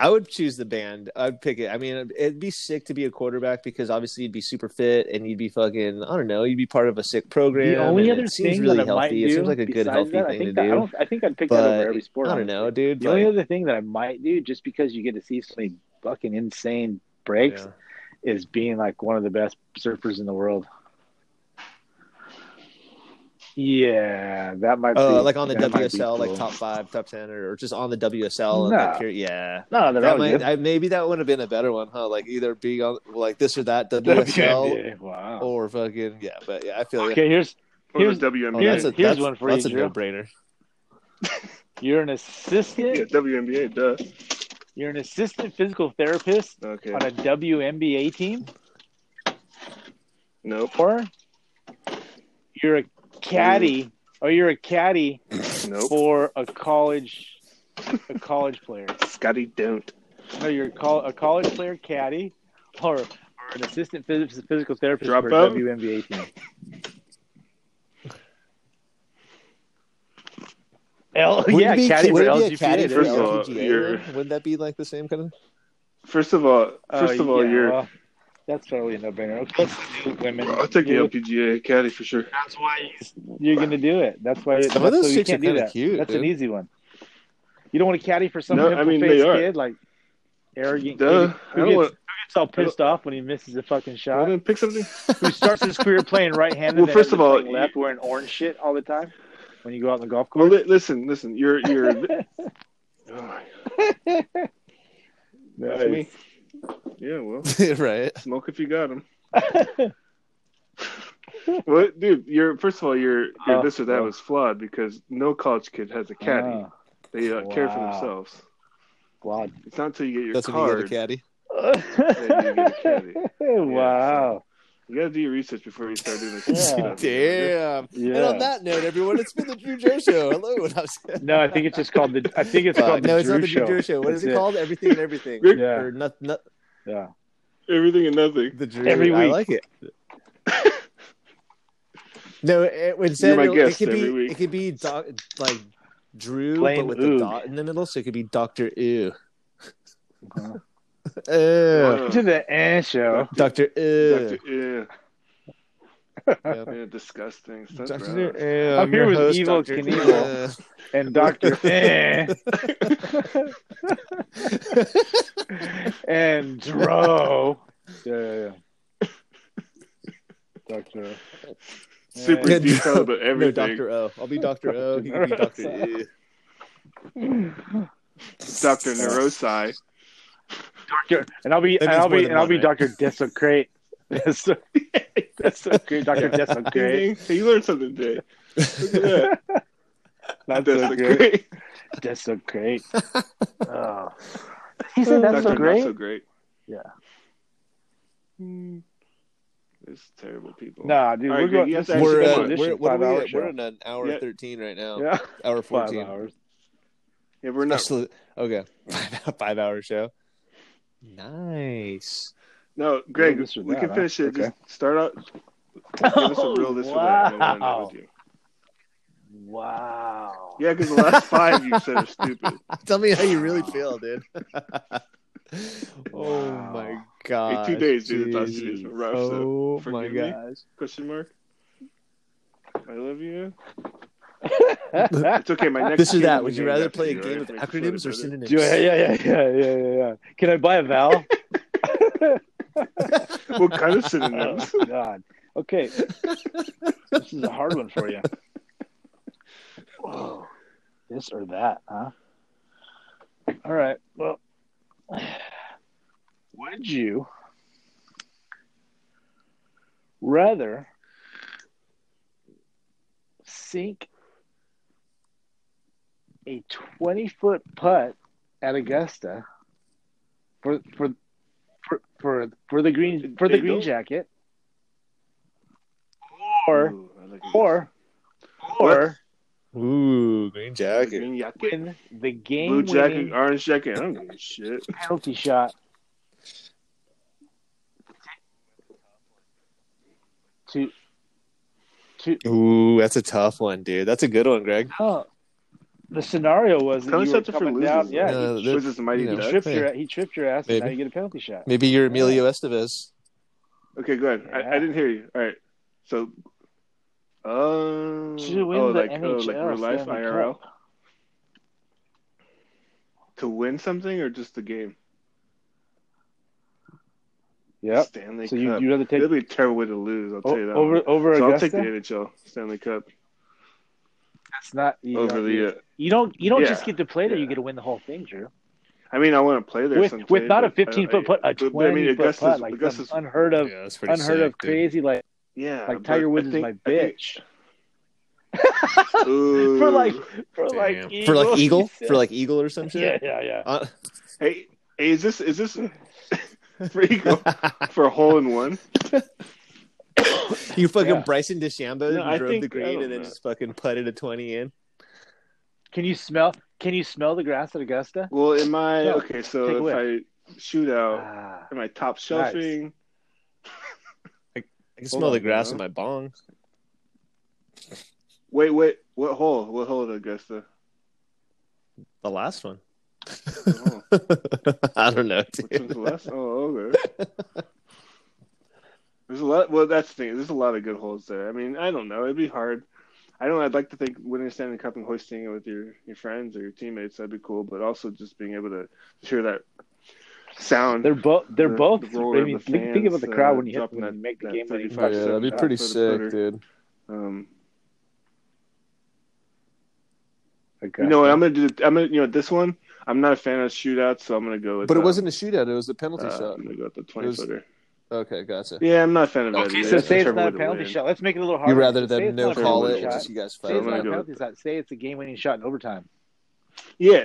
C: I would choose the band. I'd pick it. I mean, it'd be sick to be a quarterback because obviously you'd be super fit and you'd be fucking. I don't know. You'd be part of a sick program.
B: The only
C: and
B: other
C: it seems
B: thing
C: really
B: that I might
C: healthy.
B: do
C: It seems like a good
B: besides
C: healthy
B: that, I
C: thing to
B: think that- I,
C: do.
B: don't, I think I'd pick that
C: But
B: over every sport.
C: I don't
B: honestly.
C: know, dude.
B: The only other thing that I might do, just because you get to see so many fucking insane
C: like,
B: breaks, is being like one of the best surfers in the world. Yeah, that might be
C: Oh, like on the
B: that might be
C: WSL, like
B: cool.
C: top five, top ten, or, or just on the WSL.
B: No.
C: Like, here- yeah.
B: No,
C: That
B: that
C: might,
B: might
C: I, maybe that would have been a better one, huh? Like either being on like this or that WSL
B: WSL. Wow.
C: or fucking yeah. But yeah, I feel you.
B: Okay, here's
A: Or
B: Here's-
A: the WNBA.
C: Oh,
B: here's-
C: that's a,
B: here's
C: that's,
B: one for
C: that's
B: you,
C: a
B: Drew.
C: no-brainer.
B: you're an
A: yeah,
B: assistant.
A: WNBA. Duh.
B: You're an assistant physical therapist
A: Okay.
B: on a WNBA team,
A: Nope.
B: or you're a caddy, or you're a caddy
A: Mm. Nope.
B: for a college, a college player.
A: Scotty, don't.
B: No, you're a, col- a college player caddy, or, or an assistant phys- physical therapist
A: Drop
B: for a
A: out?
B: WNBA team. L-
C: Wouldn't
B: yeah,
C: it be-
B: caddy for
C: would it be a
B: LGPA.
C: caddy
B: there you
C: for
A: First of
B: go.
A: all,
C: LPGA
A: you're-
C: then? Wouldn't that be like the same kind of?
A: First of all,
B: Oh,
A: first of all,
B: yeah,
A: you're.
B: well, that's probably a no-brainer. Of course, you do, women.
A: I'll take the
B: You-
A: LPGA caddy for sure.
B: That's why you- you're going to do it. That's why.
C: Some
B: that's
C: of those
B: why you
C: chicks are
B: can't do
C: kinda
B: that.
C: cute,
B: That's an
C: dude.
B: easy one. You don't want to caddy for some
A: No, I mean, they
B: face
A: are.
B: kid like arrogant.
A: Duh.
B: kid
A: I
B: Who
A: don't
B: gets,
A: want-
B: who gets all pissed off when he misses a fucking
A: Well,
B: shot?
A: then pick something.
B: who starts his career playing right handed.
A: Well, first of all, you-
B: left wearing orange shit all the time when you go out on the golf
A: Well,
B: course.
A: li- listen, listen. You're you're. oh my That's me. Yeah, well,
C: right.
A: smoke if you got them. Well, dude, you're first of all, your your
B: Oh,
A: this or that
B: well.
A: was flawed because no college kid has a caddy.
B: Ah,
A: they uh, care for
B: wow.
A: themselves.
B: wow.
A: It's not until you get your
C: That's when you
A: card.
C: get a caddy.
A: you get a caddy.
B: wow.
A: you gotta do your research before you start doing this.
B: Yeah.
A: stuff, you know?
C: Damn.
B: Yeah.
C: And on that note, everyone, it's been the Drew Joe Show. Hello. What up?
B: No, I think it's just called the. I think it's
C: Fuck,
B: called the
C: Uh, no, it's
B: Drew
C: not the
B: Show.
C: Drew Show. What is
B: That's
C: it called? Everything and everything.
B: Yeah.
C: Or not, not,
B: Yeah.
A: Everything and nothing.
C: The Drew.
B: Every
C: I
B: week.
C: like it. No, it, it said
A: my
C: it,
A: guest
C: could be
A: every week.
C: it could be doc, like Drew,
B: Plain
C: but with
B: Oog.
C: the dot in the middle, so it could be Doctor Ew.
B: Uh-huh.
C: Ew.
A: Wow.
B: To the end show.
C: Uh, Doctor Ew.
A: Doctor, yeah,
C: Yep.
A: yeah, disgusting. So
C: Doctor
A: gross.
C: Ew.
B: I'm here
C: your
B: with
C: host,
B: Evil
C: Dr.
B: Knievel.
C: Ew.
B: And Doctor eh, and Dro. Yeah, yeah, yeah. Doctor.
A: Super
C: Yeah.
A: detailed about
C: No,
A: everything.
C: Doctor O. I'll be Doctor O. He can be Doctor E.
A: Doctor Neurosci.
B: Doctor, and I'll be, and
C: That means
B: I'll
C: more
B: be,
C: than
B: and I'll
C: one,
B: be
C: right?
B: Doctor Desecrate. That's so great, Doctor Desecrate.
A: Ding, ding. Hey, you learned something today. Look at that.
B: That's
A: That's
B: so
A: a
B: great.
A: great.
B: That's so great. Oh. He said
A: Doctor
B: that's so
A: Not
B: great.
A: so great.
B: Yeah.
A: Hmm. There's terrible people.
B: Nah, dude,
A: All
B: we're
A: right, Greg,
B: going.
A: you have
B: This
A: to
B: is
A: actually
C: We're,
A: come on.
B: an
C: uh,
A: Five
B: audition,
C: we're, what are
B: five-hour
C: we at? We're
B: show.
C: at an hour
A: Yeah.
C: 13 right now.
B: Yeah,
C: Hour
B: five
C: 14.
B: hours.
A: Yeah, we're not.
C: Absolute- Okay. Five hour show. Nice.
A: No, Greg,
B: this or
A: we
B: that,
A: can
B: huh?
A: finish it.
B: Okay.
A: Just start out. Give us
C: Oh,
B: Oh,
A: a real this or that. and then we'll end it
B: wow.
A: with you.
B: Wow.
A: Yeah, because the last five you said are stupid.
C: Tell me how you really
B: Wow.
C: feel, dude. Oh
B: Wow.
C: my god.
A: two days, dude. The last two days were rough,
C: Oh
A: so
C: my
A: forgive me.
C: gosh.
A: Question mark. I love you.
B: yeah,
A: It's okay. My next.
C: This or
A: game
C: that.
A: we
C: Would you
A: named
C: rather
A: after
C: play a
A: right?
C: game
A: If
C: of
A: it makes you feel
C: acronyms or
A: better.
C: synonyms?
B: yeah, yeah, yeah, yeah, yeah. Can I buy a vowel?
A: What kind of
B: oh,
A: synonyms?
B: God. Okay. This is a hard one for you. Whoa. This or that, huh? All right. Well, would you rather sink a 20 foot putt at Augusta for, for, for, for, for the green, for the
A: They
B: green
A: don't-
B: jacket? Or,
A: Ooh, I like it.
B: or, or
C: Ooh, green jacket.
A: green jacket,
B: win the
A: blue
B: game
A: jacket,
B: winning
A: orange jacket. I don't give a shit.
B: penalty shot to to
C: Ooh, that's a tough one, dude. That's a good one, Greg.
B: oh, the scenario was that
A: Penalty
B: you were
A: shots are for
B: coming
A: losers,
B: down.
A: though.
B: Yeah,
C: Uh,
B: he,
C: that-
A: Was this the mighty
C: you know.
A: duck?
B: tripped your he tripped your ass, and now
C: Maybe.
B: you get a penalty shot.
C: Maybe you're Emilio Estevez.
A: Okay, go ahead. I, I
B: Yeah.
A: didn't hear you. All right. So, um,
B: To win
A: oh,
B: the
A: like, oh,
B: NHL
A: like real life
B: Stanley
A: IRL
B: Cup.
A: to win something or just the game?
B: Yep.
A: Stanley
B: So you
A: Cup.
B: you rather take
A: That'd be a terrible way to lose. I'll
B: o-
A: tell you that.
B: over
A: one.
B: over
A: so I'll
B: Augusta?
A: take the NHL Stanley Cup
B: That's not you
A: over
B: don't,
A: the. Uh,
B: you don't you don't
A: Yeah,
B: just get to play there. You
A: yeah.
B: get to win the whole thing, Drew.
A: I mean, I want to play there
B: With
A: someday,
B: with not
A: but uh, I
B: a
A: don't-
B: fifteen foot putt, a
A: but-
B: twenty
A: but I mean,
B: foot
A: Augusta's-
B: putt, like
A: Augusta's-
B: some unheard of
C: that's
B: unheard of crazy like
A: Yeah,
B: like
A: but
B: Tiger Woods
A: I
B: is
A: think-
B: my
A: I think-
B: bitch.
A: Ooh.
B: for like for
C: Damn.
B: like eagle,
C: for like eagle,
B: he
C: for like eagle or some
B: said. yeah
C: shit.
B: yeah yeah.
C: Uh,
A: hey, hey, is this is this for eagle for a hole in one?
C: you fucking
B: Yeah.
C: Bryson DeChambeau
A: No, I
C: drove
A: think-
C: the
A: I
C: green
A: don't
C: and then
A: know.
C: just fucking putted a twenty in.
B: Can you smell? Can you smell the grass at Augusta?
A: Well, am I
B: No,
A: okay? So
B: take
A: if
B: away.
A: I shoot out,
B: Ah,
A: am I top shelving?
C: I can
A: Hold
C: smell
A: on,
C: the grass
A: huh?
C: in my bong.
A: Wait, wait, what hole? What hole did Augusta?
C: The last one.
A: What hole?
C: I don't know.
A: oh, Which one's
C: Dude.
A: the last? Oh, okay. There's a lot. Well, that's the thing. There's a lot of good holes there. I mean, I don't know. It'd be hard. I don't. I'd like to think winning the Stanley Cup and hoisting it with your your friends or your teammates. That'd be cool. But also just being able to hear that sound.
B: they're both. They're
A: The-
B: both.
A: the
B: I
A: roar of
B: mean,
A: the
B: think, think about the
A: fans,
B: crowd
A: uh,
B: when you hit,
A: dropping
B: when
A: that-
B: you make the
A: that
B: game winning.
A: 35
B: shot.
A: Yeah, that'd be pretty For the sick, footer.
C: dude.
A: Um,
B: Augusta. Ah,
A: you know what? I'm gonna do. I'm gonna. You know this one. I'm not a fan of shootouts, so I'm gonna go with.
C: But it
A: um,
C: wasn't a shootout; it was a penalty
A: uh,
C: shot.
A: I'm gonna go with the
C: It
A: 20
C: was-
A: footer.
C: Okay, gotcha.
A: Yeah, I'm not a fan of that.
C: Okay,
A: either.
B: So
A: That's
B: say it's
A: terrible
B: not a
A: way to
B: penalty
A: win.
B: shot. Let's make it a little harder.
C: You
B: Say
C: rather them
B: it's
C: no
B: not a
C: call
B: penalty
C: it,
A: win.
B: shot.
C: just you guys
B: Say
A: I'm
B: it's
C: fight.
A: gonna
B: not a
A: go
B: penalty shot. Say it's a game-winning shot in overtime.
A: Yeah.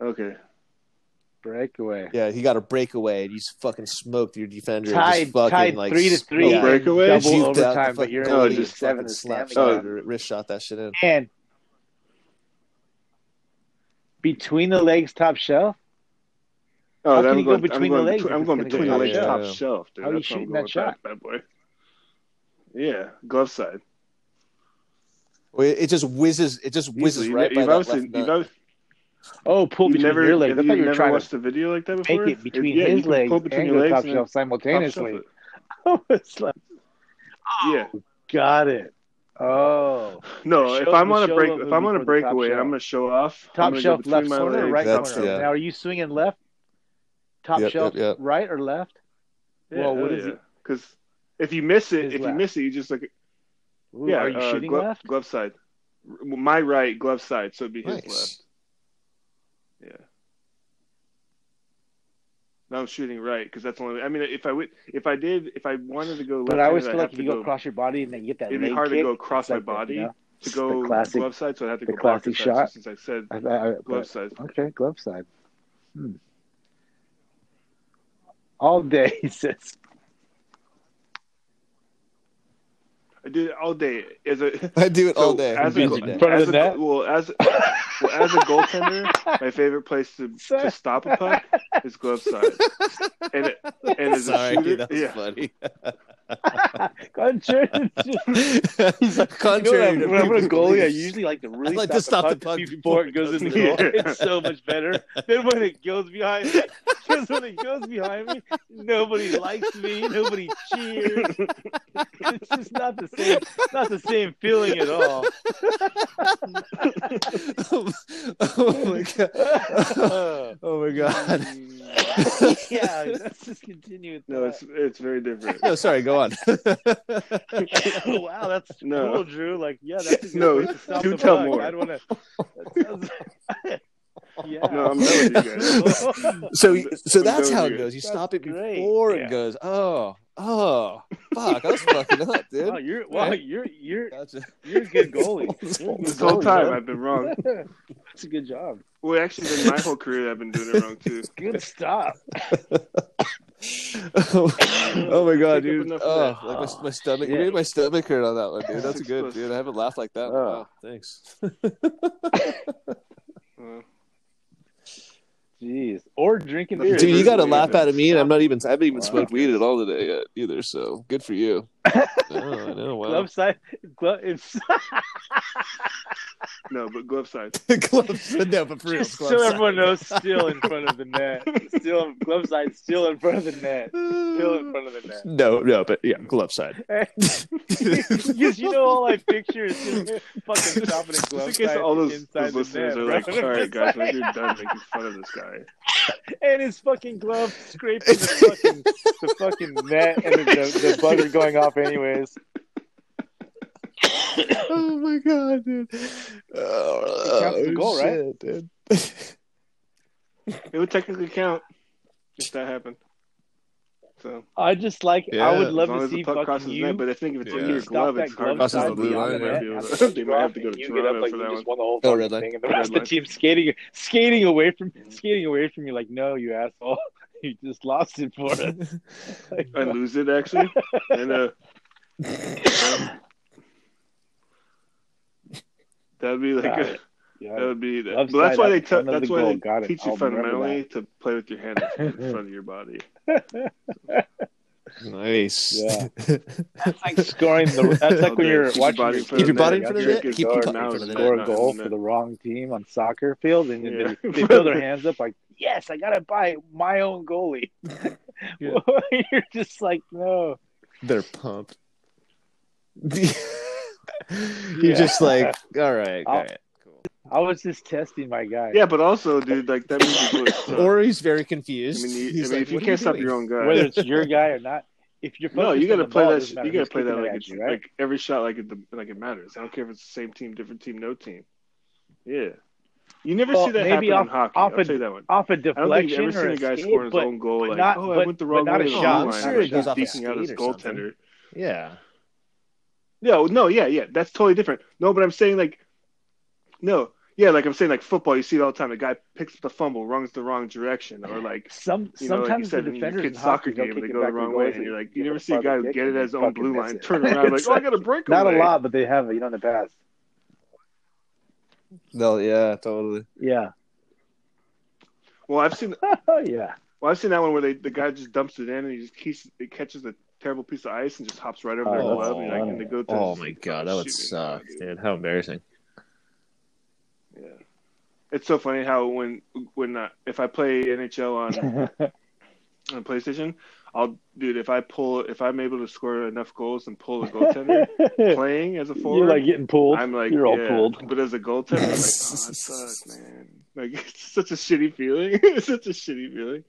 A: Oh, Okay.
B: Breakaway.
C: Yeah, he got a breakaway, and you just fucking smoked your defender. and
B: Tied,
C: just fucking,
B: tied
C: like,
B: three to three.
A: yeah.
B: and
A: Oh, Breakaway? Oh,
B: Double
C: Juked out the
B: overtime, but
C: fucking
B: you're in
A: goal,
B: the
A: Oh,
C: goalie,
A: just
B: lead,
C: fucking
B: seven to
C: slap
B: seven.
A: shot.
C: shot or wrist shot that shit in.
B: and between the legs top shelf
A: Oh,
B: How
A: then
B: can
A: I'm
B: he go
A: going,
B: between the
A: I'm going
B: legs
A: between-
B: if
A: I'm
B: it's
A: going
B: gonna
A: between
C: go
A: the legs,
C: top
A: top
C: shelf?
A: shelf, dude.
B: How are you
A: That's what I'm
B: shooting
A: going
B: that
A: with that bad boy. Yeah, glove side.
C: Well, It it just whizzes. It just whizzes
A: Easily.
C: right
A: you've
C: by that
A: obviously,
C: left
A: you've,
C: nut.
A: ob-
B: Oh, pull
A: you've
B: between
A: never,
B: your legs. I
A: have
B: thought
A: you
B: you were
A: never
B: trying
A: watched
B: to
A: a video like that
B: make
A: before?
B: it between
A: yeah, you
B: his
A: can
B: legs
A: Pull between
B: and
A: your
B: the
A: legs
B: top
A: and then
B: shelf simultaneously.
A: top
B: I was like,
A: shelf it. Yeah.
B: got it. Oh,
A: No,
B: Show
A: if I'm
B: the
A: on a
B: show
A: break,
B: up
A: if
B: movie
A: I'm on
B: for
A: a
B: the
A: breakaway and I'm
B: top shelf.
A: going to show off, I'm
B: top
A: gonna go
B: shelf
A: between
B: left
A: my
B: corner, or
A: legs.
B: right
C: That's-
B: corner.
C: yeah.
B: Now, are you swinging left? Top
C: Yep,
B: shelf,
C: yep, yep.
B: right or left? Well, what is it?
A: Because if you miss it,
B: His
A: if you
B: left.
A: miss it, you just like
B: Ooh,
A: yeah,
B: are you
A: uh,
B: shooting
A: glove,
B: left?
A: glove side, R- my right glove side, so it'd be his left.
C: Nice.
A: Yeah. No, I'm shooting right because that's the only. I mean, if I would, if I did, if I wanted to go left,
B: But I always
A: handed, I'd
B: feel like
A: have
B: if
A: to
B: you go
A: go
B: across your body and then you get that
A: It'd be
B: leg
A: hard to
B: kick,
A: go across
B: it's
A: my
B: like that,
A: body
B: you know?
A: to
B: the
A: go
B: classic-
A: glove side, so I'd have to
B: the
A: go blocker
B: classic
A: side,
B: shot.
A: Since I said
B: I, I, I,
A: glove side,
B: okay, glove side. Hmm. All day, he says.
A: I did it all day as a
C: I do it
A: so
C: all day.
A: As a,
B: In
A: goal-
B: front of
A: as
B: the
A: a
B: net?
A: goal- well, as well, as a goaltender, my favorite place to, to stop a puck is glove side, and it, and as
C: Sorry,
A: a shooter,
C: that's
A: yeah.
C: funny.
B: Go ahead, Jared.
C: Contrary
B: you know,
C: to
B: when I'm, when I'm a
C: people's
B: goalie, I
C: beliefs.
B: usually like to really
C: I like to stop the puck
B: before it goes in the goal.
A: Yeah.
B: It's so much better than when it goes behind me. Because when it goes behind me, nobody likes me, nobody cheers. It's just not the same, not the same feeling at all.
C: oh my god. Oh my god.
B: Uh, yeah, let's just continue. With
A: No, it's it's very different.
C: No, sorry, go on.
B: that. Oh, wow, that's
A: No.
B: cool, Drew. Like, yeah, that's a good
A: No,
B: way to stop
A: do
B: the
A: tell
B: bug.
A: more.
B: I don't want to. yeah.
A: No, I'm telling you guys.
C: so so
A: I'm
C: that's
A: going
C: how
A: here.
C: it goes. You
B: That's
C: stop it
B: great.
C: before
B: Yeah.
C: it goes. Oh, oh, fuck! I was fucking up,
B: Wow,
C: dude.
B: you're wow,
C: Right.
B: you're you're
C: Gotcha.
B: you're a good goalie.
C: This
B: You're a good
A: This whole
B: goalie,
A: time
B: bro.
A: I've been wrong.
B: That's a good job.
A: Well, actually, then my whole career I've been doing it wrong too.
B: Good stop.
C: oh, my
A: Pick up
C: god, dude!
A: enough
C: Oh,
A: of
C: like my, my stomach, you
B: shit.
C: made my stomach hurt on that one, dude. That's
A: Six
C: good,
A: plus.
C: dude. I haven't laughed like that. in a
B: Oh.
C: while. thanks.
A: that. Uh,
B: Jeez. Or drinking beer.
A: Dude,
C: Dude, you got to
A: Really?
C: laugh at me, and I'm not even. I haven't even
B: Wow.
C: smoked weed at all today yet, either. So good for you. oh, I know. Wow.
B: glove side. Glove. It's,
A: no, but glove side.
C: gloves. No, but for real,
B: just so
C: gloves.
B: everyone knows, still in front of the net. Still glove side. Still in front of the net. Still in front of the net.
C: No, no, but yeah, glove side.
B: Because you know all I picture is just fucking stopping a glove
A: Just in case
B: side
A: all those,
B: inside
A: those
B: the
A: listeners
B: net,
A: are
B: bro.
A: like, all right, guys, when you're done making fun of this guy.
B: and his fucking glove scraping the fucking the fucking net and the, the buzzer going off anyways.
C: oh my god, dude. Oh,
B: counts as a goal, right?
C: shit, dude.
A: It would technically count if that happened. So
B: I just like
C: Yeah,
B: I would love
A: as long
B: to
A: as
B: see
A: the puck crosses
B: fucking
A: the
B: you.
A: net, but I think if it's
C: Yeah.
A: in your
B: stop
A: glove,
B: that
A: it's hard.
B: glove
C: Crosses the
B: side
C: blue
B: beyond
C: line,
B: the
C: yeah.
B: net,
A: They
B: and
A: might have
B: then you
A: to go
B: and
A: to
B: you
A: Toronto
B: like
A: for
B: you
A: that
B: just
A: one.
B: won the whole
C: Oh,
B: fucking
C: red line.
B: thing, and the rest
A: Red
B: of the
A: line.
B: team skating skating away from skating away from you. Like, no, you asshole, you just lost it for us. Like,
A: I lose it actually, and uh, that'd be like
B: Got
A: a,
B: it. yeah.
A: that would be that.
B: Love
A: But that's
B: side
A: why
B: up,
A: they tell
B: front of
A: that's
B: the
A: why
B: goal.
A: they
B: Got it.
A: teach you
B: I'll remember
A: fundamentally to play with your hand in front of your body.
C: Nice.
B: Yeah. That's like scoring the. That's like
A: All
B: when
A: day.
B: you're
A: Keep your body in front of
B: watching.
C: Keep your body in
A: net.
C: front of
A: Your
C: it.
A: kick is
C: Keep your
A: hard
C: puck in
A: now,
C: front of
A: it's
C: the
A: hard
B: score a
A: not
B: goal
A: in
B: for
A: net.
B: the wrong team on soccer field, and then
A: Yeah.
B: they, they throw their hands up like, "Yes, I got it by my own goalie."
C: Yeah.
B: You're just like, no.
C: They're pumped.
B: Yeah.
C: You're just like, all right, all right.
B: I was just testing my guy.
A: Yeah, but also, dude, like that means your goalie sucks.
C: Or he's very
A: I
C: confused.
A: mean, you,
C: He's
A: I mean,
C: like,
A: if you
C: what are
A: can't stop
C: doing?
A: your own guy,
B: Whether it's your guy or not, if you're
A: No, you
B: got
A: gotta
B: to
A: play
B: ball, it
A: that.
B: doesn't
A: Shit.
B: matter
A: You gotta
B: who's
A: play that
B: kicking it
A: like
B: at
A: it's
B: you, right?
A: like every shot like it like it matters. I don't care if it's the same team, different team, no team. Yeah, you never
B: Well,
A: see that
B: maybe
A: happen
B: off-
A: in hockey.
B: off
A: I'll
B: a-
A: say that one.
B: off a
A: I don't think you've
B: deflection
A: ever
B: or
A: seen
B: a
A: a guy
B: skate,
A: score his
B: but
A: own goal like,
B: not-
A: oh,
B: but-
A: I went the
B: but
A: wrong
B: not a
A: way.
B: shot.
A: Oh,
B: I'm
A: I'm
B: sure it
C: goes off a
A: decent out
C: skate
A: his
C: or something.
A: goaltender.
C: Yeah.
A: No, no, yeah, yeah, that's totally different. No, but I'm saying like, no, yeah, like I'm saying like football. You see it all the time. The guy picks up the fumble, runs the wrong direction, or like
B: Some
A: you know, like you
B: sometimes
A: said
B: the
A: in your
B: defenders in
A: kid's soccer
B: hockey, they'll
A: game,
B: kick
A: they
B: it
A: go
B: back
A: the
B: to the
A: wrong
B: goal,
A: way,
B: so
A: and you're like,
B: give
A: you
B: it
A: never
B: a
A: see a guy
B: fucking kick
A: get it
B: and
A: at his own
B: fucking
A: blue
B: miss
A: line,
B: it.
A: turn around, like,
B: It's
A: oh, I got a breakaway.
B: Not a lot, but they have it. You know, in the past.
C: No, yeah, totally.
B: Yeah.
A: Well, I've seen
B: Oh yeah.
A: Well, I've seen that one where they the guy just dumps it in and he just keeps it catches a terrible piece of ice and just hops right over their
C: Oh,
A: glove and, like, and they go through.
C: Oh
A: this-
C: my god, that would
A: shoot.
C: suck, dude. How embarrassing.
A: Yeah, it's so funny how when when uh, if I play NHL on on PlayStation, I'll dude if I pull if I'm able to score enough goals and pull the goaltender
B: You're
A: playing as a forward,
B: like getting pulled.
A: I'm like
B: you're all
A: yeah.
B: pulled.
A: But as a goaltender, I'm like, oh, that sucks, man. Like it's such a shitty feeling. it's such a shitty feeling.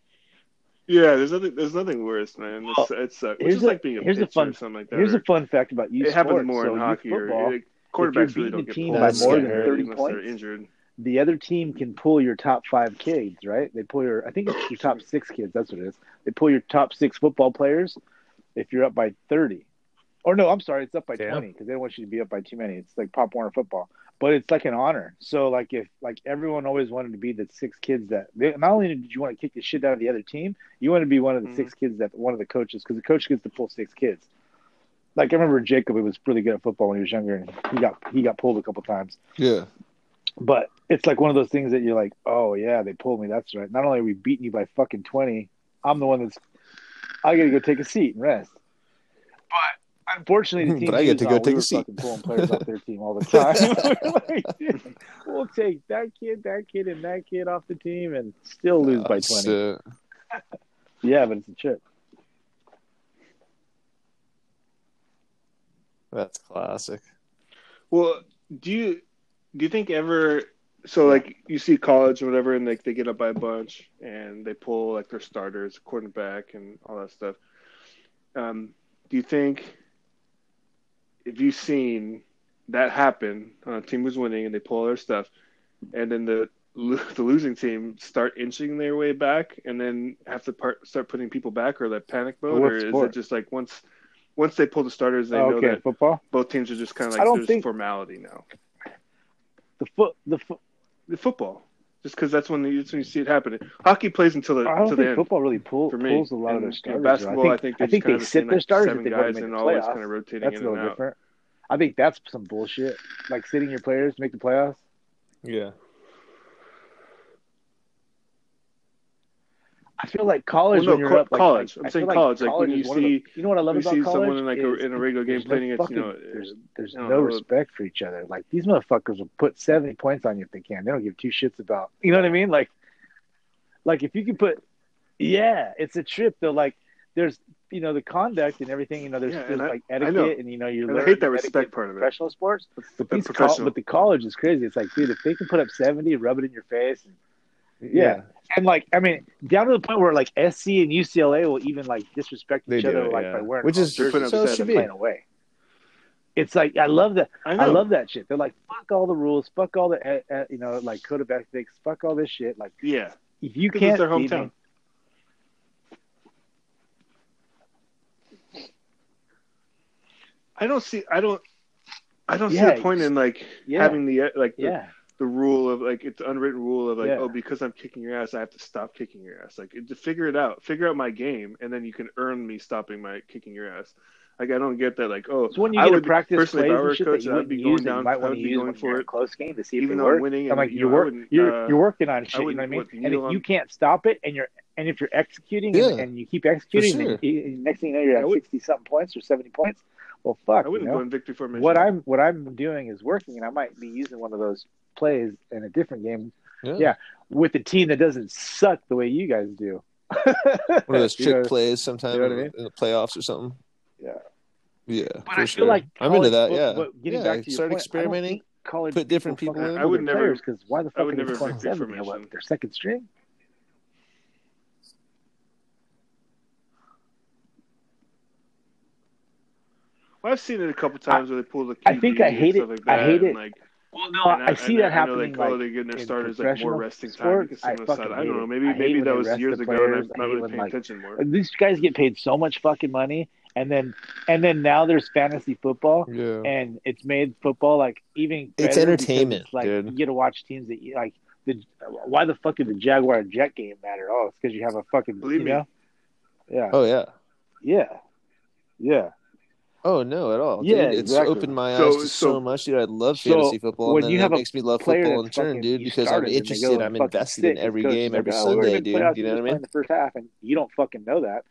A: Yeah, there's nothing. There's nothing worse, man. It's, it sucks. It's
B: here's
A: just
B: a-
A: like being a
B: here's a
A: pitcher
B: fun-
A: or something like that.
B: Here's
A: or-
B: a fun fact about you.
A: it happens
B: sports.
A: more
B: So
A: in
B: youth
A: hockey.
B: football,
A: Or, quarterbacks really
B: beating
A: don't
B: the
A: get
B: team
A: pulled
C: by
A: unless
C: more than
A: they're
B: 30
A: unless they're
B: points.
A: injured.
B: the other team can pull your top five kids, right? They pull your, I think it's your top six kids. That's what it is. They pull your top six football players if you're up by 30. Or no, I'm sorry, it's up by
C: Yeah.
B: 20 because they don't want you to be up by too many. It's like Pop Warner football, but it's like an honor. So, like, if like everyone always wanted to be the six kids that they, not only did you want to kick the shit out of the other team, you want to be one of the
A: Mhm.
B: six kids that one of the coaches because the coach gets to pull six kids. Like I remember Jacob, he was really good at football when he was younger, and he got he got pulled a couple times
C: Yeah.
B: but it's like one of those things that you're like, oh yeah, they pulled me. That's right. Not only are we beating you by fucking twenty, I'm the one that's I gotta go take a seat and rest. But unfortunately, the team
C: But I get to
B: he was
C: go
B: on,
C: take
B: we
C: a
B: were
C: seat.
B: Fucking pulling players off their team all the time. We're like, we'll take that kid, that kid, and that kid off the team, and still lose by twenty.
C: Uh, So,
B: Yeah, but it's a chip.
C: that's classic.
A: Well, do you do you think ever? So like you see college or whatever, and like they get up by a bunch, and they pull like their starters, quarterback, and all that stuff. Um, do you think if you've seen that happen on a team who's winning and they pull all their stuff, and then the lo- the losing team start inching their way back, and then have to part, start putting people back, or that panic mode,
B: What
A: or is
B: sport? Oh,
A: it just like once once they pull the starters, they know
B: Okay,
A: that
B: football.
A: both teams are just kind of
B: I
A: like
B: don't
A: there's
B: think-
A: formality now.
B: The foot. The foot.
A: The football, just because that's when the, that's when you see it happening. Hockey plays until the
B: I don't
A: until
B: think
A: the end.
B: football really pull,
A: for me,
B: pulls a lot of
A: And,
B: their
A: you know,
B: starters. though.
A: basketball, I think,
B: I think they
A: just
B: sit
A: kind
B: their
A: of
B: starters if
A: seven
B: they go to
A: guys
B: make
A: and
B: the
A: always
B: playoffs.
A: kind of rotating
B: That's
A: in
B: a
A: and
B: little
A: out.
B: different. I think that's some bullshit. Like sitting your players to make the playoffs.
C: Yeah.
B: I feel like college.
A: Well, no,
B: when you're
A: co-
B: up, like,
A: college.
B: I-
A: I'm
B: I
A: saying
B: feel like
A: college, like, when
B: is
A: you
B: one of
A: see-
B: the, you know what I love
A: you
B: about
A: see
B: college
A: someone in like a,
B: is
A: in a regular game
B: there's
A: playing
B: no
A: against you know
B: fucking- there's, there's
A: I don't
B: no
A: know.
B: respect for each other. Like these motherfuckers will put seventy points on you if they can. They don't give two shits about. You know what I mean? Like, like if you can put, yeah, it's a trip though. Like there's you know the conduct and everything. You know there's,
A: Yeah, and
B: there's
A: I-
B: like
A: know.
B: etiquette and you know you
A: and I
B: learn
A: hate that
B: etiquette
A: respect part
B: in
A: of it.
B: professional sports. But,
A: the
B: these col-
A: professional.
B: but the college is crazy. It's like, dude, if they can put up seventy, rub it in your face, and Yeah. and like I mean, down to the point where like SC and UCLA will even like disrespect
C: They
B: each
C: do
B: other
C: it,
B: like
C: yeah.
B: by wearing
C: Which
B: all
C: is
A: They're putting
C: so
A: up
C: it
A: sets
C: should
A: and
C: be.
B: playing away. It's like I love that.
A: I, know.
B: I, love that shit. They're like fuck all the rules, fuck all the eh, eh, you know like code of ethics, fuck all this shit. Like
A: Yeah,
B: if you
A: 'Cause
B: can't
A: it's their
B: beat me-
A: hometown. I don't see. I don't. I don't see
B: Yeah,
A: the point in like
B: yeah.
A: having the uh, like the,
B: yeah,
A: the rule of like it's unwritten rule of like
B: Yeah.
A: oh because I'm kicking your ass I have to stop kicking your ass like it- to figure it out figure out my game and then you can earn me stopping my kicking your ass like I don't get that like oh
B: it's when you
A: I
B: get to
A: would-
B: practice
A: personally, if
B: plays
A: I were a
B: and shit
A: coach,
B: that you
A: I'd
B: wouldn't
A: be
B: use.
A: going
B: that you
A: down-
B: might
A: I
B: want
A: would
B: to
A: be
B: use
A: going
B: when
A: for
B: you're in
A: it.
B: a close game to see if it
A: even though
B: works.
A: I'm winning
B: I'm
A: and,
B: like
A: you
B: you
A: know, I
B: work,
A: wouldn't,
B: you're
A: uh,
B: you're working on shit. You know
A: wouldn't
B: what I mean?
A: put
B: And if
A: Neil on-
B: you can't stop it, and you're and if you're executing and,
C: Yeah,
B: and you keep executing,
C: sure.
B: and you- and next thing you know, you're
A: I
B: at
A: would-
B: sixty something points or seventy points. Well, fuck.
A: I wouldn't
B: you know?
A: go in victory formation
B: what I'm what I'm doing is working, and I might be using one of those plays in a different game
C: Yeah.
B: Yeah. with a team that doesn't suck the way you guys do.
C: One of those
B: You
C: trick
B: know,
C: plays sometime
B: you know what I mean?
C: in the playoffs or something.
B: Yeah.
C: Yeah.
B: But
C: for
B: I
C: sure.
B: feel like
C: I'm into
B: college-
C: that,
B: but-
C: yeah.
B: but getting
C: Yeah,
B: back to your
C: start
B: point, I don't
C: experimentally,
B: think college
C: put different people in.
A: I would never-
B: because why the
A: I
B: fuck
A: would
B: are they
A: never
B: pulling
A: victory
B: seven? You know,
A: formation.
B: what, Their second string.
A: well, I've seen it a couple times where they pull the
B: I think
A: QB
B: I hate
A: and
B: it.
A: stuff like
B: I hate
A: that,
B: it.
A: and, like
B: Well, no,
A: and
B: I, see
A: and
B: that
A: I know
B: happening.
A: they call
B: like,
A: it getting their
B: in
A: starters like more
B: professional
A: resting time.
B: sports,
A: because some
B: I
A: of the
B: fucking
A: side- I
B: hate
A: don't know.
B: it.
A: Maybe
B: I hate
A: maybe
B: when
A: that
B: they
A: was
B: rest
A: years
B: the
A: ago, and
B: players.
A: I'm not
B: I hate
A: really
B: when,
A: paying
B: like,
A: attention more.
B: these guys get paid so much fucking money, and then and then now there's fantasy football,
C: Yeah.
B: and it's made football like even
C: It's
B: better
C: entertainment,
B: because it's, like
C: dude.
B: you get to watch teams that you like the why the fuck did the jaguar and jet game matter oh it's because you have a fucking
A: Believe
B: you
A: me.
B: know yeah
C: Oh yeah.
B: yeah yeah
C: Oh no, at all. dude.
B: Yeah,
C: it's
B: exactly.
C: opened my eyes
A: So-
C: to so,
A: so-
C: much, dude. I love
B: So,
C: fantasy football,
B: when
C: and then
B: you
C: that
B: have a
C: makes me love
B: player
C: football in
B: that's
C: turn,
B: fucking-
C: dude.
B: you
C: Because I'm
B: started and they
C: interested,
B: go
C: I'm
B: fucking
C: invested
B: sick,
C: in
B: and
C: every
B: coach
C: game
B: is
C: every
B: like, "Oh, we're gonna
C: Sunday,
B: be
C: dude.
B: playoffs, we're
C: You know
B: just
C: what I mean?
B: playing The first half, and you don't fucking know that.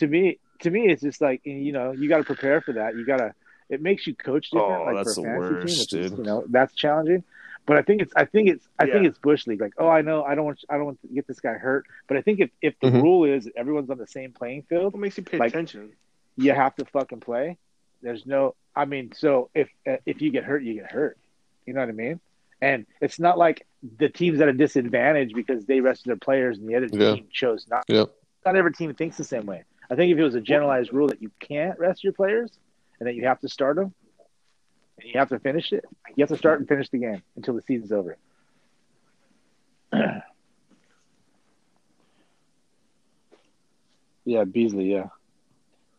B: To me, to me, it's just like you know, you got to prepare for that. You got to. It makes you coach different.
C: Oh,
B: like
C: that's
B: for a
C: the
B: fantasy team,
C: worst,
B: which is,
C: dude.
B: you know, that's challenging. But I think it's, I think it's, I think
A: Yeah.
B: it's bush league. Like, oh, I know, I don't want, I don't want to get this guy hurt. But I think if if the
C: Mhm.
B: rule is everyone's on the same playing field,
A: What makes you pay
B: Like-
A: attention?
B: you have to fucking play. There's no, I mean, so if if you get hurt, you get hurt. You know what I mean? And it's not like the team's at a disadvantage because they rested their players and the other
C: Yeah.
B: team chose not.
C: Yep.
B: Not every team thinks the same way. I think if it was a generalized rule that you can't rest your players and that you have to start them and you have to finish it, you have to start and finish the game until the season's over. yeah, Beasley. Yeah.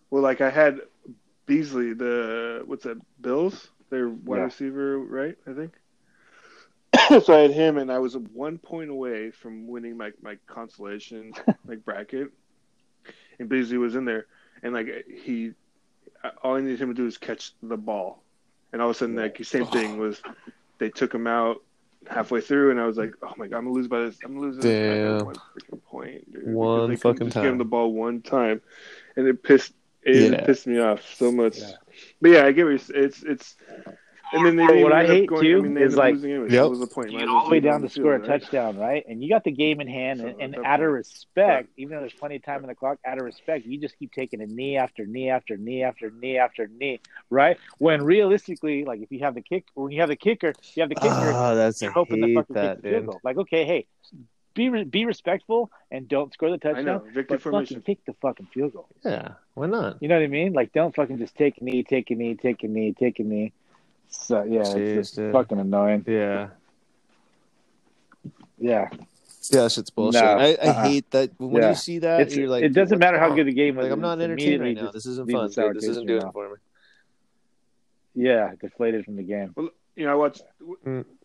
A: Well, like I had Beasley, the what's that? Bills, their wide
B: Yeah.
A: receiver, right? I think. so I had him, and I was one point away from winning my my consolation like bracket, and Beasley was in there, and like he, all I needed him to do was catch the ball, and all of a sudden like the
C: Oh.
A: same thing was, they took him out halfway through, and I was like, oh my god, I'm gonna lose by this, I'm gonna lose by this
C: Damn.
A: by one freaking point, dude. Because they
C: One
A: couldn't
C: fucking
A: just Give him
C: time.
A: the ball one time, and it pissed it
C: Yeah.
A: pissed me off so much.
B: Yeah.
A: But yeah, I get what you're, s- it's it's. And then they
B: But
A: ended
B: what I
A: up
B: hate,
A: going,
B: too,
A: I mean, they
B: is
A: ended up
B: like-
A: losing anyway,
C: Yep.
A: so what was the point?
B: you
A: Might as
B: get all the
A: well
B: way
A: keep it
B: down
A: on
B: to
A: the field,
B: score a
A: right?
B: touchdown, right? And you got the game in hand,
A: So
B: and, and
A: at that
B: out of
A: point-
B: respect, even though there's plenty of time on the clock, out of respect, you just keep taking a knee after knee after knee after knee after knee, right? When realistically, like if you have the kick, when you have the kicker, you have the kicker,
C: Ah, that's
B: you're
C: I
B: hoping the
C: hate
B: fucking kick
C: that,
B: the field
C: dude.
B: goal. Like, okay, hey, be re- be respectful and don't score the
A: I
B: touchdown,
A: know, victory
B: but fucking
A: formation.
B: kick the fucking field goal.
C: Yeah, why not?
B: You know what I mean? Like, don't fucking just take a knee, take a knee, take a knee, take a knee. So yeah,
C: Jeez,
B: it's just
C: dude.
B: fucking annoying.
C: Yeah,
B: Yeah.
C: yeah, that shit's bullshit.
B: No,
C: I, I
B: uh-uh.
C: hate that when
B: Yeah.
C: you see that,
B: It's-
C: you're like,
B: it doesn't
C: "What
B: matter
C: the
B: how
C: fuck?"
B: good the game was.
C: Like, I'm
B: it's
C: not entertained
B: immediately
C: right now.
B: just-
C: This isn't
B: leaves a
C: fun,
B: sour
C: dude. This
B: taste
C: isn't
B: in your
C: doing it
B: mouth.
C: for me.
B: yeah, deflated from the game.
A: Well, you know, I watched.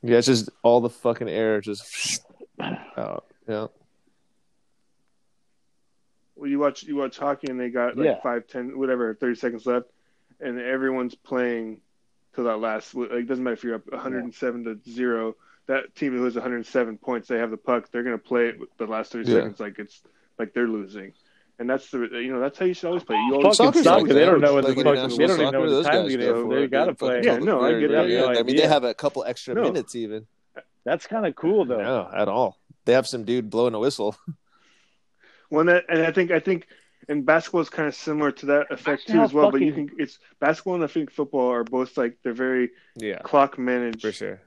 C: Yeah, it's just all the fucking air just out. Yeah.
A: Well, you watch you watch hockey, and they got like
B: Yeah.
A: five, ten, whatever, thirty seconds left, and everyone's playing till that last. Like, it doesn't matter if you're up 107 to zero. That team who has 107 points, they have the puck. They're gonna play it with the last 30
C: Yeah.
A: seconds like it's like they're losing, and that's the you know that's how you should always play. You always
B: Fucking
C: Soccer's
B: sucks.
C: like
B: They
C: that.
B: don't know what the
C: Like
B: fuck.
C: international
B: They don't even know
C: soccer,
B: what the
C: those
B: time
C: guys
B: it
C: go
B: is.
C: for
B: They
C: it,
B: gotta
C: dude. Fucking
B: play.
A: Yeah,
C: tell the
A: no, I
C: player,
A: get it.
C: dude.
A: I have
B: no
C: I mean,
B: idea.
C: they have a couple extra
A: No.
C: minutes even.
B: That's kind of cool though.
C: No, at all. They have some dude blowing a whistle.
A: Well, that, and I think I think and basketball is kind of similar to that effect
B: Imagine
A: too
B: how
A: as well. But you
B: fucking-
A: can it's basketball and I think football are both like they're very
C: Yeah,
A: clock management
C: sure.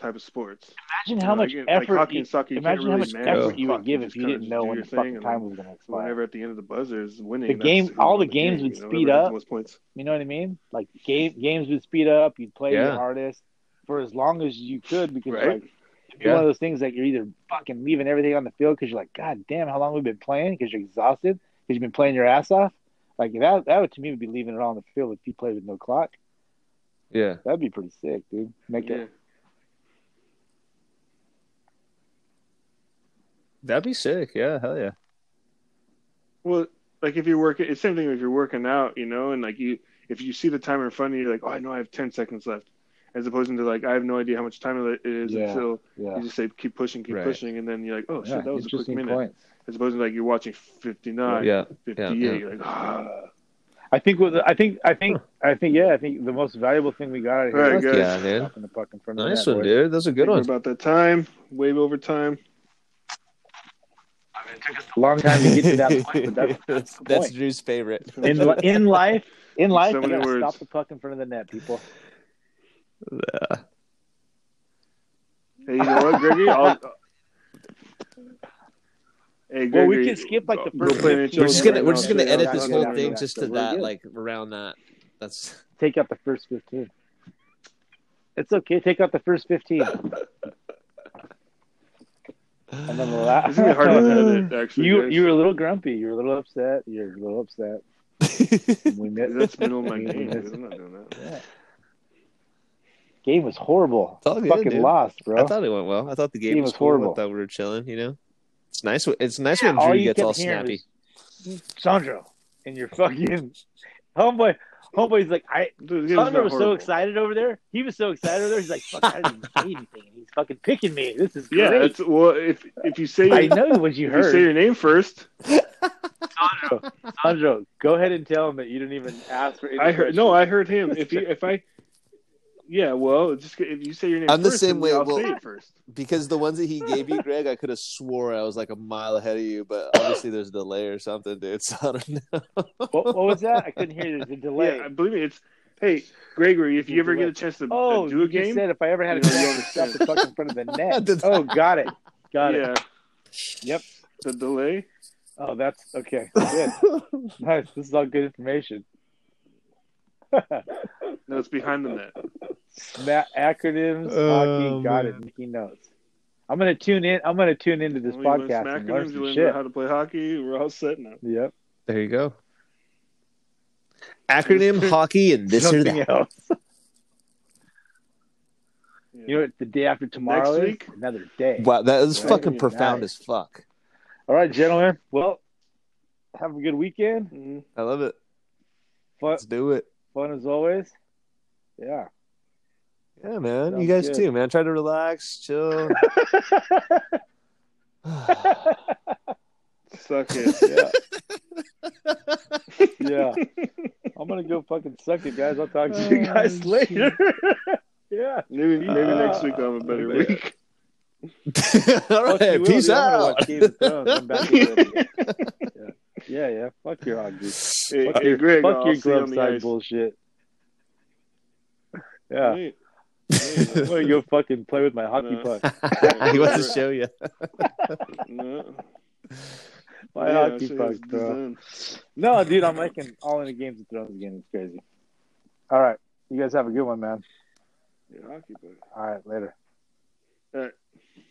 A: type of sports.
B: Imagine how much
A: like, like
B: effort.
A: hockey
B: You,
A: and soccer, you
B: imagine
A: can't
B: how
A: really
B: much
A: manage the
B: effort you
A: clock.
B: would give
A: You
B: if
A: just
B: you
A: kinda
B: didn't
A: just
B: know
A: do
B: when
A: your
B: the
A: thing,
B: fucking
A: and
B: time
A: then
B: was gonna expire.
A: Whenever at the end of the buzzer is winning,
B: The
A: that's
B: game-
A: who
B: all
A: won
B: the
A: game,
B: games would
A: you know,
B: speed
A: whoever has the
B: up.
A: most points.
B: You know what I mean? Like game, games would speed up. You'd play your
C: Yeah.
B: hardest for as long as you could because
A: Right.
B: like it'd be
C: Yeah.
B: one of those things that you're either fucking leaving everything on the field because you're like, God damn, how long we've been playing because you're exhausted because you've been playing your ass off. Like that, that would to me would be leaving it all on the field if you played with no clock.
C: Yeah,
B: That'd be pretty sick, dude. Make
A: Yeah.
B: it
C: that'd be sick. Yeah, hell yeah.
A: Well, like if you're working, it's same thing if you're working out, you know, and like you, if you see the timer in front of you, you're like, oh, I know I have ten seconds left, as opposed to like I have no idea how much time it is
B: Yeah.
A: until
B: yeah.
A: you just say keep pushing, keep
C: Right.
A: pushing, and then you're like, oh shit,
B: Yeah,
A: that was a quick
B: interesting
A: minute,
B: points.
A: as opposed to like you're watching 59,
C: Yeah,
A: 58,
C: yeah.
A: you're like, ah,
B: I think with I think I think I think yeah I think the most valuable thing we got out of here
A: All right,
B: was
A: guys.
C: Yeah, dude.
B: stopping the puck in front of the
C: nice
B: net,
C: one,
B: boys.
C: dude. Those are good
A: think we're
C: ones.
A: about that time, wave over time.
B: Long time to get to that point, but that's, that's the
C: That's
B: point.
C: Drew's favorite.
B: in li- in life in life
A: So
B: you
A: many
B: gotta
A: words.
B: stop the puck in front of the net people
A: Hey, you know what, Gregory? I'll... Hey, Gregory,
B: Well, we can skip, like, the
A: go
B: first
A: play
B: fifteen
A: NHL
C: We're just gonna
A: right
C: we're
A: now,
C: just
A: so
C: gonna
A: you don't
C: edit
A: have
C: this
A: to
C: whole
A: get
C: thing
A: out of
C: just
A: that.
C: to
A: We're
C: that,
A: good.
C: like around that. That's
B: take out the first 15 it's okay take out the first 15 and then the last
A: It's gonna be hard to edit, actually.
B: you
A: guys.
B: you were a little grumpy you were a little upset you're a little upset we missed
A: That's the middle of my
B: we
A: game.
B: missed-
A: dude. I'm not doing that.
B: game was horrible
C: It's all good,
B: fucking
C: dude.
B: lost bro
C: I thought it went well. I thought the game,
B: Game
C: was,
B: was
C: cool.
B: horrible.
C: I thought we were chilling. You know, it's nice. when- It's nice when
B: all
C: Drew
B: you
C: gets
B: kept
C: all
B: hearing
C: snappy.
B: was, Sandro and your fucking homeboy Homeboy's like, I
A: Dude, the game's
B: Connor
A: not
B: was so
A: horrible.
B: excited over there. He was so excited over there. He's like, fuck, I didn't even say anything. And he's fucking picking me. This is
A: Yeah,
B: great.
A: it's, well, if if you say your,
B: I
A: if
B: know what you
A: you say
B: heard.
A: your name first,
B: Sandro, go ahead and tell him that you didn't even ask for any
A: I heard no, I heard him. If you if I, yeah, well, just if you say your name,
C: I'm the
A: first,
C: same
A: then
C: way,
A: I'll
C: well-
A: say it first.
C: because the ones that he gave you, Greg, I could have swore I was like a mile ahead of you, but obviously there's a delay or something, dude. So I don't know.
B: questions. What, what was that? I couldn't hear. There's a delay.
A: Yeah, believe me, it's hey Gregory. If you
B: You
A: ever
B: do
A: get
B: it.
A: a chance to uh,
B: oh,
A: do a
B: you
A: game,
B: said if I ever had a
A: You know,
B: delay,
A: you
B: to stop
A: understand.
B: the fuck in front of the net.
C: Did
B: Oh, got it. Got it.
A: yeah,
B: Yep.
A: the delay.
B: Oh, that's okay. Good. nice. This is all good information.
A: No, it's behind the net.
B: Sma- acronyms,
C: Oh,
B: hockey, got it. Making notes. I'm gonna tune in. I'm gonna tune into this
A: Well, you learn
B: podcast
A: some
B: and
A: acronyms,
B: learn
A: you
B: some
A: learn
B: shit.
A: how to play hockey. We're all set now.
B: Yep.
C: There you go. Acronym hockey and this or
B: Something
C: that.
B: else.
A: Yeah.
B: You know what? The day after
A: Next
B: tomorrow is
A: week?
B: another day.
C: Wow, that is
B: Right.
C: fucking profound
B: Nice.
C: as fuck.
B: All right, gentlemen. Well, have a good weekend.
A: Mhm.
C: I love it.
B: Fun,
C: Let's do it.
B: fun as always. Yeah.
C: Yeah, man.
B: Sounds
C: you guys
B: good.
C: too, man. Try to relax, chill.
A: Suck it.
B: yeah. yeah. I'm gonna go fucking suck it, guys. I'll talk to
A: Oh,
B: you guys later. yeah.
A: Maybe maybe next week I'll have a better
B: Uh,
A: week.
B: Fuck
C: All
B: you,
C: right,
B: Will,
C: peace
B: dude. I'm gonna
C: out.
B: watch Game of Thrones. I'm back to it. yeah. yeah, yeah. Fuck your hog, dude.
A: Hey,
B: Fuck
A: hey,
B: your,
A: Greg,
B: fuck
A: I'll
B: your
A: see you on
B: glove
A: the
B: side
A: ice.
B: bullshit. Yeah.
A: Wait. Wait.
B: I'm gonna go fucking play with my hockey
A: No.
B: puck.
C: he wants to show you.
A: No.
B: My
A: Yeah, I'll
B: hockey
A: show you
B: puck,
A: this
B: bro.
A: design.
B: No, dude, I'm liking all in the games of Thrones again. It's crazy. All right. You guys have a good one, man.
A: Your hockey puck.
B: All right, later.
A: All right.